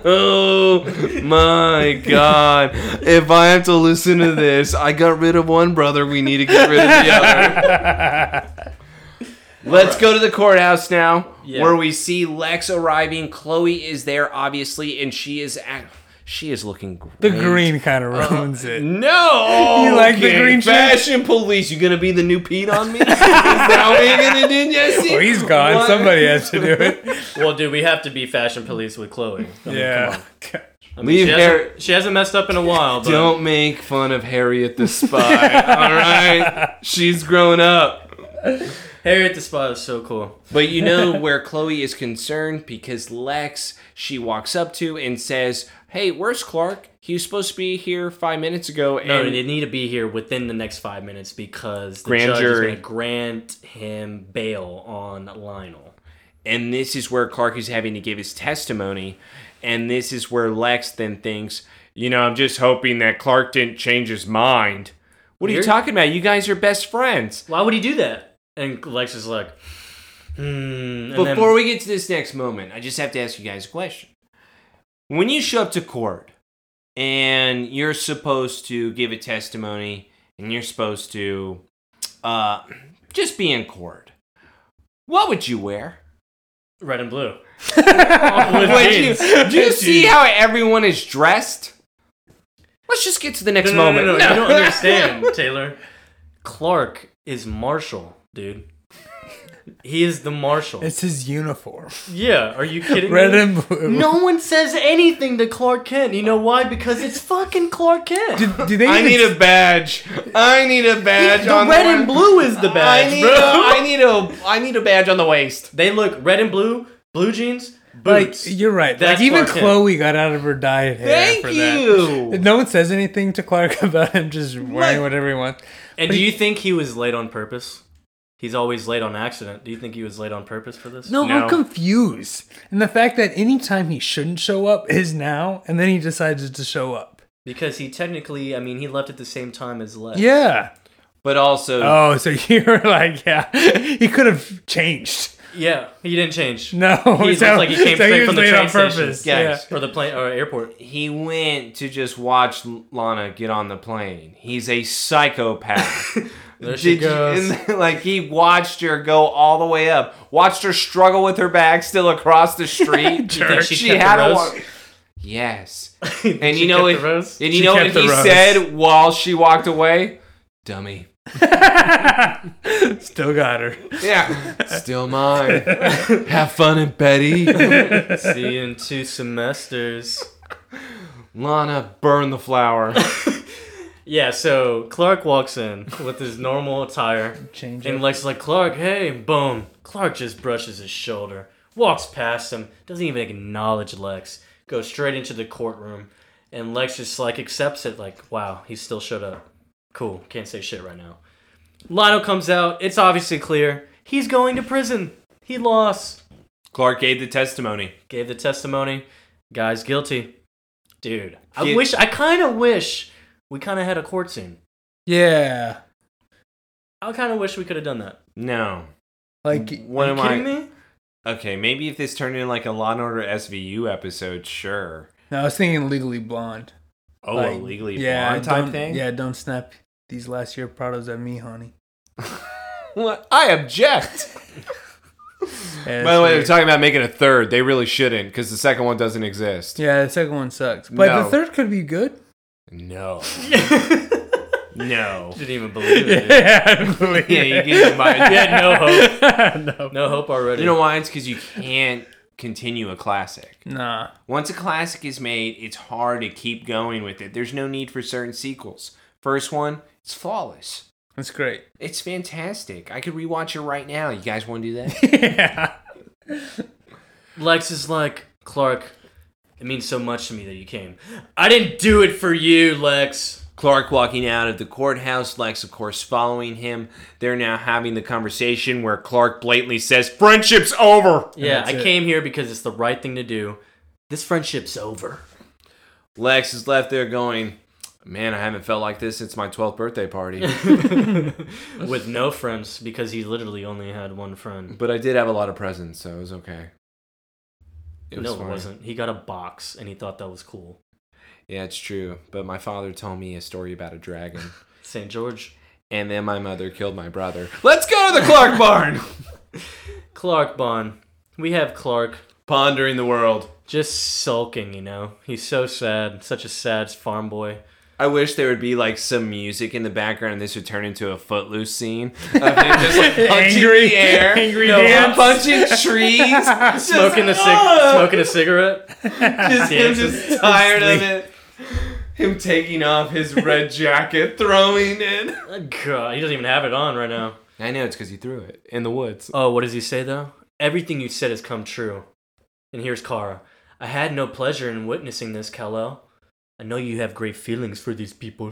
Oh my god. If I have to listen to this, I got rid of one brother, we need to get rid of the other. *laughs* Let's go to the courthouse now, Yeah. where we see Lex arriving. Chloe is there, obviously, and she is at. She is looking great. The green kind Uh, of ruins it. *laughs* No, *laughs* You like the green shirt? fashion police? You gonna be the new Pete on *laughs* me? is that what you're gonna do, Jesse? Oh, he's gone. What? *laughs* Somebody has to do it. well, dude, we have to be fashion police with Chloe. I mean, yeah. I Leave she, Harry- hasn't, she hasn't messed up in a *laughs* while. But Don't make fun of Harriet the Spy. all right, she's grown up. Harriet the Spy is so cool. But *laughs* you know where Chloe is concerned because Lex she walks up to and says, "Hey, where's Clark? He was supposed to be here five minutes ago." No, and they need to be here within the next five minutes because the Grand judge jury. is going to grant him bail on Lionel. And this is where Clark is having to give his testimony. And this is where Lex then thinks, You know, I'm just hoping that Clark didn't change his mind. What are you You're- talking about? You guys are best friends. Why would he do that? And Lex is like, hmm. And then- *laughs* Before we get to this next moment, I just have to ask you guys a question. When you show up to court and you're supposed to give a testimony and you're supposed to uh, just be in court, what would you wear? red and *laughs* blue. Would With you, jeans. do you With *laughs* see jeans. how everyone is dressed? Let's just get to the next No, no, no, moment. no, no, *laughs* you don't understand, Taylor. Clark is Marshall, dude. He is the *laughs* Marshal. It's his *laughs* uniform. Yeah, are you kidding Red me? and blue. no one says anything to Clark Kent. You know why? Because it's fucking Clark Kent. *laughs* Do they I even need a *laughs* badge. I need a badge the on red the and blue is the badge, I need, bro. A, *laughs* I need a I need a badge on the waist. *laughs* They look red and blue, blue jeans, like boots. you're right. That's like even Clark Kent. Chloe got out of her dyed hair. Thank for you. That. No one says anything to Clark *laughs* about him just wearing Like- whatever he wants. And do you think he was late on purpose? He's always late on accident. Do you think he was late on purpose for this? No, No. I'm confused. And the fact that anytime he shouldn't show up is now, and then he decides to show up. Because he technically, I mean, he left at the same time as Lex. Yeah. But also, Oh, so *laughs* you're like, yeah, he could have changed. *laughs* Yeah, he didn't change. No, He so, looks like *laughs* he came so straight was from the made train on station. purpose. Yeah. Guys. Or the plane uh, or airport. he went to just watch L- Lana get on the plane. He's a psychopath. There *laughs* she Did you- goes. and then, like he watched her go all the way up, watched her struggle with her bag still *laughs* across the street. You think she kept the a rose? walk- *laughs* Yes, and She you know kept what? the rose? And you She know what kept the he rose. said while she walked away? Dummy. *laughs* Still got her. Yeah, *laughs* still mine. *laughs* Have fun at Betty. *laughs* See you in two semesters. Lana, burn the flower. Yeah, so Clark walks in with his normal attire. Change And it. Lex is like, Clark, hey, boom. Clark just brushes his shoulder, walks past him, doesn't even acknowledge Lex, goes straight into the courtroom, and Lex just like accepts it, like, wow, he still showed up. Cool, can't say shit right now. Lionel comes out, it's obviously clear. He's going to prison. He lost. Clark gave the testimony. Gave the testimony. Guy's guilty. Dude, I Dude. wish I kinda wish we kinda had a court scene. Yeah. I kinda wish we could have done that. No. Like What Are am you I? kidding me? Okay, maybe if this turned into like a Law and Order SVU episode, sure. no, I was thinking Legally Blonde. Oh, Like, a legally yeah, blonde type don't- thing. Yeah, don't snap these last year Prados at me, honey. What? I *laughs* object. Yeah, By the that's way, weird. they're talking about making a third. They really shouldn't because the second one doesn't exist. yeah, the second one sucks, but No. the third could be good. *laughs* No. No. Didn't even believe it. dude. Yeah, believe yeah, you *laughs* get my. You had no hope. no. No hope already. You know why? It's because you can't continue a classic. Nah. Once a classic is made, it's hard to keep going with it. There's no need for certain sequels. First one, it's flawless. That's great. It's fantastic. I could rewatch it right now. You guys want to do *laughs* that? yeah. Lex is like, Clark, it means so much to me that you came. I didn't do it for you, Lex. Clark walking out of the courthouse, Lex, of course, following him. They're now having the conversation where Clark blatantly says, Friendship's over! Yeah, that's I it. came here because it's the right thing to do. This friendship's *laughs* over. Lex is left there going, Man, I haven't felt like this since my 12th birthday party. With no friends because he literally only had one friend. but I did have a lot of presents, so it was okay. It was no, fine. it wasn't. He got a box and he thought that was cool. Yeah, it's true. But my father told me a story about a dragon. *laughs* St. George. and then my mother killed my brother. Let's go to the *laughs* Clark barn! Clark Bond. We have Clark Pondering the world. just sulking, you know? He's so sad. Such a sad farm boy. I wish there would be like some music in the background. and This would turn into a footloose scene. *laughs* *laughs* Of him just like, punching Angry- the air, angry no, dance. punching trees, just, Smoking a, cig- "Ugh!" smoking a cigarette? just him Dances. just tired of it. Him taking off his red jacket, throwing it. Oh, God, he doesn't even have it on right now. I know it's because he threw it in the woods. Oh, what does he say though? Everything you said has come true. And here's Kara. I had no pleasure in witnessing this, Kal-El. I know you have great feelings for these people.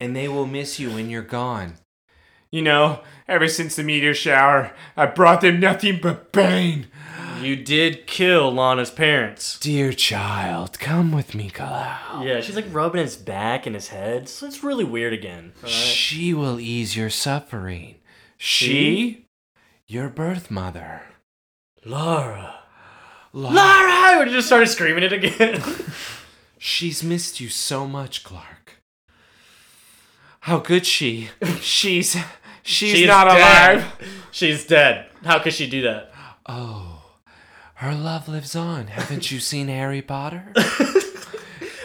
And they will miss you when you're gone. You know, ever since the meteor shower, I brought them nothing but pain. *laughs* You did kill Lana's parents. Dear child, come with me, Kalau. Yeah, she's like rubbing his back and his head. So it's really weird again. She will ease your suffering. She? Your birth mother. Lara. Lara. Lara! I would have just started screaming it again. *laughs* She's missed you so much, Clark. How could *laughs* she? She's she's, She's not dead. alive. she's dead. How could she do that? Oh. Her love lives on. Haven't you seen Harry *laughs* Potter?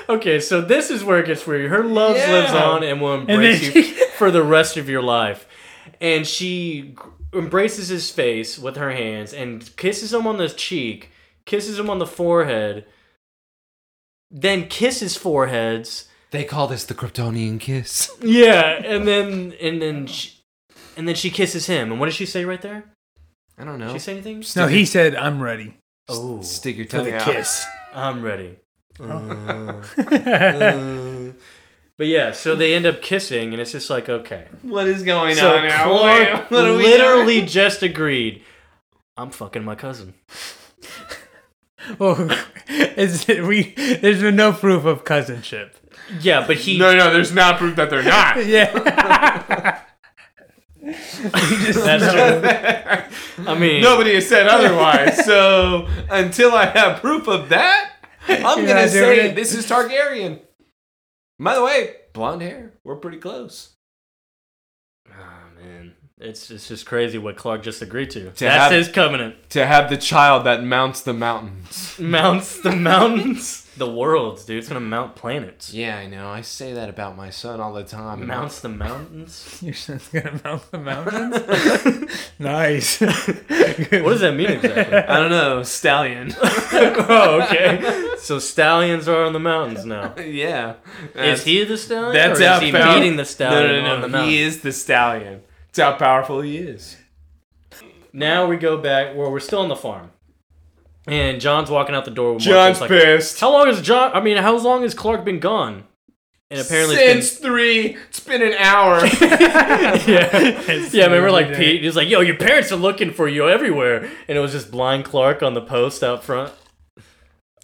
Okay, so this is where it gets weird. Her love Yeah. lives on and will embrace you *laughs* for the rest of your life. And she g- embraces his face with her hands and kisses him on the cheek, kisses him on the forehead, then kisses foreheads. They call this the Kryptonian kiss. Yeah, and then and then she, and then she kisses him. And what does she say right there? I don't Did know. she say anything? No, he said, I'm ready. Oh, Stick your for tongue the out. kiss. *laughs* I'm ready. *laughs* Uh, But yeah, so they end up kissing, and it's just like okay. what is going So on? now? Clark What are we doing? literally just agreed. I'm fucking my cousin. Oh, *laughs* is it, we? There's been no proof of *laughs* cousinship. Yeah, but he. No, no, there's not proof that they're not. Yeah, That's *laughs* true. I mean, Nobody has said otherwise. So until I have proof of that, I'm You're gonna not doing say it. *laughs* this is Targaryen. By the way, blonde hair. We're pretty close. Ah, man, it's it's just crazy what Clark just agreed to. That's have- his covenant. To have the child that mounts the mountains. Mounts the mountains, the worlds, dude. It's gonna mount planets. Yeah, I know. I say that about my son all the time. Mounts the mountains. your son's gonna mount the mountains. *laughs* nice. What does that mean exactly? I don't know, stallion. *laughs* oh, okay. So stallions are on the mountains now. yeah. Is he the stallion? that's or is how he power- beating the No, stallion no, on the no. no. mountain? He is the stallion. That's how powerful he is. Now we go back. Well, we're still on the farm, and John's walking out the door. With Marcus, John's like, pissed. How long has John? I mean, how long has Clark been gone? And apparently, Since it's three, it's been an *laughs* hour. been, *laughs* yeah, yeah. Remember, like Pete, he was like, "Yo, your parents are looking for you everywhere," and it was just blind Clark on the post out front.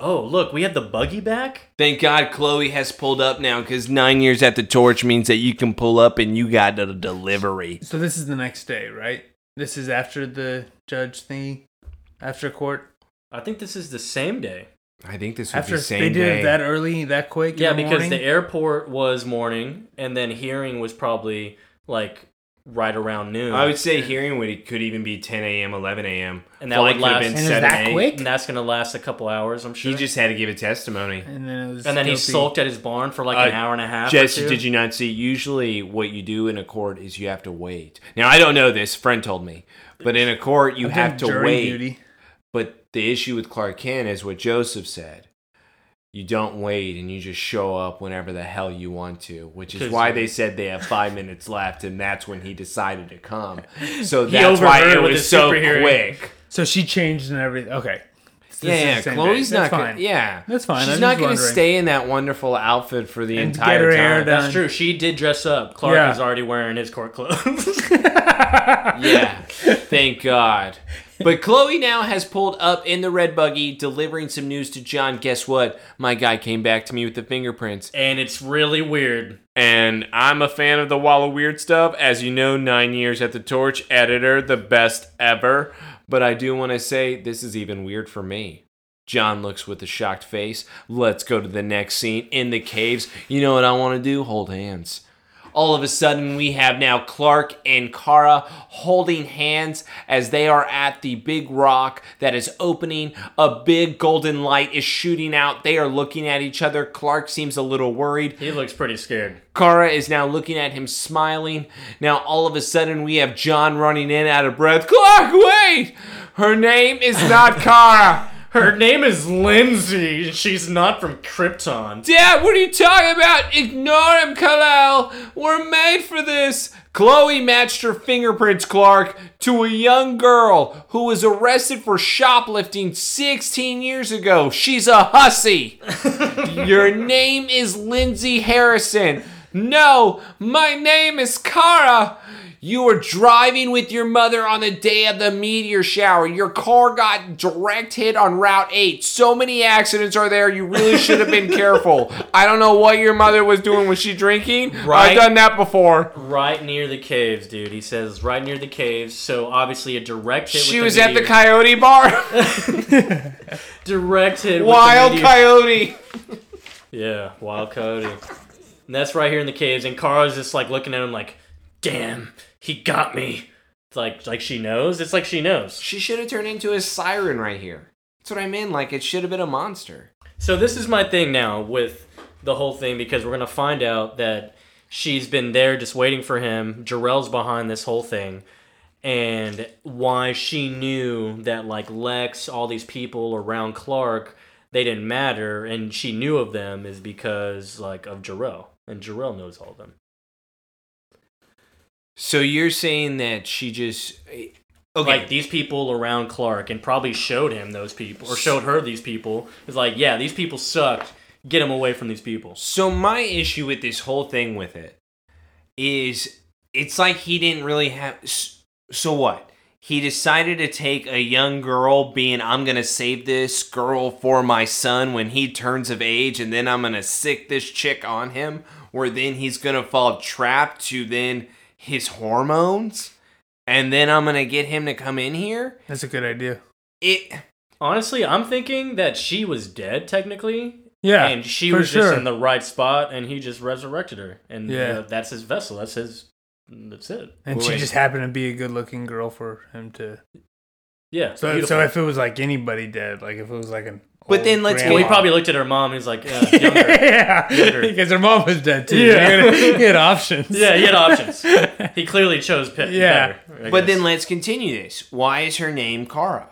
Oh, look, we had the buggy back. Thank God Chloe has pulled up now because nine years at the torch means that you can pull up and you got a delivery. *laughs* So this is the next day, right? This is after the judge thingy, after court. I think this is the same day. I think this would After be same they did day. it that early, that quick. Yeah, in the because morning? the airport was morning, and then hearing was probably like right around noon. I would say hearing would it could even be 10 a.m., 11 a.m. And that Flight would could have last- been And is 7 that a.m. quick? and that's gonna last a couple hours, I'm sure. He just had to give a testimony. and then it was and then he guilty. sulked at his barn for like an Uh, hour and a half. Jesse, did you not see? Usually, what you do in a court is you have to wait. Now, I don't know this. Friend told me, but in a court, you I've have done to jury wait. duty. But the issue with Clark Kent is what Joseph said. You don't wait, and you just show up whenever the hell you want to, which is 'Cause why you- they said they have five minutes left, and that's when he decided to come. *laughs* So He that's why overheard it with was his so super hearing. quick. So she changed and everything. Okay. So this is yeah, the yeah. same Chloe's day. not. That's Gonna, fine. yeah, That's fine. I She's was not just going to wondering. stay in that wonderful outfit for the And get entire her time. hair done. That's true. She did dress up. Clark Yeah. is already wearing his court *laughs* clothes. Yeah, thank God. But Chloe now has pulled up in the red buggy, delivering some news to John. Guess what? My guy came back to me with the fingerprints. and it's really weird. And I'm a fan of the Wall of Weird stuff. As you know, nine years at the Torch, editor, the best ever. But I do want to say this is even weird for me. John looks with a shocked face. Let's go to the next scene in the caves. You know what I want to do? Hold hands. All of a sudden, we have now Clark and Kara holding hands as they are at the big rock that is opening. A big golden light is shooting out. They are looking at each other. Clark seems a little worried. He looks pretty scared. Kara is now looking at him, smiling. Now, all of a sudden, we have John running in out of breath. Clark, wait! Her name is not Kara. Her name *laughs* is Lindsay. She's not from Krypton. Dad, what are you talking about? Ignore him, Kal-El. We're made for this. Chloe matched her fingerprints, Clark, to a young girl who was arrested for shoplifting 16 years ago. She's a hussy. Your name is Lindsay Harrison. No, my name is Kara. You were driving with your mother on the day of the meteor shower. Your car got direct hit on Route 8. So many accidents are there. You really should *laughs* have been careful. I don't know what your mother was doing. Was she drinking? I've Right. done that before. Right near the caves, dude. He says right near the caves. So obviously a direct hit. She with was the at the meteor. coyote bar. direct hit. with the Wild meteor. coyote. Yeah, wild coyote. and that's right here in the caves. And Kara's just like looking at him like, "Damn, he got me." It's like like she knows. It's like she knows. She should have turned into a siren right here. That's what I mean. Like, it should have been a monster. So this is my thing now with the whole thing because we're gonna find out that she's been there just waiting for him. Jarrell's behind this whole thing, and why she knew that like Lex, all these people around Clark, they didn't matter, and she knew of them is because like of Jarrell, and Jarrell knows all of them. So you're saying that she just. eh, Okay. Like these people around Clark, and probably showed him those people or showed her these people. It's like, yeah, these people sucked. Get him away from these people. So my issue with this whole thing with it is it's like he didn't really have s- so what? He decided to take a young girl being I'm going to save this girl for my son when he turns of age and then I'm going to sick this chick on him where then he's going to fall trapped to then his hormones and then I'm going to get him to come in here. That's a good idea. It Honestly, I'm thinking that she was dead technically, Yeah, and she for was sure. just in the right spot, and he just resurrected her, and you Yeah. know, that's his vessel. That's his. That's it. and Wait. she just happened to be a good-looking girl for him to. Yeah. So, beautiful. so if it was like anybody dead, like if it was like an. But old then let's get- well, he grandma- probably looked at her mom. He's like, uh, *laughs* younger. yeah, Younger. because her mom was dead too. Yeah. You're gonna- you had options. yeah, he had options. He clearly chose Pitt. Yeah. better, I But guess. then let's continue this. Why is her name Kara?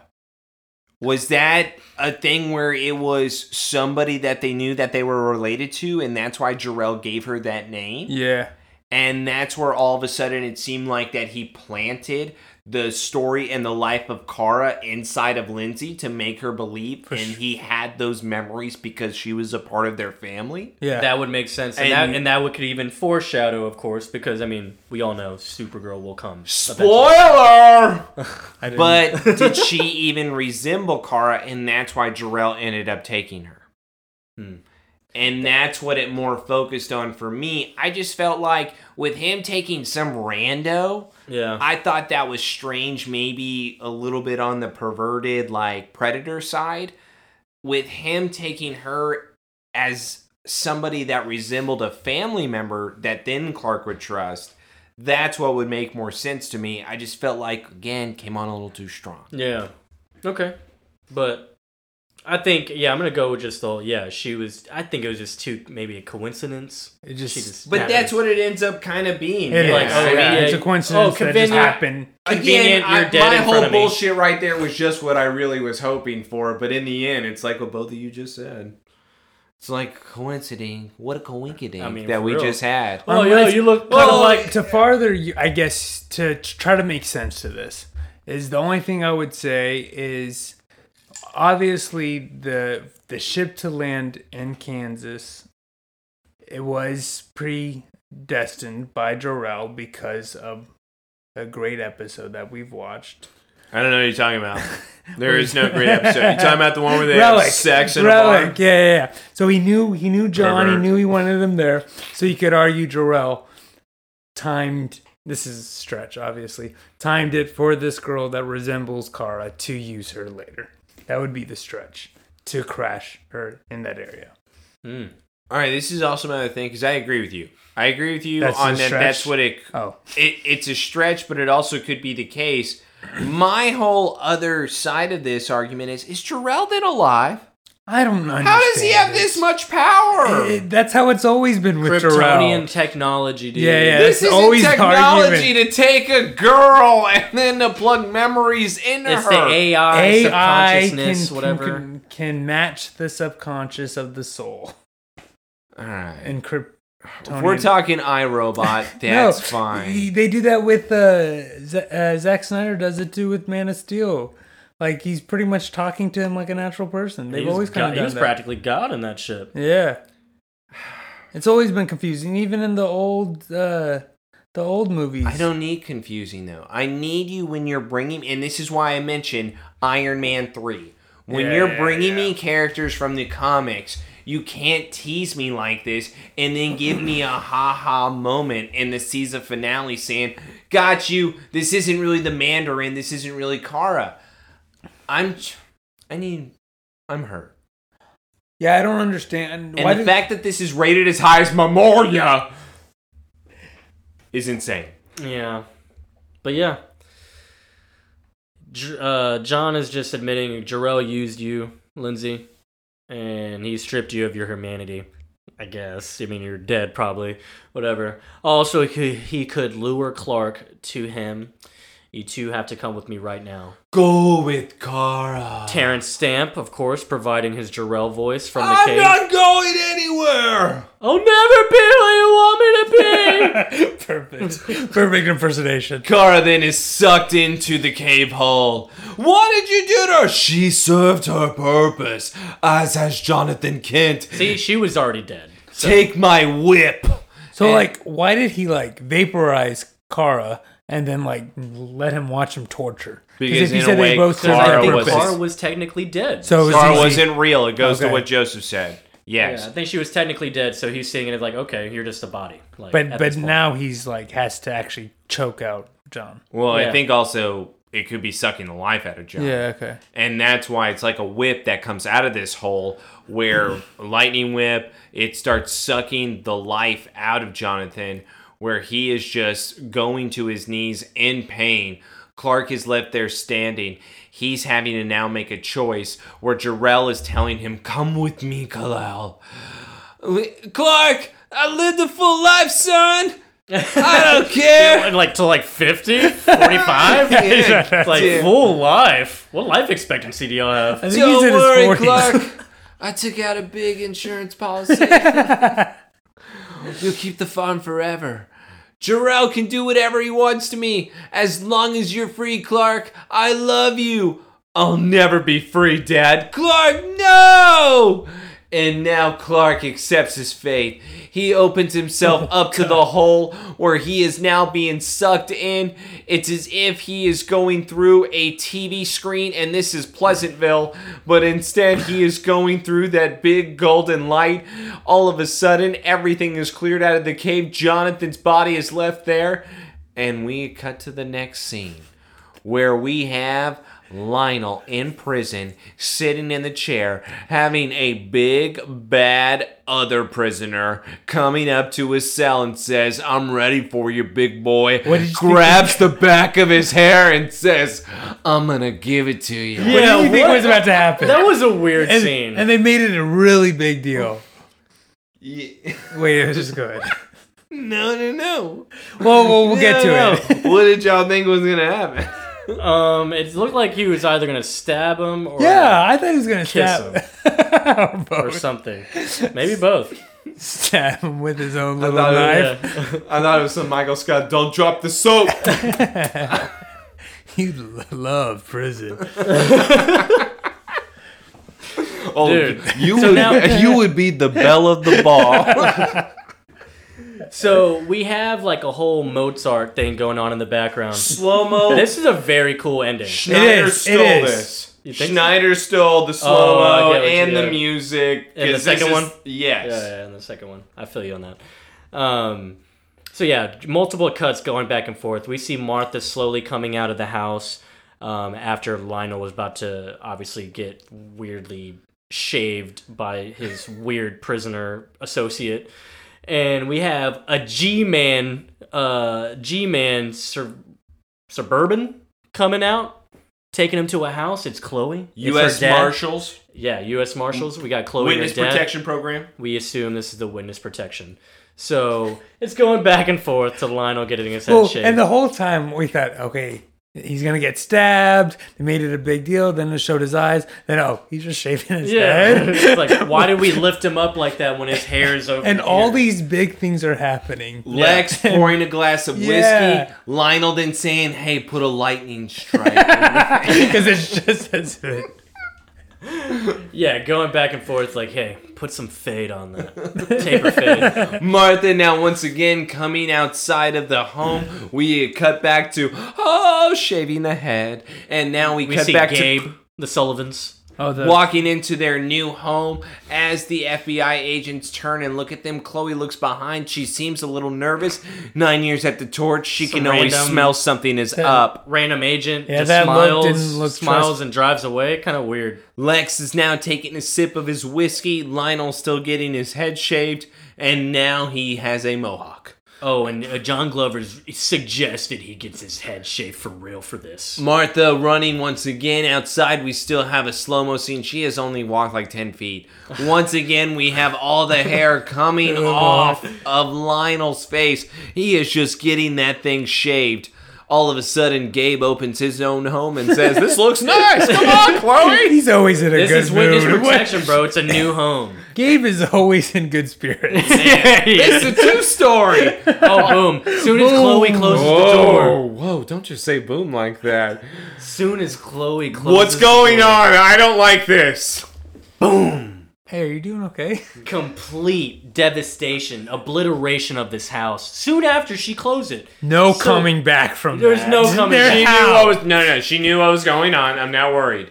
Was that a thing where it was somebody that they knew that they were related to, and that's why Jarrell gave her that name? *laughs* yeah. And that's where all of a sudden it seemed like that he planted the story and the life of Kara inside of Lindsay to make her believe, and he had those memories because she was a part of their family. Yeah. that would make sense, and, And- that and that would could even foreshadow, of course, because I mean, we all know Supergirl will come. eventually. Spoiler! I didn't- But did she even resemble Kara? And that's why Jarrell ended up taking her. Hmm. And that's what it more focused on for me. I just felt like with him taking some rando, Yeah. I thought that was strange, maybe a little bit on the perverted, like predator side. With him taking her as somebody that resembled a family member that then Clark would trust, that's what would make more sense to me. I just felt like, again, came on a little too strong. Yeah. Okay. But I think yeah, I'm gonna go with just the whole, yeah. She was. I think it was just too maybe a coincidence. it just, She just. But happened. that's what it ends up kind of being. it is. like, oh, yeah, yeah, it's a oh, coincidence that just convenient- happened. Again, Convenient, I, you're dead my in whole front of me. bullshit right there was just what I really was hoping for. But in the end, it's like what both of you just said. It's like coincidence. What a coincidence I mean, that for we real. just had. Oh, yo, Unless- you look But kind of like. like to farther, you, I guess to t- try to make sense to this is the only thing I would say is obviously the the ship to land in Kansas. It was predestined by Jarrell because of a great episode that we've watched. I don't know what you're talking about. There is no great episode. You're talking about the one where they have sex in a bar? Relic, yeah, yeah, yeah. So he knew he knew John. Pervert. He knew he wanted him there. So you could argue Jarrell timed. This is a stretch, obviously. Timed it for this girl that resembles Kara to use her later. That would be the stretch to crash her in that area. Mm. All right, this is also another thing because I agree with you. I agree with you That's a on that. stretch? That's what it, Oh. it. It's a stretch, but it also could be the case. My whole other side of this argument is: Is Jarrell then alive? I don't understand. How does he have this much power? Eh, That's how it's always been with Kryptonian Jarrell. technology, dude. Yeah, yeah. this is That's always the technology argument. to take a girl and then to plug memories into It's her. the AI, AI can, subconsciousness, can- whatever. Can, can match the subconscious of the soul. All right, And crypt. if we're talking iRobot. *laughs* That's fine. They do that with uh, Z- uh, Zack Snyder does it too with Man of Steel. Like he's pretty much talking to him like a natural person. They've He was always kind God- of he done was that. practically God in that ship. Yeah. It's always been confusing, even in the old uh the old movies. I don't need confusing though. I need you when you're bringing, and this is why I mentioned Iron Man three. When Yeah, you're yeah, bringing me characters from the comics, you can't tease me like this and then give me a ha ha moment in the season finale saying, "Got you. This isn't really the Mandarin. This isn't really Kara." I'm, ch- I need, I'm hurt. Yeah, I don't understand. And Why the did, fact that this is rated as high as Memoria is insane. Yeah, but yeah, J- uh, John is just admitting Jarrell used you, Lindsay, and he stripped you of your humanity. I guess. I mean, you're dead, probably. Whatever. Also, he, he could lure Clark to him. You two have to come with me right now. Go with Kara. Terrence Stamp, of course, providing his Jarrell voice from the I'm cave. not going anywhere. I'll never be who you want me to be. *laughs* *laughs* perfect. Perfect impersonation. Kara then is sucked into the cave hole. What did you do to her? She served her purpose, as has Jonathan Kent. See, she was already dead. Take my whip. So like why did he like vaporize Kara and then like let him watch him torture? Because if he in a said they way, both served Kara their I think was- purpose. Clara was technically dead. So it was Kara easy. wasn't real. It goes to Okay. what Joseph said. Yeah, I Yes. think she was technically dead, so he's seeing it as like, okay, you're just a body. Like, but at but this point. now he's like has to actually choke out John. Well, I Yeah. think also it could be sucking the life out of John. okay. and that's why it's like a whip that comes out of this hole where lightning whip it starts sucking the life out of jonathan where he is just going to his knees in pain clark is left there standing he's having to now make a choice where jarrell is telling him come with me kalal clark i lived a full life son i don't care And, *laughs* like to like 50, *laughs* 45? It's like Yeah. full life. What life expectancy do y'all have? I think he's in his 40s. *laughs* I took out a big insurance policy. You'll keep the farm forever. Jarrell can do whatever he wants to me as long as you're free, Clark. I love you. I'll never be free, Dad. Clark, no! And now Clark accepts his fate. He opens himself up to the hole where he is now being sucked in. It's as if he is going through a TV screen, and this is Pleasantville, but instead he is going through that big golden light. All of a sudden, everything is cleared out of the cave. Jonathan's body is left there, and we cut to the next scene where we have Lionel in prison, sitting in the chair, having a big, bad other prisoner coming up to his cell and says, I'm ready for you, big boy. did you think- Grabs the back of his hair and says, I'm gonna give it to you. what do you think what- was about to happen? That was a weird and, scene. and they made it a really big deal. Wait, it was just good. No, no, no. Well, well, we'll get to *laughs* it. what did y'all think was gonna happen? um, it looked like he was either gonna stab him or Yeah, I thought he was gonna kiss stab him or *laughs* or both. something. Maybe *laughs* both. stab him with his own little thought it was- knife. Yeah. I thought it was some Michael Scott, don't drop the soap. You l- love prison. Oh, Dude. you So would now- you would be the belle of the ball. *laughs* So we have like a whole Mozart thing going on in the background. Slow mo. This is a very cool ending. Schneider It is, stole it is. this. think so? Schneider stole the slow Oh, I mo get what you and the did. music. And the 'cause this second is- one? Yes. Yeah, yeah, and the second one. I feel you on that. Um, so yeah, multiple cuts going back and forth. We see Martha slowly coming out of the house um, after Lionel was about to obviously get weirdly shaved by his weird prisoner associate. And we have a G Man, uh, G Man sur- Suburban coming out, taking him to a house. It's Chloe. It's her U.S. dad. Marshals, Yeah, U.S. Marshals. We got Chloe. Witness and her dad. Protection Program. We assume this is the witness protection. So it's going back and forth to Lionel getting his head Well, shaved. and the whole time we thought, okay, he's gonna get stabbed. They made it a big deal. Then it showed his eyes. Then oh, he's just shaving his *laughs* yeah, *laughs* head. it's like why did we lift him up like that when his hair is over? And here? all these big things are happening. *laughs* Lex pouring a glass of whiskey. Yeah. Lionel then saying, "Hey, put a lightning strike." *laughs* on your face." because it's just as good. Yeah, going back and forth like, hey, put some fade on that. Taper *laughs* fade. Martha now once again coming outside of the home. We cut back to oh shaving the head, and now we, We cut see back Gabe, to the Sullivans. Oh, the walking into their new home as the FBI agents turn and look at them. Chloe looks behind. She seems a little nervous. Nine years at the torch. She Some can always random- smell something is up. Random agent Yeah, just that look smiles, didn't look smiles trust- and drives away. Kind of weird. Lex is now taking a sip of his whiskey. Lionel's still getting his head shaved, and now he has a mohawk. Oh, and uh, John Glover's suggested he gets his head shaved for real for this. Martha running once again outside. We still have a slow mo scene. She has only walked like 10 feet. Once again, we have all the hair *laughs* coming off of Lionel's face. He is just getting that thing shaved. All of a sudden, Gabe opens his own home and says, This *laughs* looks nice. Come on, Chloe. *laughs* he's always in a This good is mood. witness protection, bro. It's a new home. *laughs* Gabe is always in good *laughs* spirits. *laughs* It's *laughs* a two story. Oh, boom. Soon as Chloe closes the door. Oh, whoa, don't just say boom like *laughs* that. Soon as Chloe closes What's going on? I don't like this. hey, are you doing okay? Complete devastation, obliteration of this house. Soon after she closed it. No So- coming back from There's that. no coming There- She back. knew How? what was no, no. She knew what was going on. I'm now worried.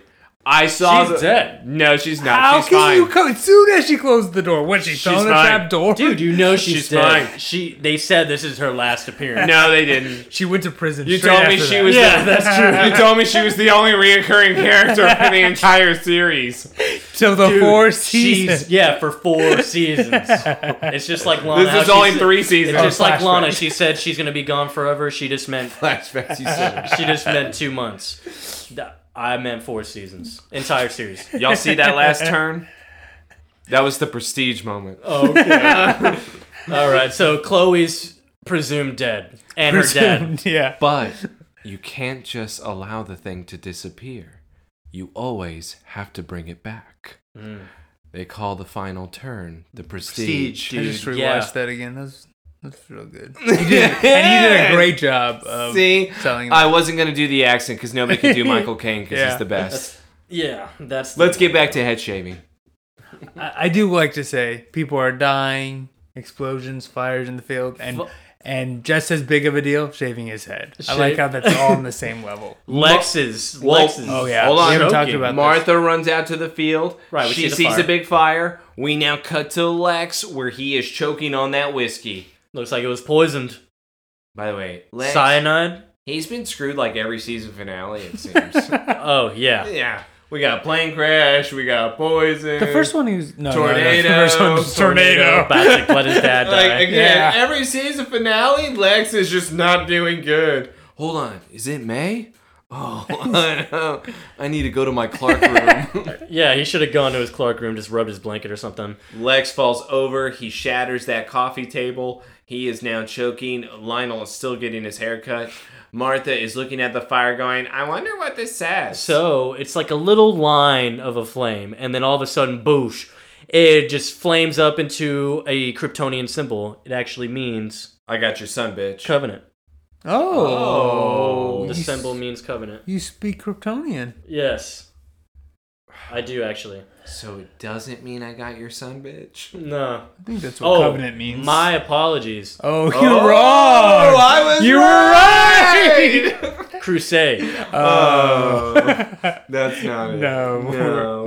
I saw She's the- dead. No, she's not. How she's can fine. you come? As soon as she closed the door, what she throwing a fine. trap door? Dude, you know she's, She's dead. fine. She they said this is her last appearance. no, they didn't. she went to prison. You straight told me after she that. was. Yeah, the, that's *laughs* true. You told me she was the only reoccurring character *laughs* for the entire series. So the Dude, four she's- seasons. Yeah, *laughs* for four seasons. It's just like Lana. This is how she only said- three It's seasons. just like flashback. Lana. She said she's gonna be gone forever. She just meant Flashbacks, you said. she just meant two months. Th- I meant four seasons, entire series. Y'all see that last turn? That was the prestige moment. All right, so Chloe's presumed dead, *laughs* and her dad. Yeah. But you can't just allow the thing to disappear. You always have to bring it back. They call the final turn the Prestige, prestige. dude. I just rewatched yeah. that again. That's that's real good. and You *laughs* did a great job of See, Um, selling that. I wasn't gonna do the accent because nobody could do Michael Caine because he's Yeah. the best. Yeah, that's. Let's get back to head shaving. I, I do like to say people are dying, explosions, fires in the field, and Fu- and just as big of a deal, shaving his head. I like Shave- how that's all *laughs* on the same level. Lex's. Well- Lex's. Oh yeah, Hold on. we haven't Joking. talked about this. Martha runs out to the field. Right, we she see the sees fire. a big fire. We now cut to Lex where he is choking on that whiskey. Looks like it was poisoned. By the way, Lex, Cyanide. he's been screwed like every season finale. It seems. Oh yeah. Yeah. We got a plane crash, we got poison. The first one he was no, no, no. Tornado. The first one was tornado. Patrick let his dad die. Like again, Yeah. every season finale, Lex is just not doing good. Hold on, is it May? Oh, *laughs* I, know. I need to go to my Clark *laughs* room. yeah, he should have gone to his Clark room, just rubbed his blanket or something. Lex falls over. He shatters that coffee table. He is now choking. Lionel is still getting his hair cut. Martha is looking at the fire, going, "I wonder what this says." So it's like a little line of a flame, and then all of a sudden, boosh, it just flames up into a Kryptonian symbol. It actually means I got your son, bitch. covenant. Oh. The symbol means covenant. You speak Kryptonian. Yes. I do actually. So it doesn't mean I got your son, bitch. No. I think that's what Oh, covenant means. My apologies. oh, you're Oh, wrong. I was You were right. *laughs* Crusade. Oh, that's *laughs* not it. No. No.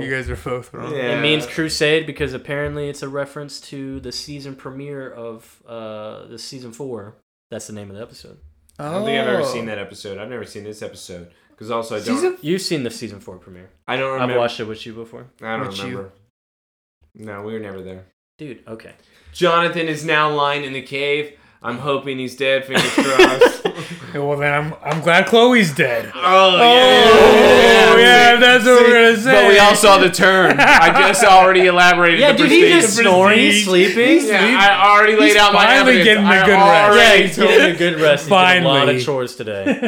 *laughs* You guys are both wrong. It means crusade because apparently it's a reference to the season premiere of uh, the season four. That's the name of the episode. Oh. I don't think I've ever seen that episode. I've never seen this episode because also I don't. Season You've seen the season four premiere. I don't I've remember. watched it with you before. I don't With you. remember. No, we were never there. Dude, okay. Jonathan is now lying in the cave. I'm hoping he's dead. Fingers crossed. Yeah, Well, then I'm, I'm glad Chloe's dead. oh Oh, yeah, that's what we're going to *laughs* say. But we all saw the turn. I just already *laughs* elaborated. Yeah, the dude, he's prestige. just snoring, prestige. sleeping. *laughs* Yeah, I already laid He's out my finally evidence. getting a I good rest. already He's getting a good rest. He did a lot Finally. of chores today. By he,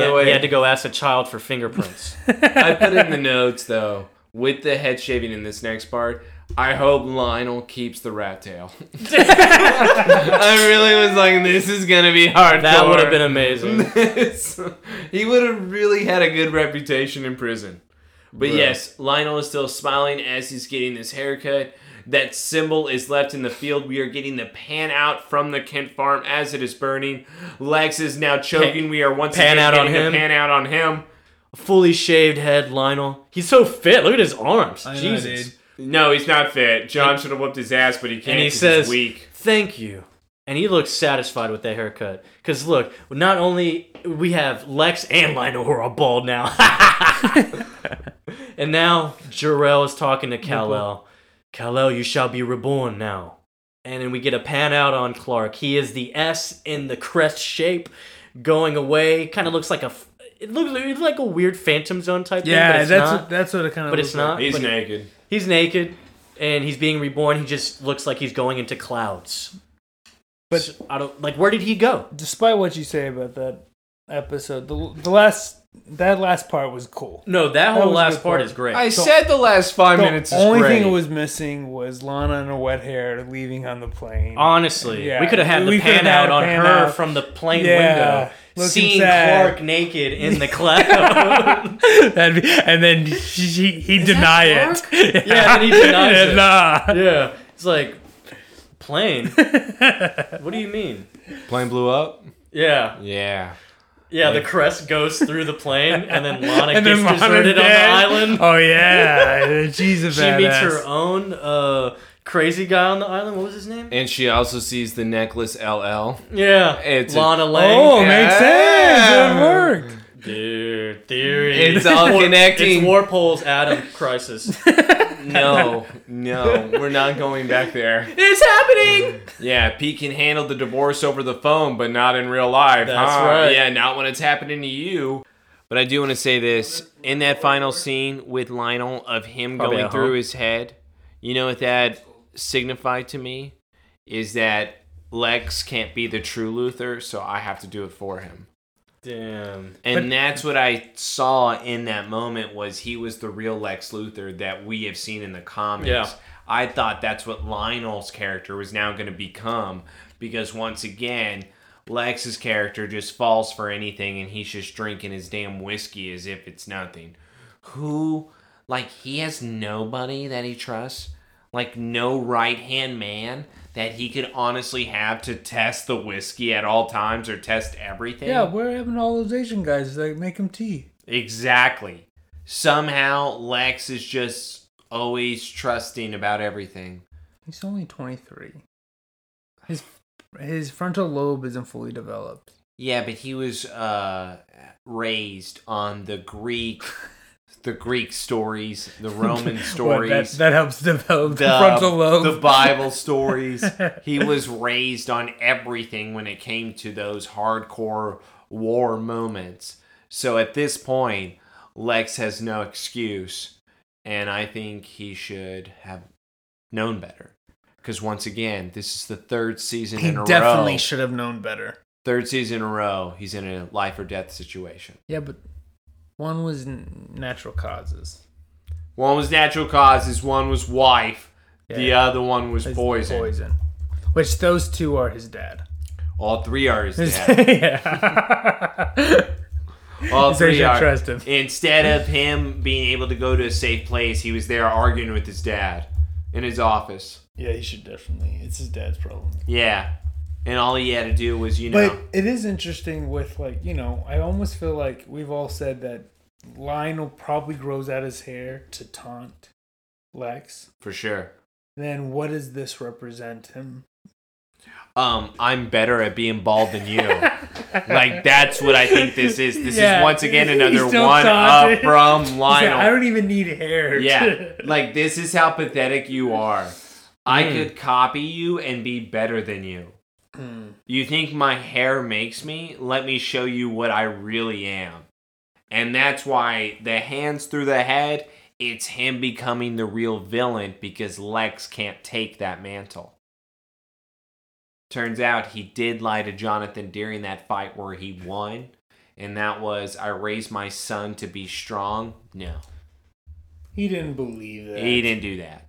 the had, way- he had to go ask a child for fingerprints. I put in the notes though with the head shaving in this next part. I hope Lionel keeps the rat *laughs* tail. I really was like, this is gonna be hard. That would have been amazing. he would have really had a good reputation in prison. But yes, Lionel is still smiling as he's getting this haircut. That symbol is left in the field. We are getting the pan out from the Kent farm as it is burning. Lex is now choking. we are once pan again out on getting the him. Pan out on him. Fully shaved head, Lionel. He's so fit. Look at his arms. know, Jesus. dude. No, he's not fit. John should have whooped his ass, but he can't. and he 'cause says, he's "Weak." "Thank you." And he looks satisfied with that haircut. Cause look, not only we have Lex and Lionel who are all bald now, *laughs* and now Jarrell is talking to Kal-El. Kal-El, you shall be reborn now. And then we get a pan out on Clark. He is the S in the crest shape, going away. Kind of looks like a. f- It looks it's like a weird Phantom Zone type thing. but yeah, it's that's, not. that's what it kind of but it's not. He's but naked. He's naked, and he's being reborn. He just looks like he's going into clouds. But I don't like. Where did he go? Despite what you say about that episode, the, the last that last part was cool. No, that That whole was a last good part part. is great. I said the last five The minutes is only great. thing it was missing was Lana and her wet hair leaving on the plane. Oh. Honestly, Yeah, we could have had the we could've pan had out a on pan her out. from the plane Yeah, window, looking seeing sad. Clark naked in the *laughs* cloud. *laughs* That'd be, and then she, she, he'd deny it. *laughs* Yeah, Yeah, then he denies it. Nah. yeah, it's like *laughs* plane. what do you mean? Plane blew up. Yeah, Yeah. yeah. The crest goes through the plane, and *laughs* then Lana And gets then Lana deserted on the dead. island. Oh yeah, she's a she badass. meets her own uh, crazy guy on the island. What was his name? And she also sees the necklace LL. Yeah, It's a- Lana Oh, Lang. makes sense. It worked. Dude, theory. It's all War- connecting. It's Warpole's Adam Crisis. *laughs* No, no, we're not going back there. it's happening. Yeah, Pete can handle the divorce over the phone, but not in real life. That's huh? right. Yeah, not when it's happening to you. But I do want to say this in that final scene with Lionel of him Probably going at through home. his head, you know what that signified to me? Is that Lex can't be the true Luther, so I have to do it for him. Damn. And that's what I saw in that moment was he was the real Lex Luthor that we have seen in the comics. Yeah. I thought that's what Lionel's character was now going to become because once again Lex's character just falls for anything and he's just drinking his damn whiskey as if it's nothing. Who like he has nobody that he trusts, like no right-hand man that he could honestly have to test the whiskey at all times or test everything. Yeah, we're having all those Asian guys that make them tea. Exactly. Somehow Lex is just always trusting about everything. He's only 23. His his frontal lobe isn't fully developed. Yeah, but he was uh raised on the Greek the Greek stories, the *laughs* Roman Well, stories. that, that helps develop the, frontal lobe. the Bible *laughs* stories. he was raised on everything when it came to those hardcore war moments. So at this point, Lex has no excuse, and I think he should have known better. Because once again, this is the third season he in a definitely row. should have known better. third season in a row, he's in a life or death situation. Yeah, but one was n- natural causes. One was natural causes, one was wife, the Yeah. other one was It's poison. Poison. Which those two are his dad. All three are *laughs* his death. yeah. All He says three you are. trust him. Instead of him being able to go to a safe place, he was there arguing with his dad in his office. yeah, he should definitely. It's his dad's problem. Yeah. And all he had to do was, you know, But it is interesting with like, you know, I almost feel like we've all said that Lionel probably grows out his hair to taunt Lex. for sure. Then what does this represent him um, I'm better at being bald than you. *laughs* like that's what I think this is. This Yeah. is once again another He's one so up talented. *laughs* from Lionel. I don't even need hair. Yeah. Like this is how pathetic you are. I Hmm. Hmm. could copy you and be better than you. You think my hair makes me? Let me show you what I really am. And that's why the hands through the head, it's him becoming the real villain because Lex can't take that mantle. Turns out he did lie to Jonathan during that fight where he won. And that was, I raised my son to be strong. No. *laughs* He didn't believe that. He didn't do that.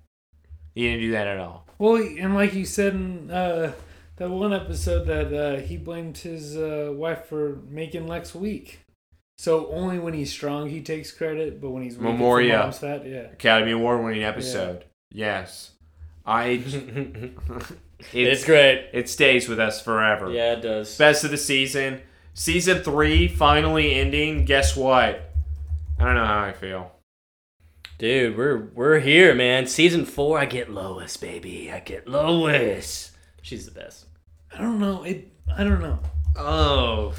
He didn't do that at all. Well, and like you said in uh, that one episode, that uh, he blamed his uh, wife for making Lex weak. So only when he's strong he takes credit, but when he's weak, it's the Memoria. mom's fat. Yeah, Academy Award winning episode. Yes. *laughs* I. It's it's, great. it stays with us forever. Yeah, it does. Best of the season. Season three finally ending. Guess what? I don't know how I feel. Dude, we're we're here, man. Season four, I get Lois, baby. I get Lois. She's the best. I don't know. It. I don't know. Oh.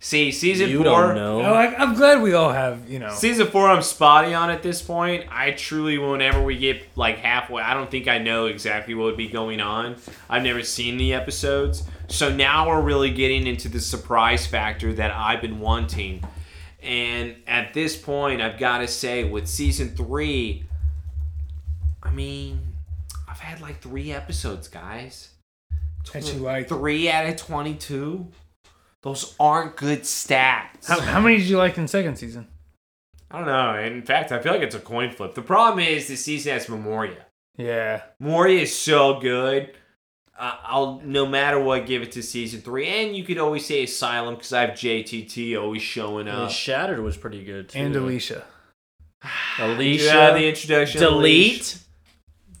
See, season you 4 don't know. Oh, I like, I'm glad we all have you know. Season four, I'm spotty on at this point. I truly, whenever we get like halfway, I don't think I know exactly what would be going on. I've never seen the episodes, so now we're really getting into the surprise factor that I've been wanting. And at this point, I've got to say, with season three, I mean, I've had like three episodes, guys. That you like. Three out of twenty-two. Those aren't good stats. How, how many did you like in second season? I don't know. In fact, I feel like it's a coin flip. The problem is this season has Memoria. Yeah, Memoria is so good. Uh, I'll no matter what give it to season three, and you could always say Asylum because I have JTT always showing And up. Shattered was pretty good too. and Alicia. Alicia. Yeah, the introduction. of Leash. delete.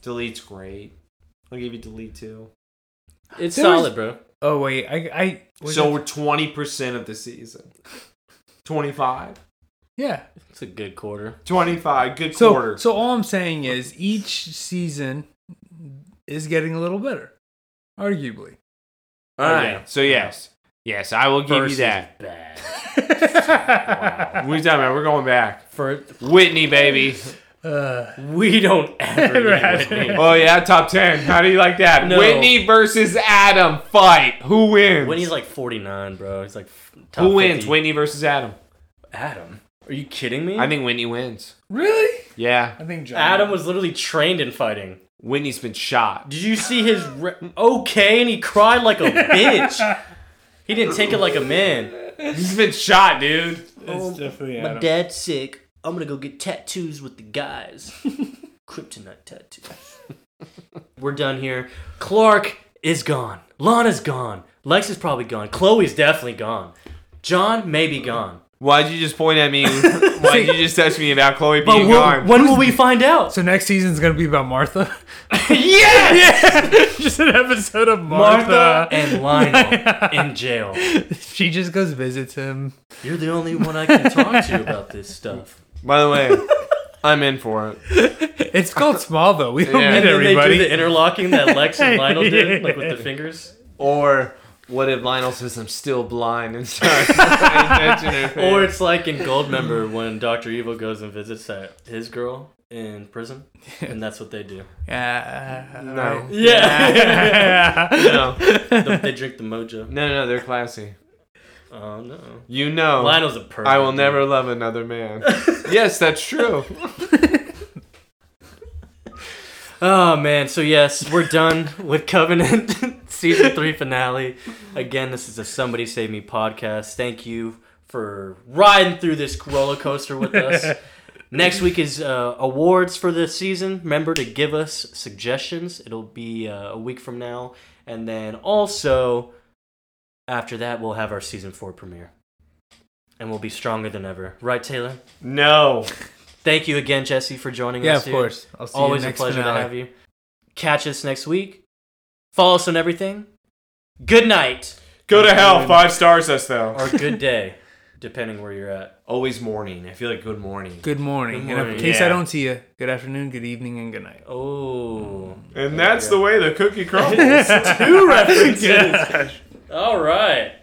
Delete's great. I'll give you delete too. It's There was- solid, bro. Oh wait, I I was so it- we're twenty percent of the season. Twenty five. yeah. It's a good quarter. Twenty five. Good So quarter. so all I'm saying is each season is getting a little better, arguably. All right. yeah. So yes, yes, I will give Versus you that. Bad. *laughs* Wow. we done man. We're going back. For Whitney, baby. *laughs* Uh, we don't ever Right. get Whitney. Oh yeah, top ten. How do you like that? No. Whitney versus Adam fight. Who wins? Whitney's like 49, bro. He's like f- top Who wins? 50. Whitney versus Adam. Adam. Are you kidding me? I think Whitney wins. really? Yeah, I think John. Adam was literally trained in fighting. Whitney's been shot. Did you see his re- okay? And he cried like a bitch. He didn't take it like a man. He's been shot, dude. It's definitely My dad's sick. I'm gonna go get tattoos with the guys. Kryptonite tattoos. We're done here. Clark is gone. Lana's gone. Lex is probably gone. Chloe's definitely gone. John may be gone. Why'd you just point *laughs* at me? Why'd you just touch me about Chloe But we'll- when will we find out? So next season's gonna be about Martha. *laughs* yes! *laughs* just an episode of *laughs* Martha. Martha and Lionel in jail. *laughs* She just goes visits him. You're the only one I can talk to about this stuff. By *laughs* the way, I'm in for it. It's called small though. We don't Yeah. need And then everybody. they do the interlocking that Lex and Lionel did, like with the fingers. Or what if Lionel says I'm still blind and starts touching her face? Or it's like in Goldmember when Doctor Evil goes and visits that his girl in prison, and that's what they do. Yeah. no, Yeah, *laughs* no, no, they drink the mojo. no. They're classy. Oh no, You know. Lionel's a pervert. I will dude. never love *laughs* another man. yes, that's true. Oh man, so yes, we're done with Covenant *laughs* season three finale. Again, this is a Somebody Save Me podcast. Thank you for riding through this roller coaster with us. Next week is uh, awards for the season. Remember to give us suggestions. It'll be uh, a week from now, and then also after that, we'll have our season four premiere, and we'll be stronger than ever. Right, Taylor? No. Thank you again, Jesse, for joining *laughs* Yeah, us. of dude. course. I'll see Always you next a pleasure finale. to have you. Catch us next week. Follow us on everything. Good night Go to hell. Five stars us though. *laughs* or good day. depending where you're at. Always morning. I feel like good morning. Good morning. Good and morning, in case yeah. I don't see you, good afternoon, good evening, and good night. Oh, *laughs* And that's the way the cookie crumbles. *laughs* two references. All right.